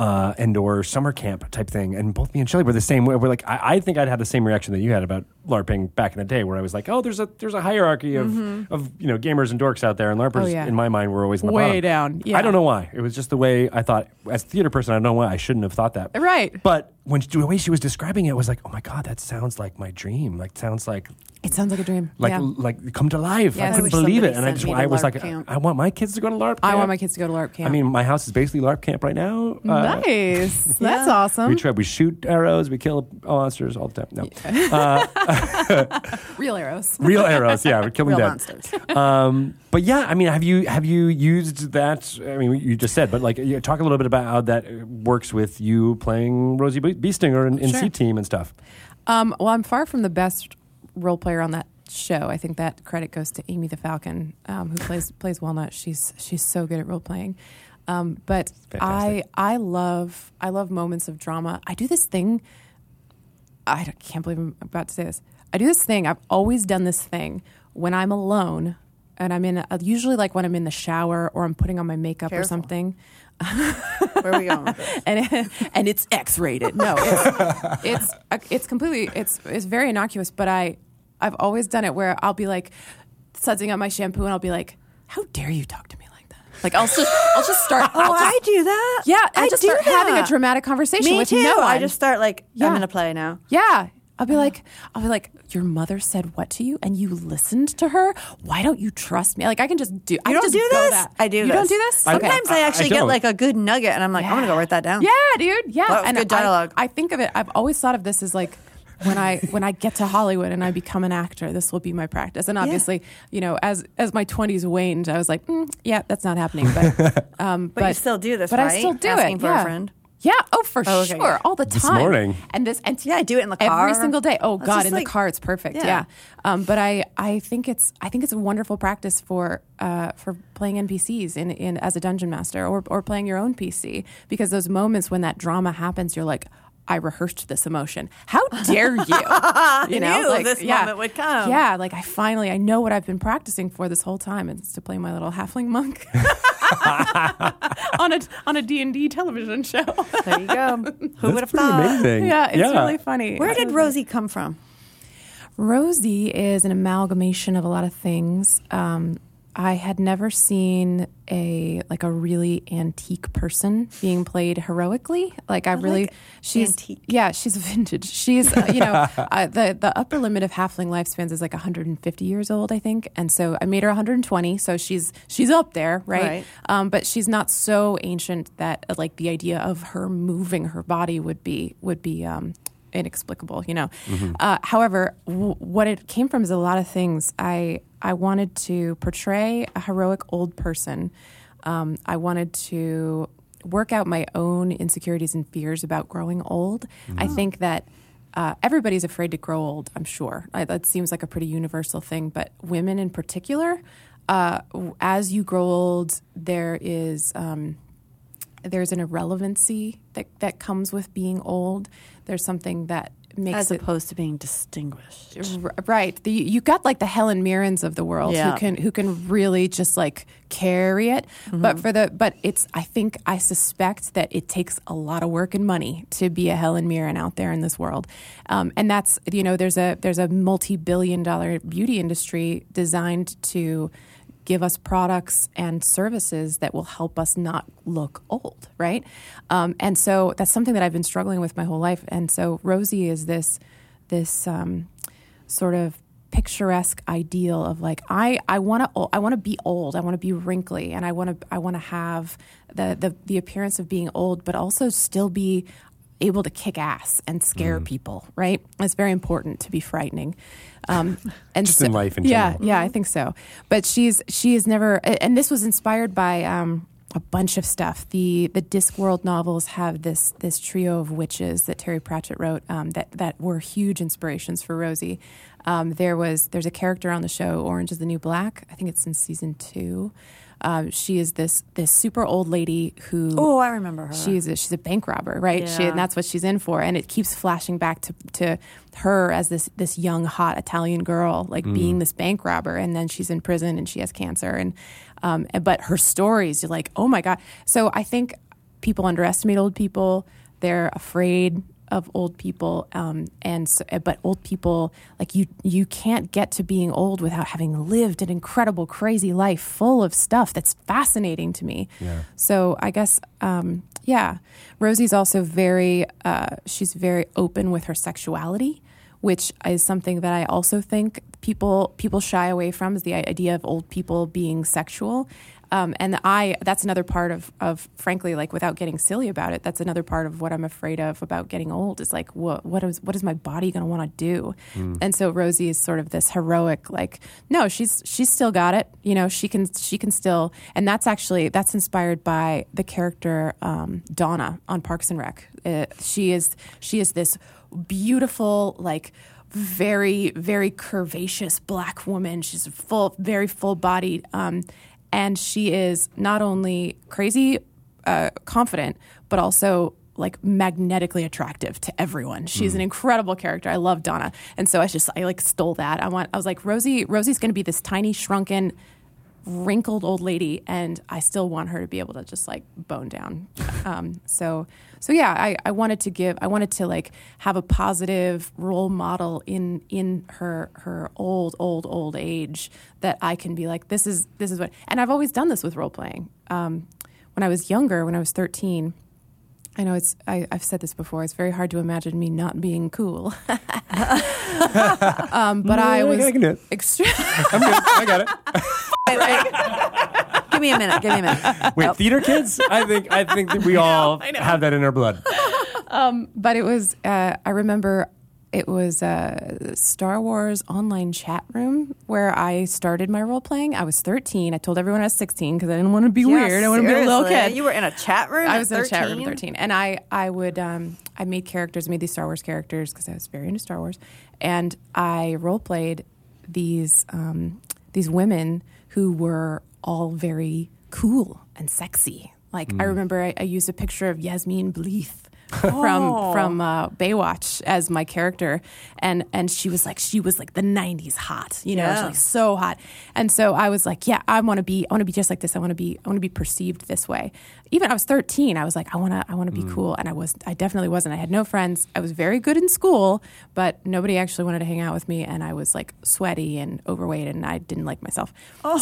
S1: Uh, and or summer camp type thing, and both me and Shelly were the same. We're like, I, I think I'd had the same reaction that you had about LARPing back in the day, where I was like, oh, there's a there's a hierarchy of of you know gamers and dorks out there, and LARPers
S3: Mm-hmm. Oh, yeah.
S1: in my mind were always in the
S3: Way
S1: bottom.
S3: down. Yeah.
S1: I don't know why. It was just the way I thought as a theater person. I don't know why I shouldn't have thought that.
S3: Right.
S1: But when she, the way she was describing it was like, oh my god, that sounds like my dream. Like sounds like
S3: It sounds like a dream.
S1: like
S3: Yeah.
S1: like come to life.
S3: Yes.
S1: I
S3: I
S1: couldn't
S3: wish
S1: believe
S4: somebody
S1: it, and I
S4: sent
S1: just
S4: me to
S1: I was
S4: LARP
S1: like,
S4: camp.
S1: I want my kids to go to LARP.
S3: I want
S1: camp.
S3: my kids to go to LARP camp.
S1: I mean, my house is basically LARP camp right now. Uh,
S3: nice. That's
S2: Yeah.
S3: awesome.
S1: We trip, we shoot arrows, we kill monsters all the time. No,
S3: Real arrows.
S1: real arrows. Yeah, we kill them
S2: Real
S1: dead.
S2: monsters.
S1: um, but yeah, I mean, have you have you used that? I mean, you just said, but like, yeah, talk a little bit about how that uh, works with you playing Rosie Be- Beestinger in, in
S3: Sure.
S1: C Team and stuff.
S3: Um, well, I'm far from the best role player on that show. I think that credit goes to Amy the Falcon, um, who plays plays Walnut. She's she's so good at role playing. Um, but I
S1: Fantastic.
S3: I love I love moments of drama. I do this thing. I don't- can't believe I'm about to say this. I do this thing. I've always done this thing when I'm alone. And I'm in, a, usually like when I'm in the shower or I'm putting on my makeup or
S2: Careful.
S3: something.
S2: Where are we going with this?
S3: and and it's X-rated. No, it's it's it's completely it's it's very innocuous. But I I've always done it where I'll be like sudsing up my shampoo and I'll be like, how dare you talk to me like that? Like I'll just I'll just start.
S2: Oh,
S3: I'll just,
S2: I do that.
S3: yeah, I, just
S2: do
S3: start
S2: that.
S3: having a dramatic conversation
S2: Me
S3: with
S2: too.
S3: no one.
S2: I just start like
S3: Yeah.
S2: I'm gonna play now.
S3: yeah. I'll be like, I'll be like, your mother said what to you, and you listened to her. Why don't you trust me? Like I can just do. I
S2: You don't
S3: just
S2: do
S3: go
S2: this.
S3: that.
S2: I do.
S3: You
S2: this.
S3: don't do this.
S1: I-
S3: Okay.
S2: Sometimes I,
S1: I- I
S2: actually get
S1: don't.
S2: like a good nugget, and I'm like, I'm gonna go write that down.
S3: Yeah, dude. Yeah,
S2: That was good
S3: I-
S2: dialogue.
S3: I, think of it. I've always thought of this as like when I when I get to Hollywood and I become an actor, this will be my practice. And obviously, you know, as as my twenties waned, I was like, mm, yeah, that's not happening. But um, but,
S2: you still do this,
S3: But I
S2: right?
S3: still do
S2: Asking
S3: it.
S2: for a
S3: yeah.
S2: friend?
S3: Yeah. Oh, for
S2: Oh, okay.
S3: sure. All the
S1: This
S3: time.
S1: morning.
S3: And this and
S2: Yeah, I do it in the
S3: every
S2: car.
S3: single day. Oh
S2: That's
S3: God,
S2: just
S3: in
S2: like-
S3: the car, it's perfect. Yeah.
S2: Yeah.
S3: Um, but I I think it's I think it's a wonderful practice for uh, for playing NPCs in, in as a dungeon master or or playing your own PC because those moments when that drama happens, you're like. I rehearsed this emotion. How dare you? you
S2: knew this moment would come.
S3: Yeah, like I finally I know what I've been practicing for this whole time, and it's to play my little halfling monk on a on a D and D television show.
S2: There you go. Who would
S1: That's
S2: have
S1: pretty
S2: thought?
S1: amazing.
S3: yeah, it's really funny.
S2: Where did Rosie come from?
S3: Rosie is an amalgamation of a lot of things. Um, I had never seen a like a really antique person being played heroically. Like I, really,
S2: like
S3: she's
S2: antique.
S3: yeah, she's vintage. She's uh, you know uh, the the upper limit of halfling lifespans is like 150 years old, I think, and so I made her 120, so she's she's up there, right?
S2: Right.
S3: Um, but she's not so ancient that uh, like the idea of her moving her body would be would be um, inexplicable, you know. Uh, however, w- what it came from is a lot of things. I I wanted to portray a heroic old person. Um, I wanted to work out my own insecurities and fears about growing old. I think that uh, everybody's afraid to grow old, I'm sure. I, that seems like a pretty universal thing, but women in particular, uh, w- as you grow old, there is. Um, there's an irrelevancy that, that comes with being old. There's something that makes
S2: As
S3: it
S2: opposed to being distinguished.
S3: R- right. The, you got like the Helen Mirrens of the world
S2: Yeah.
S3: who can who can really just like carry it. But for the but it's I think I suspect that it takes a lot of work and money to be a Helen Mirren out there in this world, um, and that's you know there's a there's a multi billion dollar beauty industry designed to give us products and services that will help us not look old, right? Um, and so that's something that I've been struggling with my whole life. And so Rosie is this this um, sort of picturesque ideal of like I I want to I want to be old I want to be wrinkly and I want to I want to have the, the the appearance of being old but also still be able to kick ass and
S1: Mm.
S3: scare people right it's very important to be frightening um, and
S1: Just in life in
S3: yeah
S1: general.
S3: yeah I think so but she's she is never a- and this was inspired by um, a bunch of stuff the the Discworld novels have this this trio of witches that Terry Pratchett wrote um, that that were huge inspirations for Rosie um, there was there's a character on the show Orange is the New Black I think it's in season two um, she is this this super old lady who
S2: Oh, I remember her.
S3: She's a, she's a bank robber, right? She,
S2: Yeah.
S3: and that's what she's in for. And it keeps flashing back to, to her as this this young hot Italian girl, like
S2: Mm-hmm.
S3: being this bank robber, and then she's in prison and she has cancer. And um, and- but her stories, you're like, oh my god. So I think people underestimate old people. They're afraid of old people, um, and so, but old people like you you can't get to being old without having lived an incredible, crazy life full of stuff that's fascinating to me.
S1: Yeah.
S3: So I guess, um, yeah, Rosie's also very, uh, she's very open with her sexuality, which is something that I also think people people shy away from is the i- idea of old people being sexual. Um, and I, that's another part of, of, frankly, like without getting silly about it, that's another part of what I'm afraid of about getting old is like, what, what is, what is my body going to want to do? And so Rosie is sort of this heroic, like, no, she's, she's still got it. You know, she can, she can still, and that's actually, that's inspired by the character, um, Donna on Parks and Rec. Uh, she is, she is this beautiful, like, very, very curvaceous black woman. She's full, very full bodied. Um, and she is not only crazy uh, confident, but also like magnetically attractive to everyone. She's an incredible character. I love Donna, and so I just I like stole that. I want. I was like Rosie. Rosie's going to be this tiny, shrunken, wrinkled old lady, and I still want her to be able to just like bone down. Um, so so yeah, I, I wanted to give. I wanted to like have a positive role model in in her her old old old age that I can be like this is this is what. And I've always done this with role playing. Um, when I was younger, when I was 13, I know it's, I, I've said this before, it's very hard to imagine me not being cool. um, but I
S1: Yeah,
S3: was
S1: I can do it.
S3: extremely.
S1: I'm good. I got it.
S2: Wait, wait. give me a minute. Give me a minute.
S1: Wait, theater kids? I think I think that we all
S3: I know.
S1: have that in our blood.
S3: but it was uh, I remember it was a Star Wars online chat room where I started my role playing. I was 13. I told everyone I was 16 because I didn't want to be weird. I want to be a little
S2: Seriously?
S3: kid.
S2: You were in a chat room.
S3: I
S2: at
S3: was in a chat room at 13, and I I would um, I made characters, made these Star Wars characters because I was very into Star Wars, and I role played these um, these women who were all very cool and sexy. Like I remember I, I used a picture of Yasmin Bleeth.
S2: Oh.
S3: from from uh, Baywatch as my character, and and she was like she was like the '90s hot, you know, she was,
S2: Yeah.
S3: like so hot, and so I was like, yeah, I want to be, I want to be just like this. I want to be, I want to be perceived this way. Even I was 13, I was like, I want to, I want to
S1: Mm.
S3: be cool, and I was, I definitely wasn't. I had no friends. I was very good in school, but nobody actually wanted to hang out with me, and I was like sweaty and overweight, and I didn't like myself.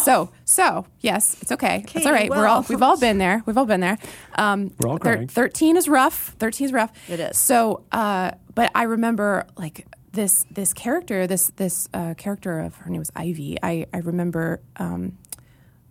S3: So, so yes, it's okay. it's all
S2: Oh. Okay,
S3: right. We're all,
S2: well.
S3: we've all been there. We've all been there. Um,
S1: We're all
S3: thir-
S1: crying.
S3: 13 is rough. 13 is rough.
S2: It is.
S3: So, uh, but I remember like this this character, this this uh, character of her name was Ivy. I I remember um,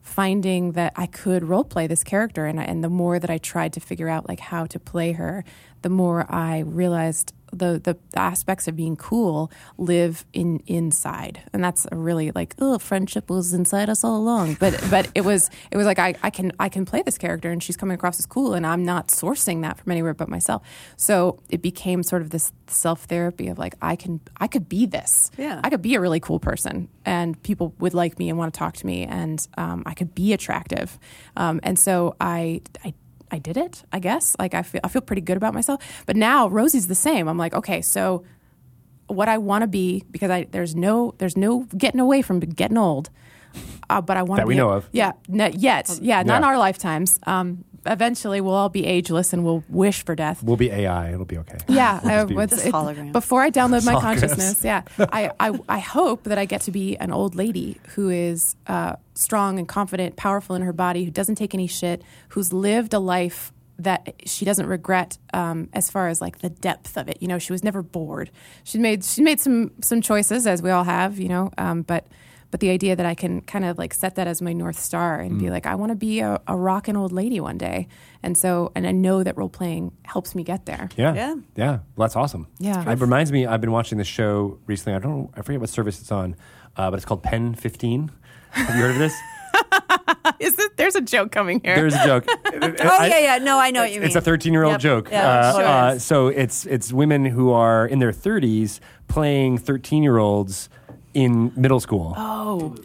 S3: finding that I could role play this character, and I, and the more that I tried to figure out like how to play her, the more I realized. The, the, the aspects of being cool live in inside and that's a really like oh friendship was inside us all along but but it was it was like I, I can I can play this character and she's coming across as cool and I'm not sourcing that from anywhere but myself. So it became sort of this self therapy of like I can I could be this.
S2: Yeah.
S3: I could be a really cool person and people would like me and want to talk to me and um, I could be attractive. Um, and so I I I did it, I guess. Like I feel I feel pretty good about myself. But now Rosie's the same. I'm like, okay, so what I want to be because I there's no there's no getting away from getting old. Uh, but I want
S1: That we know of.
S3: Yeah, no, yet, yeah, not in
S1: Yeah.
S3: our lifetimes. Um, eventually, we'll all be ageless and we'll wish for death.
S1: We'll be AI. It'll be okay.
S3: Yeah,
S1: We'll
S3: I-
S1: just be-
S3: what's-
S2: Just
S3: it-
S2: hologram.
S3: before I download my
S1: Holograms.
S3: consciousness, yeah, I, I I hope that I get to be an old lady who is uh, strong and confident, powerful in her body, who doesn't take any shit, who's lived a life that she doesn't regret um, as far as like the depth of it. You know, she was never bored. She made she made some some choices as we all have, you know, um, but. But the idea that I can kind of like set that as my north star and be like, I want to be a, a rockin' old lady one day, and so and I know that role playing helps me get there.
S1: Yeah.
S2: Yeah.
S1: Yeah. Well, that's awesome.
S3: Yeah.
S1: It reminds me, I've been watching this show recently. I don't I forget what service it's on, uh, but it's called Pen 15. Have you heard of this?
S3: Is this, there's a joke coming here.
S1: There's a joke.
S2: Oh yeah, yeah. No, I know what you mean.
S1: It's a 13 year old
S2: Yep.
S1: joke.
S2: Yeah,
S1: Uh,
S2: sure Oh
S1: uh,
S2: is.
S1: so it's it's women who are in their 30s playing 13 year olds in middle school.
S3: oh,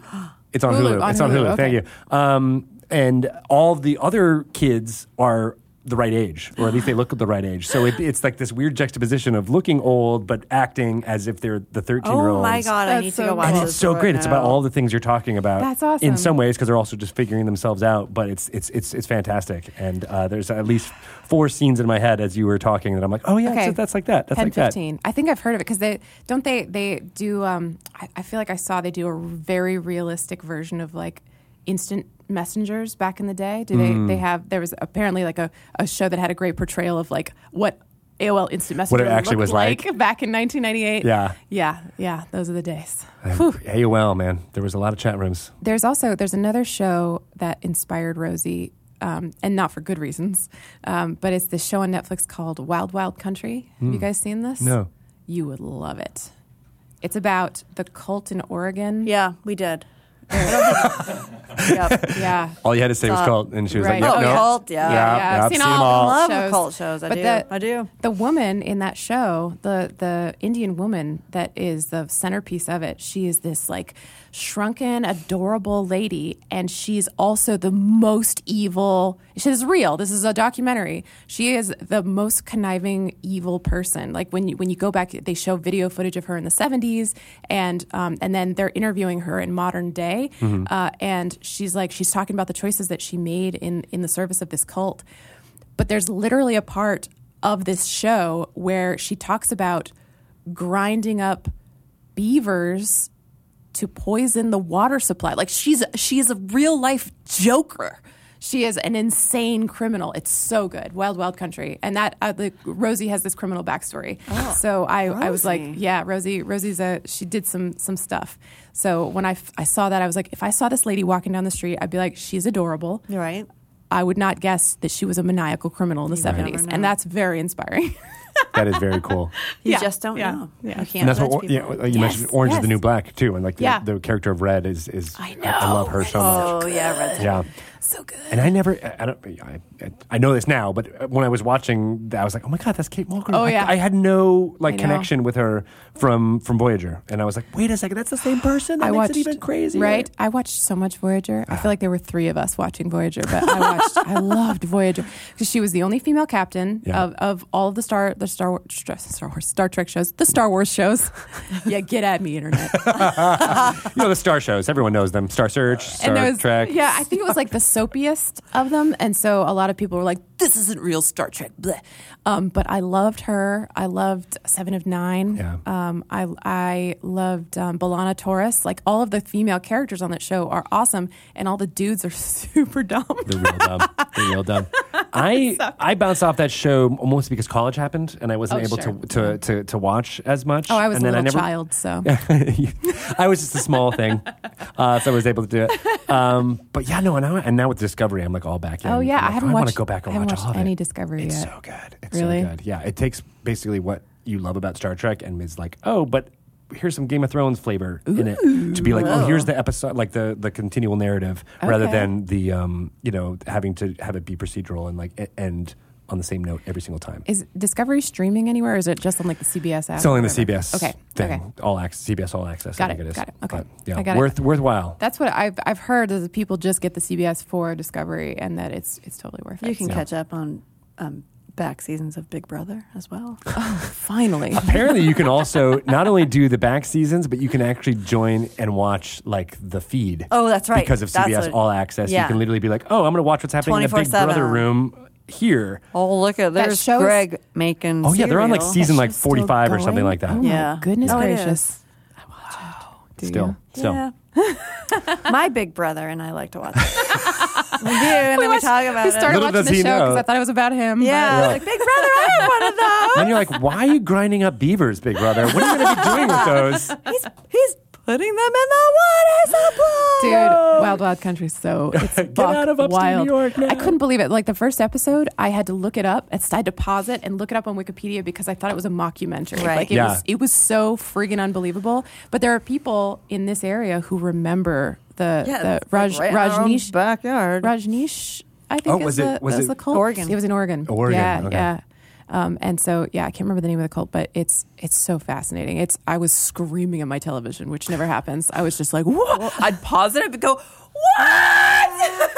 S1: It's on Hulu.
S3: Hulu, on
S1: it's on Hulu.
S3: Hulu,
S1: Thank
S3: okay.
S1: you. Um, and all the other kids are the right age, or at least they look the right age. So it, it's like this weird juxtaposition of looking old but acting as if they're the thirteen year
S2: oh
S1: olds.
S2: my god, I
S3: That's
S2: need to
S3: so
S2: go watch
S1: And
S2: this.
S1: it's so
S2: right
S1: great. It's about
S2: now.
S1: all the things you're talking about.
S3: That's awesome.
S1: In some ways, because they're also just figuring themselves out. But it's it's it's it's fantastic. And uh, there's at least four scenes in my head as you were talking that I'm like, oh yeah,
S3: Okay.
S1: that's, that's like that. That's
S3: Pen
S1: like that.
S3: 15. I think I've heard of it because they don't they they do. Um, I, I feel like I saw they do a very realistic version of like instant messengers back in the day. Do they?
S1: Mm.
S3: They have there was apparently like a, a show that had a great portrayal of like what AOL Instant Messenger
S1: actually
S3: looked
S1: was like.
S3: back in 1998.
S1: Yeah.
S3: yeah, yeah. Those are the days.
S1: AOL man, there was a lot of chat rooms.
S3: There's also there's another show that inspired Rosie, um, and not for good reasons, um, but it's this show on Netflix called Wild Wild Country. Have you guys seen this?
S1: Hmm. No.
S3: You would love it. It's about the cult in Oregon.
S2: Yeah, we did. I don't think- yep.
S3: yeah.
S1: All you had to say was
S2: Stop.
S1: cult, and she was
S3: Right.
S1: like,
S2: Oh,
S1: yeah, no.
S2: cult, yeah.
S1: yeah,
S3: Yeah,
S1: I've seen 'em all.
S2: I love
S3: shows.
S2: occult shows. I
S3: But
S2: do.
S3: the-
S2: I do.
S3: The woman in that show, the the Indian woman that is the centerpiece of it, she is this like shrunken, adorable lady, and she's also the most evil. This is real. This is a documentary. She is the most conniving, evil person. Like when you when you go back, they show video footage of her in the seventies, and um, and then they're interviewing her in modern day, uh, and she's like she's talking about the choices that she made in in the service of this cult but there's literally a part of this show where she talks about grinding up beavers to poison the water supply. Like she's she's a real life joker. She is an insane criminal. It's so good, Wild Wild Country, and that uh, the, Rosie has this criminal backstory. so I, I was like,
S2: Oh, Rosie.
S3: yeah, Rosie, Rosie's a she did some some stuff. So when I, f- I saw that, I was like, if I saw this lady walking down the street, I'd be like, she's adorable.
S2: You're right.
S3: I would not guess that she was a maniacal criminal in the
S2: never
S3: 70s.
S2: know.
S3: And that's very inspiring.
S1: That is very cool.
S2: You
S3: Yeah.
S2: just don't
S3: Yeah.
S2: know.
S3: Yeah.
S2: You can't.
S1: And that's
S2: judge
S1: what yeah,
S2: people.
S1: you mentioned. Orange is the
S3: yes.
S1: new black too, and like the,
S3: Yeah.
S1: the character of Red is is
S3: I
S1: I love
S3: know.
S1: her so much.
S2: Oh yeah, Red's
S1: Yeah,
S3: So good.
S1: And I never, I I don't, I, I- I know this now, but when I was watching, that, I was like, oh my god, that's Kate Mulgrew.
S3: Oh,
S1: I-
S3: yeah.
S1: I, had no like
S3: I know.
S1: connection with her from from Voyager, and I was like, wait a second, that's the same person. That
S3: I
S1: makes it
S3: watched
S1: even crazier, Ah.
S3: right? I watched so much Voyager. I feel like there were three of us watching Voyager, but I watched. I loved Voyager because she was the only female captain
S1: Yeah.
S3: of, of all of the Star the Star Wars Star Wars Star Trek shows, the Star Wars shows. yeah, get at me, internet.
S1: You know the star shows, everyone knows them. Star Search, Star
S3: there was,
S1: Trek.
S3: Yeah, I think it was like the soapiest of them, and so a lot of people were like, "This isn't real Star Trek." Bleh. Um, but I loved her. I loved Seven of Nine.
S1: Yeah.
S3: Um, I I loved um, Belana Torres. Like all of the female characters on that show are awesome, and all the dudes are super dumb.
S1: They're real dumb. They're real dumb. I I bounced off that show almost because college happened and I wasn't
S3: Oh,
S1: able
S3: sure.
S1: to, to to to watch as much.
S3: Oh, I was
S1: and
S3: a
S1: then
S3: little
S1: I never,
S3: child, so
S1: I was just a small thing, uh, so I was able to do it. Um, but yeah, no, and now, and now with Discovery, I'm like all back in.
S3: Oh, yeah,
S1: I'm
S3: I
S1: like,
S3: haven't
S1: I want to
S3: watched-
S1: go back and
S3: I haven't
S1: watch all
S3: watched
S1: of
S3: any
S1: it.
S3: Discovery
S1: It's
S3: yet.
S1: so good. It's
S3: Really?
S1: so good. Yeah, it takes basically what you love about Star Trek and is like, oh, but here's some Game of Thrones flavor in it to be like, oh,
S2: Whoa.
S1: here's the episode, like the the continual narrative, rather
S3: Okay.
S1: than the um, you know having to have it be procedural and like e- end on the same note every single time.
S3: is Discovery streaming anywhere? Or is it just on like the CBS app?
S1: It's only
S3: or
S1: the
S3: whatever?
S1: CBS
S3: Okay.
S1: thing,
S3: Okay.
S1: all access, CBS All Access.
S3: Got
S1: I think
S3: it,
S1: it is.
S3: got it. Okay.
S1: But, yeah,
S3: I got it.
S1: worth worthwhile.
S3: That's what I've I've heard is that people just get the CBS for Discovery and that it's it's totally worth it.
S2: You can
S1: Yeah.
S2: catch up on um, back seasons of Big Brother as well.
S3: Finally.
S1: Apparently, you can also not only do the back seasons, but you can actually join and watch like the feed.
S2: Oh, that's right.
S1: Because of
S2: That's
S1: CBS
S2: what-
S1: All Access, you
S2: yeah.
S1: can literally be like, "Oh, I'm going to watch what's happening in the Big
S2: 24/7.
S1: Brother room here."
S2: oh, look at
S3: That
S2: there's
S3: shows-
S2: Greg making.
S1: Oh yeah, they're on like
S2: cereal.
S1: season like
S3: show's still
S1: 45 or something
S3: going?
S1: like that.
S3: Oh, my
S2: Yeah.
S3: goodness
S2: Oh, it
S3: gracious.
S2: is.
S3: Do you?
S1: Still, so
S2: Yeah. My big brother and I like to watch. it. we do, and then we talk about
S3: we
S2: it.
S3: started
S1: Little
S3: watching
S1: does
S3: the
S1: he
S3: show because
S1: know.
S3: I thought it was about him.
S2: yeah, I was
S1: Yeah.
S2: like Big Brother, I have one of those.
S1: then you're like, "Why are you grinding up beavers, Big Brother? What are you going to be doing with those?"
S2: He's he's putting them in the water supply.
S3: Dude, Wild Wild Country, so it's
S1: Get
S3: buck
S1: out of upstate
S3: wild.
S1: New York now.
S3: I couldn't believe it. Like the first episode, I had to look it up. I had to pause it and look it up on Wikipedia because I thought it was a mockumentary.
S2: Right.
S3: Like it
S1: Yeah.
S3: was it was so friggin' unbelievable. But there are people in this area who remember the, the Raj, Rajneesh
S2: backyard.
S3: Rajneesh, I think
S1: Oh,
S3: is
S1: was
S3: the,
S1: it- was
S3: is
S1: it-
S3: the cult.
S2: Oregon.
S3: It was in Oregon.
S1: Oregon,
S3: Yeah,
S1: okay.
S3: yeah. Um, and so, yeah, I can't remember the name of the cult, but it's it's so fascinating. It's I was screaming at my television, which never happens. I was just like, "What?" I'd pause it and go, "What?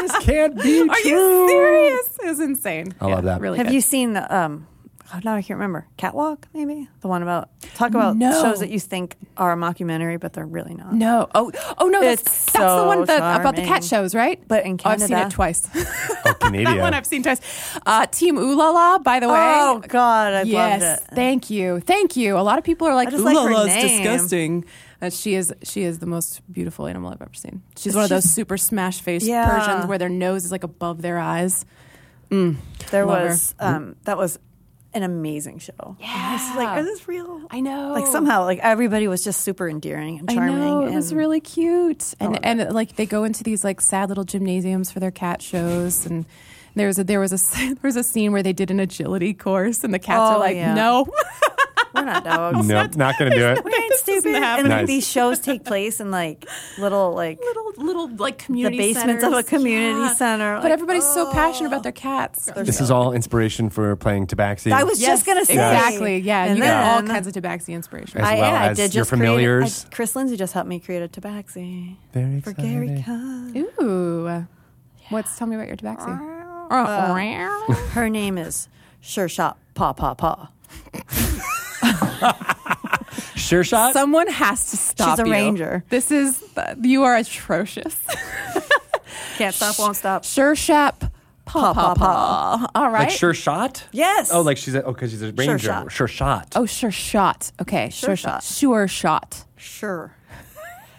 S1: This can't be
S3: Are you
S1: true.
S3: serious?" It was insane.
S1: I love that.
S3: Really
S2: Have
S3: good.
S2: you seen the um? Oh, now I can't remember. Catwalk, maybe the one about talk about
S3: No.
S2: shows that you think are a mockumentary, but they're really not.
S3: No. Oh, oh no. That's,
S2: It's
S3: that's the
S2: so
S3: one that, about the
S2: charming.
S3: cat shows, right?
S2: But in
S3: Oh, I've seen it
S2: Canada-
S3: twice.
S1: Oh, Canada.
S3: that one I've seen twice. Uh, Team Ooh La La, by the way.
S2: Oh God, I
S3: yes,
S2: loved it.
S3: thank you, thank you. A lot of people are like,
S2: I just
S3: "Ooh
S2: like
S3: la
S2: her
S3: la's
S2: name."
S3: disgusting." Uh, she is she is the most beautiful animal I've ever seen. She's one of those super smash faced
S2: Yeah.
S3: Persians where their nose is like above their eyes.
S2: There
S3: Love
S2: was um that was an amazing show. I was just like,
S3: Yeah.
S2: is this real?
S3: I know.
S2: Like somehow, like everybody was just super endearing and
S3: I
S2: charming.
S3: know it was
S2: and-
S3: really cute, and and like they go into these like sad little gymnasiums for their cat shows, and there was a, there was a there was a scene where they did an agility course, and the cats
S2: Oh,
S3: are like,
S2: yeah.
S3: no,
S2: We're not dogs.
S1: no, not going to do it.
S2: We ain't
S3: This doesn't
S2: stupid.
S3: happen.
S2: And like
S1: Nice.
S2: these shows take place in like little like
S3: little little like
S2: the
S3: community
S2: basements of a
S3: centers.
S2: community
S3: Yeah.
S2: center.
S3: But
S2: Like, "Oh."
S3: everybody's so passionate about their cats.
S1: This is all inspiration for playing Tabaxi.
S2: I was just gonna say
S3: exactly. Yeah,
S2: And
S3: you
S2: then
S3: got all kinds of tabaxi inspiration.
S1: As
S2: I,
S1: well
S2: yeah, I
S1: as
S2: did
S1: your
S2: just create- I-
S1: familiars.
S2: Chris Lindsay just helped me create a tabaxi
S1: very
S2: for Gary
S1: exciting.
S2: Kahn.
S3: Ooh, what's tell me about your tabaxi? Uh,
S2: Her name is Sure Shot Paw Paw Paw.
S1: Sure shot.
S3: Someone has to stop.
S2: Uh, She's a
S3: you.
S2: ranger.
S3: This is you are atrocious.
S2: Can't stop, won't stop.
S3: Sure, shop. Pa pa
S2: Pa, pa,
S3: pa. All right.
S1: Like sure shot?
S2: Yes.
S1: Oh, like she's a, oh, because she's a ranger.
S2: shot.
S1: Sure shot.
S3: Oh, sure shot. Okay, sure,
S2: Sure
S3: shot.
S2: shot.
S3: Sure shot.
S2: Sure.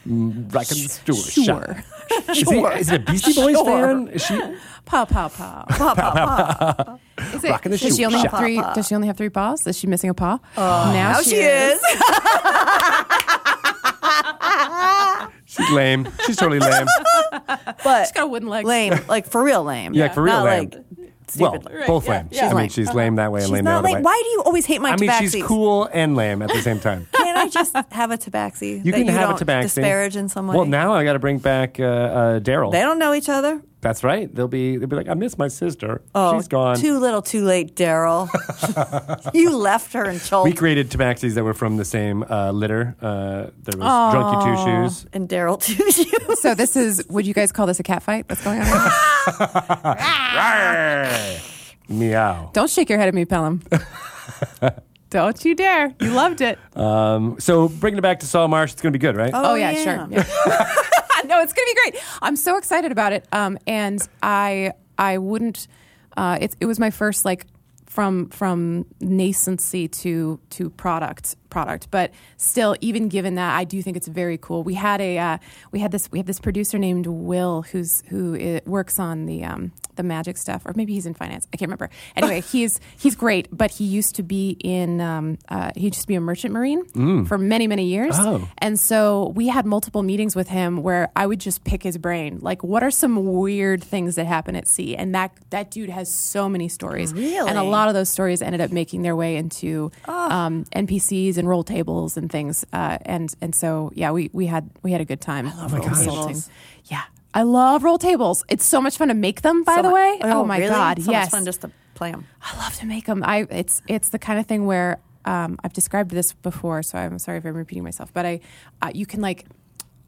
S1: like a sure. shot.
S3: Sure.
S1: Is, he, is it a Beastie Boys
S2: Sure.
S1: fan? Is she
S3: Pa pa pa.
S2: Paw Paw Paw.
S3: Is
S1: Rocking the
S3: does she
S1: shoe
S3: only have
S1: shop.
S3: three? Does she only have three paws? Is she missing a paw? Oh, now,
S2: Now she is.
S1: she's lame. She's totally lame.
S2: But
S3: She's got a wooden leg.
S2: lame, like for real lame.
S1: Yeah, like, for real
S2: Not
S1: lame.
S2: like
S1: well,
S2: stupid.
S1: both lame.
S2: yeah.
S1: I mean,
S2: She's Uh-huh.
S1: she's lame that way and
S2: She's
S1: lame the
S2: not
S1: other
S2: lame.
S1: way.
S2: Why do you always hate my
S1: I mean,
S2: tabaxis?
S1: she's cool and lame at the same time.
S2: Can't I just have a tabaxi?
S1: You
S2: that
S1: can
S2: you
S1: have
S2: don't
S1: a tabaxi.
S2: Disparage in some way.
S1: Well, now I got to bring back uh, uh, Daryl.
S2: they don't know each other.
S1: That's right. They'll be they'll be like, I miss my sister.
S2: Oh,
S1: She's gone.
S2: Too little, too late, Daryl. you left her in
S1: we
S2: Chol
S1: created Tabaxis that were from the same uh, litter. Uh, there was Drunky Two Shoes.
S2: and Daryl too.
S3: So this is. Would you guys call this a cat fight? That's going on. Right now?
S1: Meow.
S3: Don't shake your head at me, Pelham. Don't you dare! You loved it.
S1: Um, so bringing it back to Saw Marsh, it's going to be good, right?
S3: Oh, yeah, sure. Yeah. no, it's going to be great. I'm so excited about it. Um, and I I wouldn't. Uh, it, it was my first like from from nascency to to product product, but still, even given that, I do think it's very cool. We had a uh, we had this we have this producer named Will who's who i works on the um, the magic stuff, or maybe he's in finance. I can't remember. Anyway, he's he's great, but he used to be in um, uh, he used to be a merchant marine for many many years,
S1: Oh.
S3: and so we had multiple meetings with him where I would just pick his brain. Like, what are some weird things that happen at sea? And that that dude has so many stories.
S2: Really?
S3: And a lot of those stories ended up making their way into um, NPCs and roll tables and things. Uh, and and so yeah, we, we had we had a good time. I love
S1: my gosh.
S3: Yeah. I love roll tables. It's so much fun to make them, by the way. Oh, my
S2: really?
S3: god.
S2: So much
S3: yes.
S2: fun just to play them.
S3: I love to make them. I it's it's the kind of thing where um, I've described this before, so I'm sorry if I'm repeating myself. But I, uh, you can like,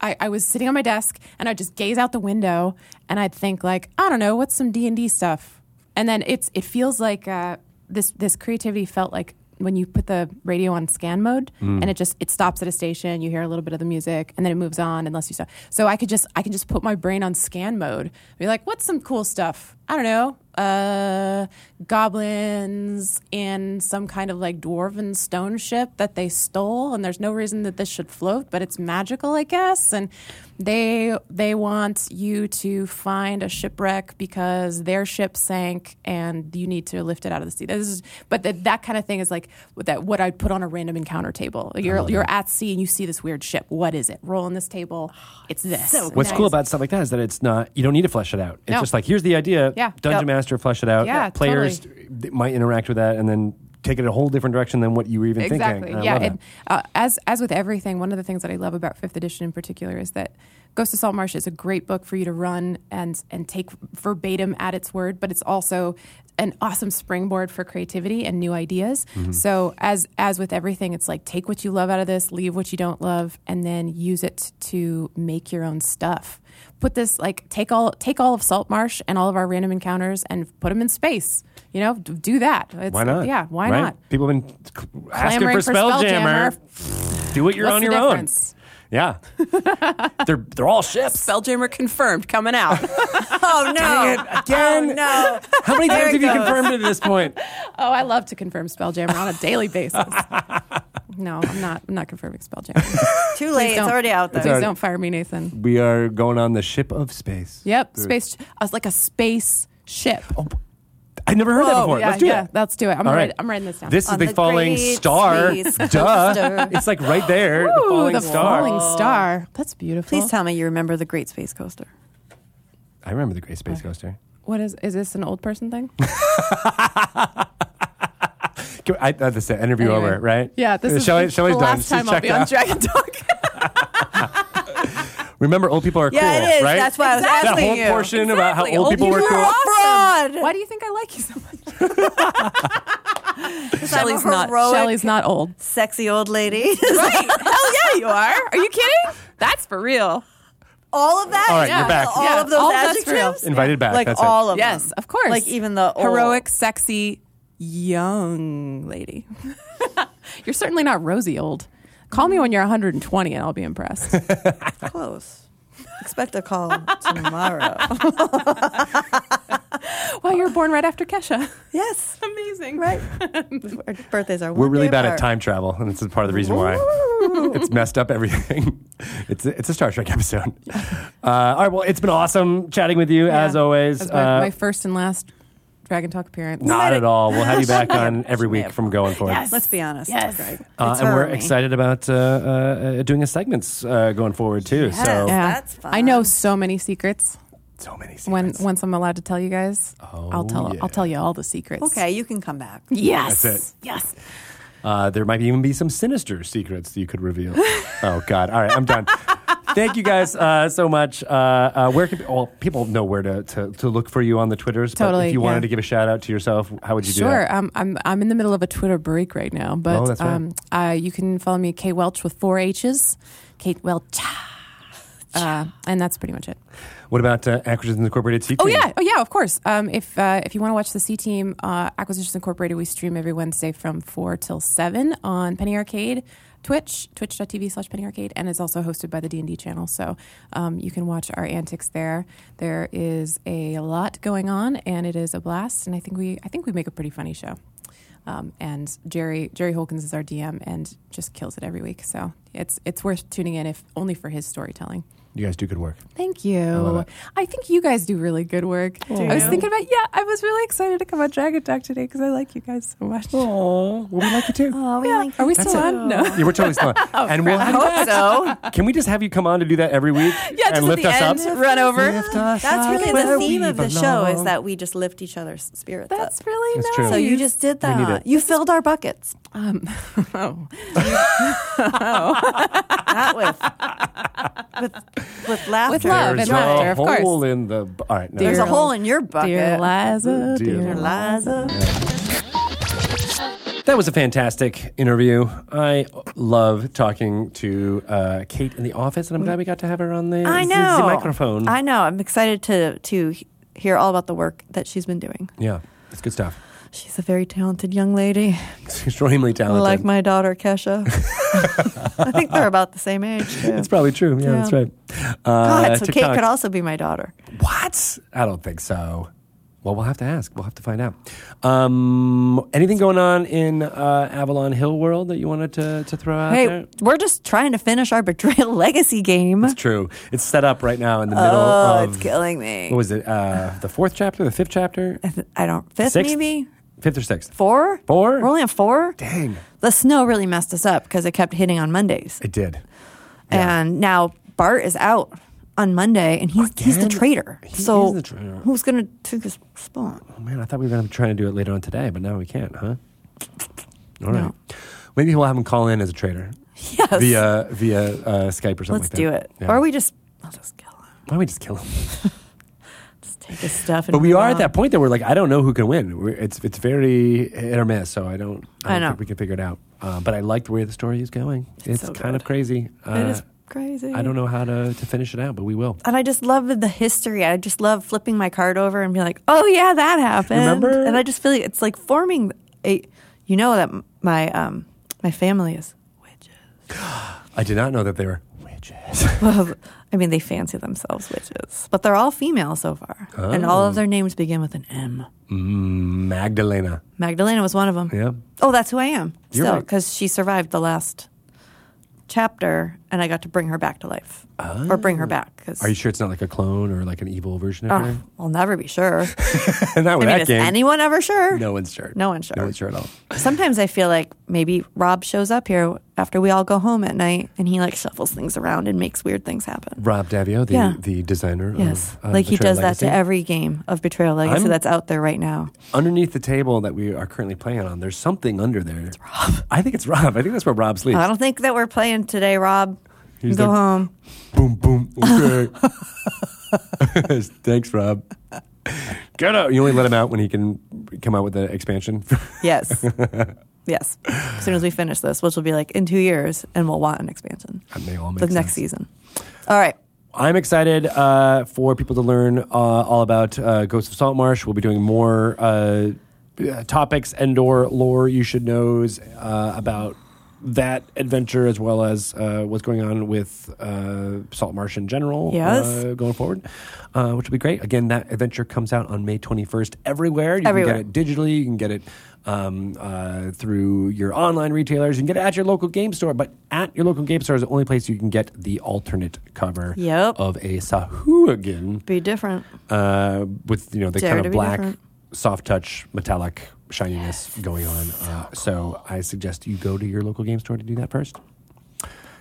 S3: I, I was sitting on my desk and I'd just gaze out the window and I'd think like, I don't know, what's some D and D stuff, and then it's it feels like uh, this this creativity felt like when you put the radio on scan mode and it just it stops at a station you hear a little bit of the music and then it moves on unless you stop so i could just i can just put my brain on scan mode be like what's some cool stuff i don't know uh goblins in some kind of like dwarven stone ship that they stole and there's no reason that this should float but it's magical i guess and they they want you to find a shipwreck because their ship sank and you need to lift it out of the sea. This is, but that that kind of thing is like what that what I'd put on a random encounter table.
S1: Oh,
S3: You're you're at sea and you see this weird ship. What is it? Roll on this table. It's this.
S2: so
S1: What's
S3: Nice.
S1: cool about stuff like that is that it's not you don't need to flesh it out. It's
S3: No.
S1: just like here's the idea.
S3: Yeah.
S1: Dungeon
S3: Yeah.
S1: Master flesh it out.
S3: Yeah,
S1: Players th- might interact with that and then take it a whole different direction than what you were even
S3: exactly.
S1: thinking. I
S3: Yeah.
S1: love that.
S3: And, uh, as as with everything, one of the things that I love about Fifth Edition in particular is that Ghost of Salt Marsh is a great book for you to run and and take verbatim at its word, but it's also an awesome springboard for creativity and new ideas.
S1: Mm-hmm.
S3: So as as with everything, it's like take what you love out of this, leave what you don't love, and then use it to make your own stuff. Put this like take all take all of Salt Marsh and all of our random encounters and put them in space. You know, d- do that. It's,
S1: why not?
S3: Yeah, why
S1: Right?
S3: not?
S1: People have been c- asking
S3: Clamoring
S1: for,
S3: for
S1: Spelljammer. Do it you're
S3: What's
S1: on
S3: the
S1: your own.
S3: difference?
S1: Yeah. they're they're all ships.
S3: Spelljammer confirmed coming out.
S2: Oh no!
S1: Dang it, again.
S2: Oh, no.
S1: How many times
S2: There
S1: have
S2: it
S1: you
S2: goes.
S1: confirmed it at this point?
S3: oh, I love to confirm Spelljammer on a daily basis. No, I'm not. I'm not confirming Spelljammer.
S2: Too late. It's
S3: don't.
S2: already out there.
S1: It's
S3: Please
S1: already-
S3: don't fire me, Nathan.
S1: We are going on the ship of space.
S3: Yep, space. I was like a space ship.
S1: I never heard that
S3: Whoa,
S1: before.
S3: yeah,
S1: let's do
S3: yeah,
S1: that.
S3: let's do it. I'm
S1: All
S3: write-
S1: right.
S3: I'm writing this down.
S1: This is
S2: On
S1: the,
S2: the
S1: falling
S2: great
S1: star.
S2: space
S1: Duh.
S2: coaster.
S1: It's like right there. the
S3: Ooh,
S1: falling
S3: the
S1: star.
S3: falling star. Oh. That's beautiful.
S2: Please tell me you remember the Great Space Coaster.
S1: I remember the Great Space Coaster.
S3: What is? Is this an old person thing?
S1: Can- I, uh, this is an interview
S3: Anyway.
S1: over, right?
S3: Yeah, this
S1: Uh,
S3: is
S1: shall I-
S3: the,
S1: shall I
S3: the
S1: done?
S3: last
S1: She's
S3: time I'll
S1: checked
S3: be on
S1: out.
S3: Dragon Talk.
S1: Remember, old people are
S2: Yeah,
S1: cool,
S2: it is.
S1: right?
S2: That's why I was
S1: that
S2: asking
S1: whole
S2: you.
S1: portion about how
S3: Exactly.
S1: old
S3: Old
S1: people were
S3: people
S2: You're
S1: cool.
S3: are
S2: a fraud.
S3: Why do you think I like you so much?
S2: Shelley's
S3: I'm a
S2: not.
S3: heroic- Shelley's not old.
S2: Sexy old lady.
S3: Right? Hell yeah, you are. Are you kidding? That's for real.
S2: all of that.
S1: All right, you're back.
S2: All
S3: Yeah,
S2: of those
S3: all of that's for real.
S2: adjectives.
S1: Invited back.
S2: Like
S1: that's
S2: all
S1: it.
S2: of
S3: yes,
S2: them.
S3: of course.
S2: Like even the old-
S3: heroic, sexy, young lady. you're certainly not rosy old. Call me when you're 120 and I'll be impressed.
S2: Close. Expect a call tomorrow.
S3: well, you were born right after Kesha.
S2: yes.
S3: Amazing.
S2: Right. Our birthdays are.
S1: We're
S2: one
S1: really
S2: day
S1: bad at
S2: apart.
S1: time travel, and this is part of the reason why it's messed up everything. it's a, it's a Star Trek episode. Uh, all right, well, it's been awesome chatting with you as
S3: Yeah.
S1: always.
S3: That's my,
S1: Uh,
S3: my first and last Dragon Talk appearance.
S1: not at all. We'll have you back on every
S2: She may
S1: week
S2: have-
S1: from going forward.
S2: Let's be honest.
S3: Yes.
S2: Greg.
S1: Uh,
S2: It's
S1: and
S2: her
S1: we're
S2: or me.
S1: excited about uh, uh, doing a segments uh, going forward too.
S2: Yes.
S1: So
S2: Yeah.
S3: Yeah.
S2: That's fun.
S3: I know so many secrets.
S1: so many secrets.
S3: When once I'm allowed to tell you guys, I'll tell
S1: Oh, yeah.
S3: I'll tell you all the secrets.
S2: Okay, you can come back.
S3: Yes.
S1: That's
S3: Yes.
S1: Uh, there might even be some sinister secrets that you could reveal. oh God! All right, I'm done. Thank you guys uh, so much. Uh, uh, where can well, people know where to, to, to look for you on the Twitters? but
S3: Totally,
S1: if you wanted
S3: yeah.
S1: to give a shout out to yourself, how would you do
S3: Sure.
S1: that?
S3: Um, I'm I'm in the middle of a Twitter break right now, but
S1: Oh, that's right.
S3: um, uh, you can follow me, Kate Welch with four H's, Kate Welch, uh, and that's pretty much it.
S1: What about uh, Acquisitions Incorporated?
S3: Oh yeah, oh yeah, of course. Um, if uh, if you want to watch the C Team uh, Acquisitions Incorporated, we stream every Wednesday from four till seven on Penny Arcade, Twitch, twitch.tv slash Penny Arcade, and it's also hosted by the D and D channel. So um, you can watch our antics there. There is a lot going on, and it is a blast. And I think we I think we make a pretty funny show. Um, and Jerry Jerry Holkins is our DM and just kills it every week. So it's it's worth tuning in if only for his storytelling.
S1: You guys do good work.
S3: Thank
S1: love
S3: you.
S1: it.
S3: I, think you guys do really good work. I was
S2: you?
S3: thinking about yeah. I was really excited to come on Dragon Talk today because I like you guys so much.
S1: Oh, well, we like you too.
S2: Oh, we
S3: Yeah.
S2: like
S3: Are we
S2: that
S3: still
S2: too.
S3: on? No.
S1: Yeah, we're totally still on.
S3: Oh,
S1: and we'll have you
S2: so.
S1: back. Can we just have you come on to do that every week?
S3: just
S1: and
S3: at
S1: lift
S3: the
S1: us
S3: end,
S1: up.
S3: run over.
S1: Lift us
S2: That's
S1: up
S2: really
S1: where
S2: the theme
S1: we
S2: of the show is
S1: belong.
S2: that we just lift each other's spirits
S3: That's
S2: up.
S3: really
S1: That's
S3: nice.
S1: true.
S2: So you just did
S1: We need
S2: that.
S1: it.
S2: You filled our buckets.
S3: um, oh.
S2: Not with with with laughter.
S3: With love
S1: There's
S3: and laughter,
S1: a
S3: of course.
S1: hole in the. b- All right, no,
S2: There's a
S3: Dear
S2: hole
S3: old-
S2: in your bucket.
S3: dear Liza,
S1: Dear
S3: dear,
S2: Dear
S1: Liza.
S2: Liza.
S1: That was a fantastic interview. I love talking to uh, Kate in the office, and I'm glad we got to have her on the,
S2: I
S1: the-
S2: know.
S1: the microphone.
S2: I know. I'm excited to to he- hear all about the work that she's been doing.
S1: yeah, it's good stuff.
S2: She's a very talented young lady,
S1: Extremely talented.
S2: like my daughter Kesha. I think they're about the same age. Too.
S1: It's probably true. Yeah,
S2: Yeah.
S1: that's right. Uh,
S2: God, so Kate
S1: TikTok.
S2: could also be my daughter.
S1: What? I don't think so. Well, we'll have to ask. We'll have to find out. Um, anything going on in uh, Avalon Hill world that you wanted to, to throw out there?
S2: Hey, we're just trying to finish our Betrayal Legacy game.
S1: It's true. It's set up right now in the middle
S2: Oh,
S1: of
S2: it's killing
S1: what
S2: me.
S1: was it? Uh, the fourth chapter, the fifth chapter,
S2: I don't fifth
S1: Sixth?
S2: maybe
S1: fifth or sixth?
S2: four.
S1: Four?
S2: We're only on four.
S1: Dang,
S2: The snow really messed us up because it kept hitting on Mondays,
S1: it did.
S2: and now Bart is out on Monday, and he's he's the
S1: Again?
S2: traitor.
S1: He
S2: so
S1: is the traitor.
S2: who's gonna take his spot?
S1: Oh man, I thought we were going to be trying to do it later on today, but now we can't, huh? All right.
S2: No.
S1: Maybe we'll have him call in as a trader
S2: Yes,
S1: via via uh, Skype or something.
S2: let's
S1: like that.
S2: do it.
S1: Yeah.
S2: Or we just I'll just kill him.
S1: Why don't we just kill him?
S2: Just take his stuff. And
S1: But we
S2: move
S1: are at
S2: on.
S1: that point that we're like, I don't know who can win. We're, it's it's very hit or miss, so I don't. I,
S2: I
S1: don't
S2: know.
S1: think we can figure it out. Um, but I liked where the story is going. It's,
S2: so
S1: kind
S2: good.
S1: of crazy. Uh,
S2: it is crazy.
S1: I don't know how to, to finish it out, but we will.
S2: And I just love the history. I just love flipping my card over and being like, "Oh yeah, that happened."
S1: Remember?
S2: And I just feel like it's like forming a. You know that m- my um my family is witches.
S1: I did not know that they were witches.
S2: Well, I mean, they fancy themselves witches, but they're all female so far, and all
S1: Oh.
S2: of their names begin with an M.
S1: Mm, Magdalena.
S2: Magdalena was one of them.
S1: Yeah.
S2: Oh, that's who I am.
S1: You're
S2: Still,
S1: right.
S2: because she survived the last chapter, and I got to bring her back to life, or bring her back. Because
S1: Oh. Are you sure it's not like a clone or like an evil version of her?
S2: I'll never be sure.
S1: not
S2: Ah. I
S1: with
S2: mean,
S1: that
S2: is
S1: game.
S2: anyone ever sure?
S1: no one's sure.
S2: No one's sure.
S1: No one's sure at all.
S2: Sometimes I feel like maybe Rob shows up here after we all go home at night and he like shuffles things around and makes weird things happen.
S1: Rob Davio, the,
S2: Yeah.
S1: the designer.
S2: Yes.
S1: Of, uh,
S2: like he
S1: Betrayal
S2: does that to
S1: Legacy.
S2: every game of Betrayal Legacy
S1: I'm-
S2: that's out there right now.
S1: underneath the table that we are currently playing on, there's something under there. It's Rob. I think it's Rob. I think that's where Rob sleeps.
S2: I don't think that we're playing today, Rob.
S1: He's
S2: Uh, go
S1: like-
S2: home.
S1: boom, boom. Okay. Thanks, Rob. Get out. You only let him out when he can come out with the expansion.
S2: Yes. yes. As soon as we finish this, which will be like in two years, and we'll want an expansion.
S1: That may all make
S2: The next
S1: sense.
S2: season. All right.
S1: I'm excited uh, for people to learn uh, all about uh, Ghosts of Saltmarsh. We'll be doing more uh, uh, topics and/or lore you should knows uh, about that adventure, as well as uh, what's going on with uh, Saltmarsh in general.
S2: Yes.
S1: uh, going forward, uh, which will be great. Again, that adventure comes out on May 21st everywhere. You
S2: Everywhere.
S1: can get it digitally. You can get it. Um, uh, through your online retailers, you can get it at your local game store. But at your local game store is the only place you can get the alternate cover
S2: Yep.
S1: of a Sahuagin
S2: Be different.
S1: uh, with you know the
S2: Dare
S1: kind
S2: to
S1: of
S2: be
S1: black,
S2: different.
S1: soft touch, metallic shininess going on. Uh, so I suggest you go to your local game store to do that first.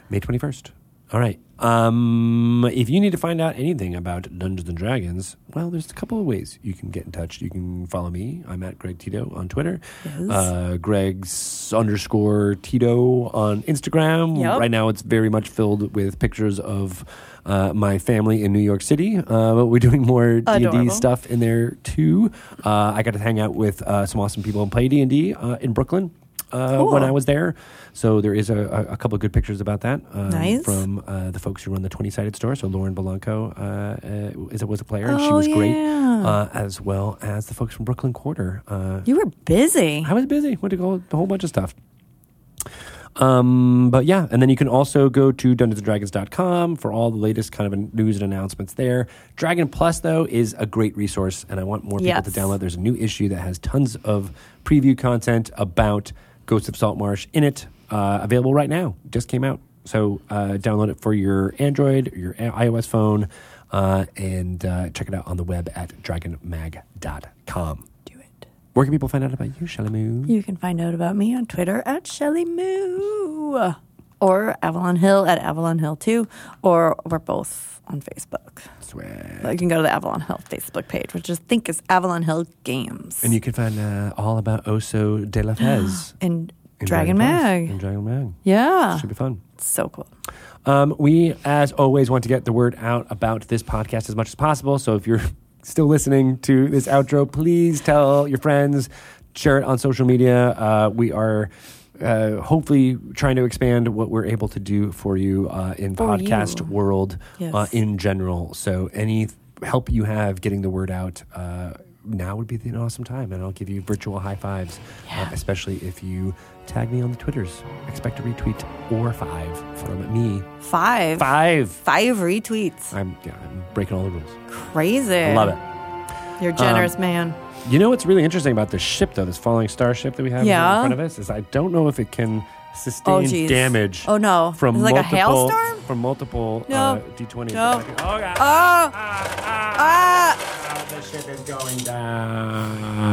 S1: May twenty first. All right. Um, if you need to find out anything about Dungeons and Dragons, well, there's a couple of ways you can get in touch. You can follow me. I'm at Greg Tito on Twitter.
S2: Yes.
S1: Uh, Greg's underscore Tito on Instagram.
S2: Yep.
S1: Right now, it's very much filled with pictures of uh, my family in New York City. Uh, but we're doing more D and D
S2: Adorable.
S1: stuff in there too. Uh, I got to hang out with uh, some awesome people and play D and D in Brooklyn. Uh, When
S2: Cool.
S1: I was there, so there is a, a, a couple of good pictures about that um,
S2: Nice.
S1: from uh, the folks who run the 20 sided store. So Lauren Belanco uh, uh, is, was a player, and she
S2: Oh,
S1: was great,
S2: yeah.
S1: uh, as well as the folks from Brooklyn Quarter. Uh,
S2: You were busy.
S1: I was busy, went to go a whole bunch of stuff. Um, but yeah, and then you can also go to dungeonsanddragons.com for all the latest kind of news and announcements there. Dragon Plus, though, is a great resource, and I want more people to
S2: Yes.
S1: download. There's a new issue that has tons of preview content about Ghost of Saltmarsh in it, uh, available right now. Just came out. So uh, download it for your Android, your i- iOS phone, uh, and uh, check it out on the web at dragonmag.com.
S2: Do it.
S1: Where can people find out about you, Shalamu?
S2: You can find out about me on Twitter at Shelly Moo or Avalon Hill at Avalon Hill 2, or we're both on Facebook.
S1: Swear.
S2: But you can go to the Avalon Hill Facebook page, which I think is Avalon Hill Games.
S1: And you can find uh, all about Oso de la Fez.
S2: and
S1: in
S2: Dragon
S1: Plus.
S2: Mag.
S1: In Dragon Mag.
S2: Yeah.
S1: Mm. Should be fun.
S2: So cool.
S1: Um, we, as always, want to get the word out about this podcast as much as possible. So if you're still listening to this outro, please tell your friends, share it on social media. Uh, we are. Uh, hopefully, trying to expand what we're able to do for you uh, in
S2: For
S1: podcast
S2: you.
S1: world uh,
S2: Yes.
S1: in general. So, any th- help you have getting the word out uh, now would be an awesome time, and I'll give you virtual high fives, uh, especially if you tag me on the Twitters. Expect a retweet or five from me
S2: Five.
S1: Five.
S2: Five retweets.
S1: I'm, yeah, I'm breaking all the rules.
S2: Crazy.
S1: I love it. Um,
S2: You're a Eh, generous, man.
S1: You know what's really interesting about this ship, though, this falling star ship that we have
S2: Yeah.
S1: in front of us, is I don't know if it can
S2: Oh,
S1: sustain
S2: geez.
S1: damage
S2: Oh, no.
S1: from
S2: Is it like
S1: multiple,
S2: a hailstorm?
S1: from multiple
S2: No.
S1: uh, d20s. Oh
S2: No.
S1: god!
S2: Oh. Ah.
S1: Ah, the ship is going down.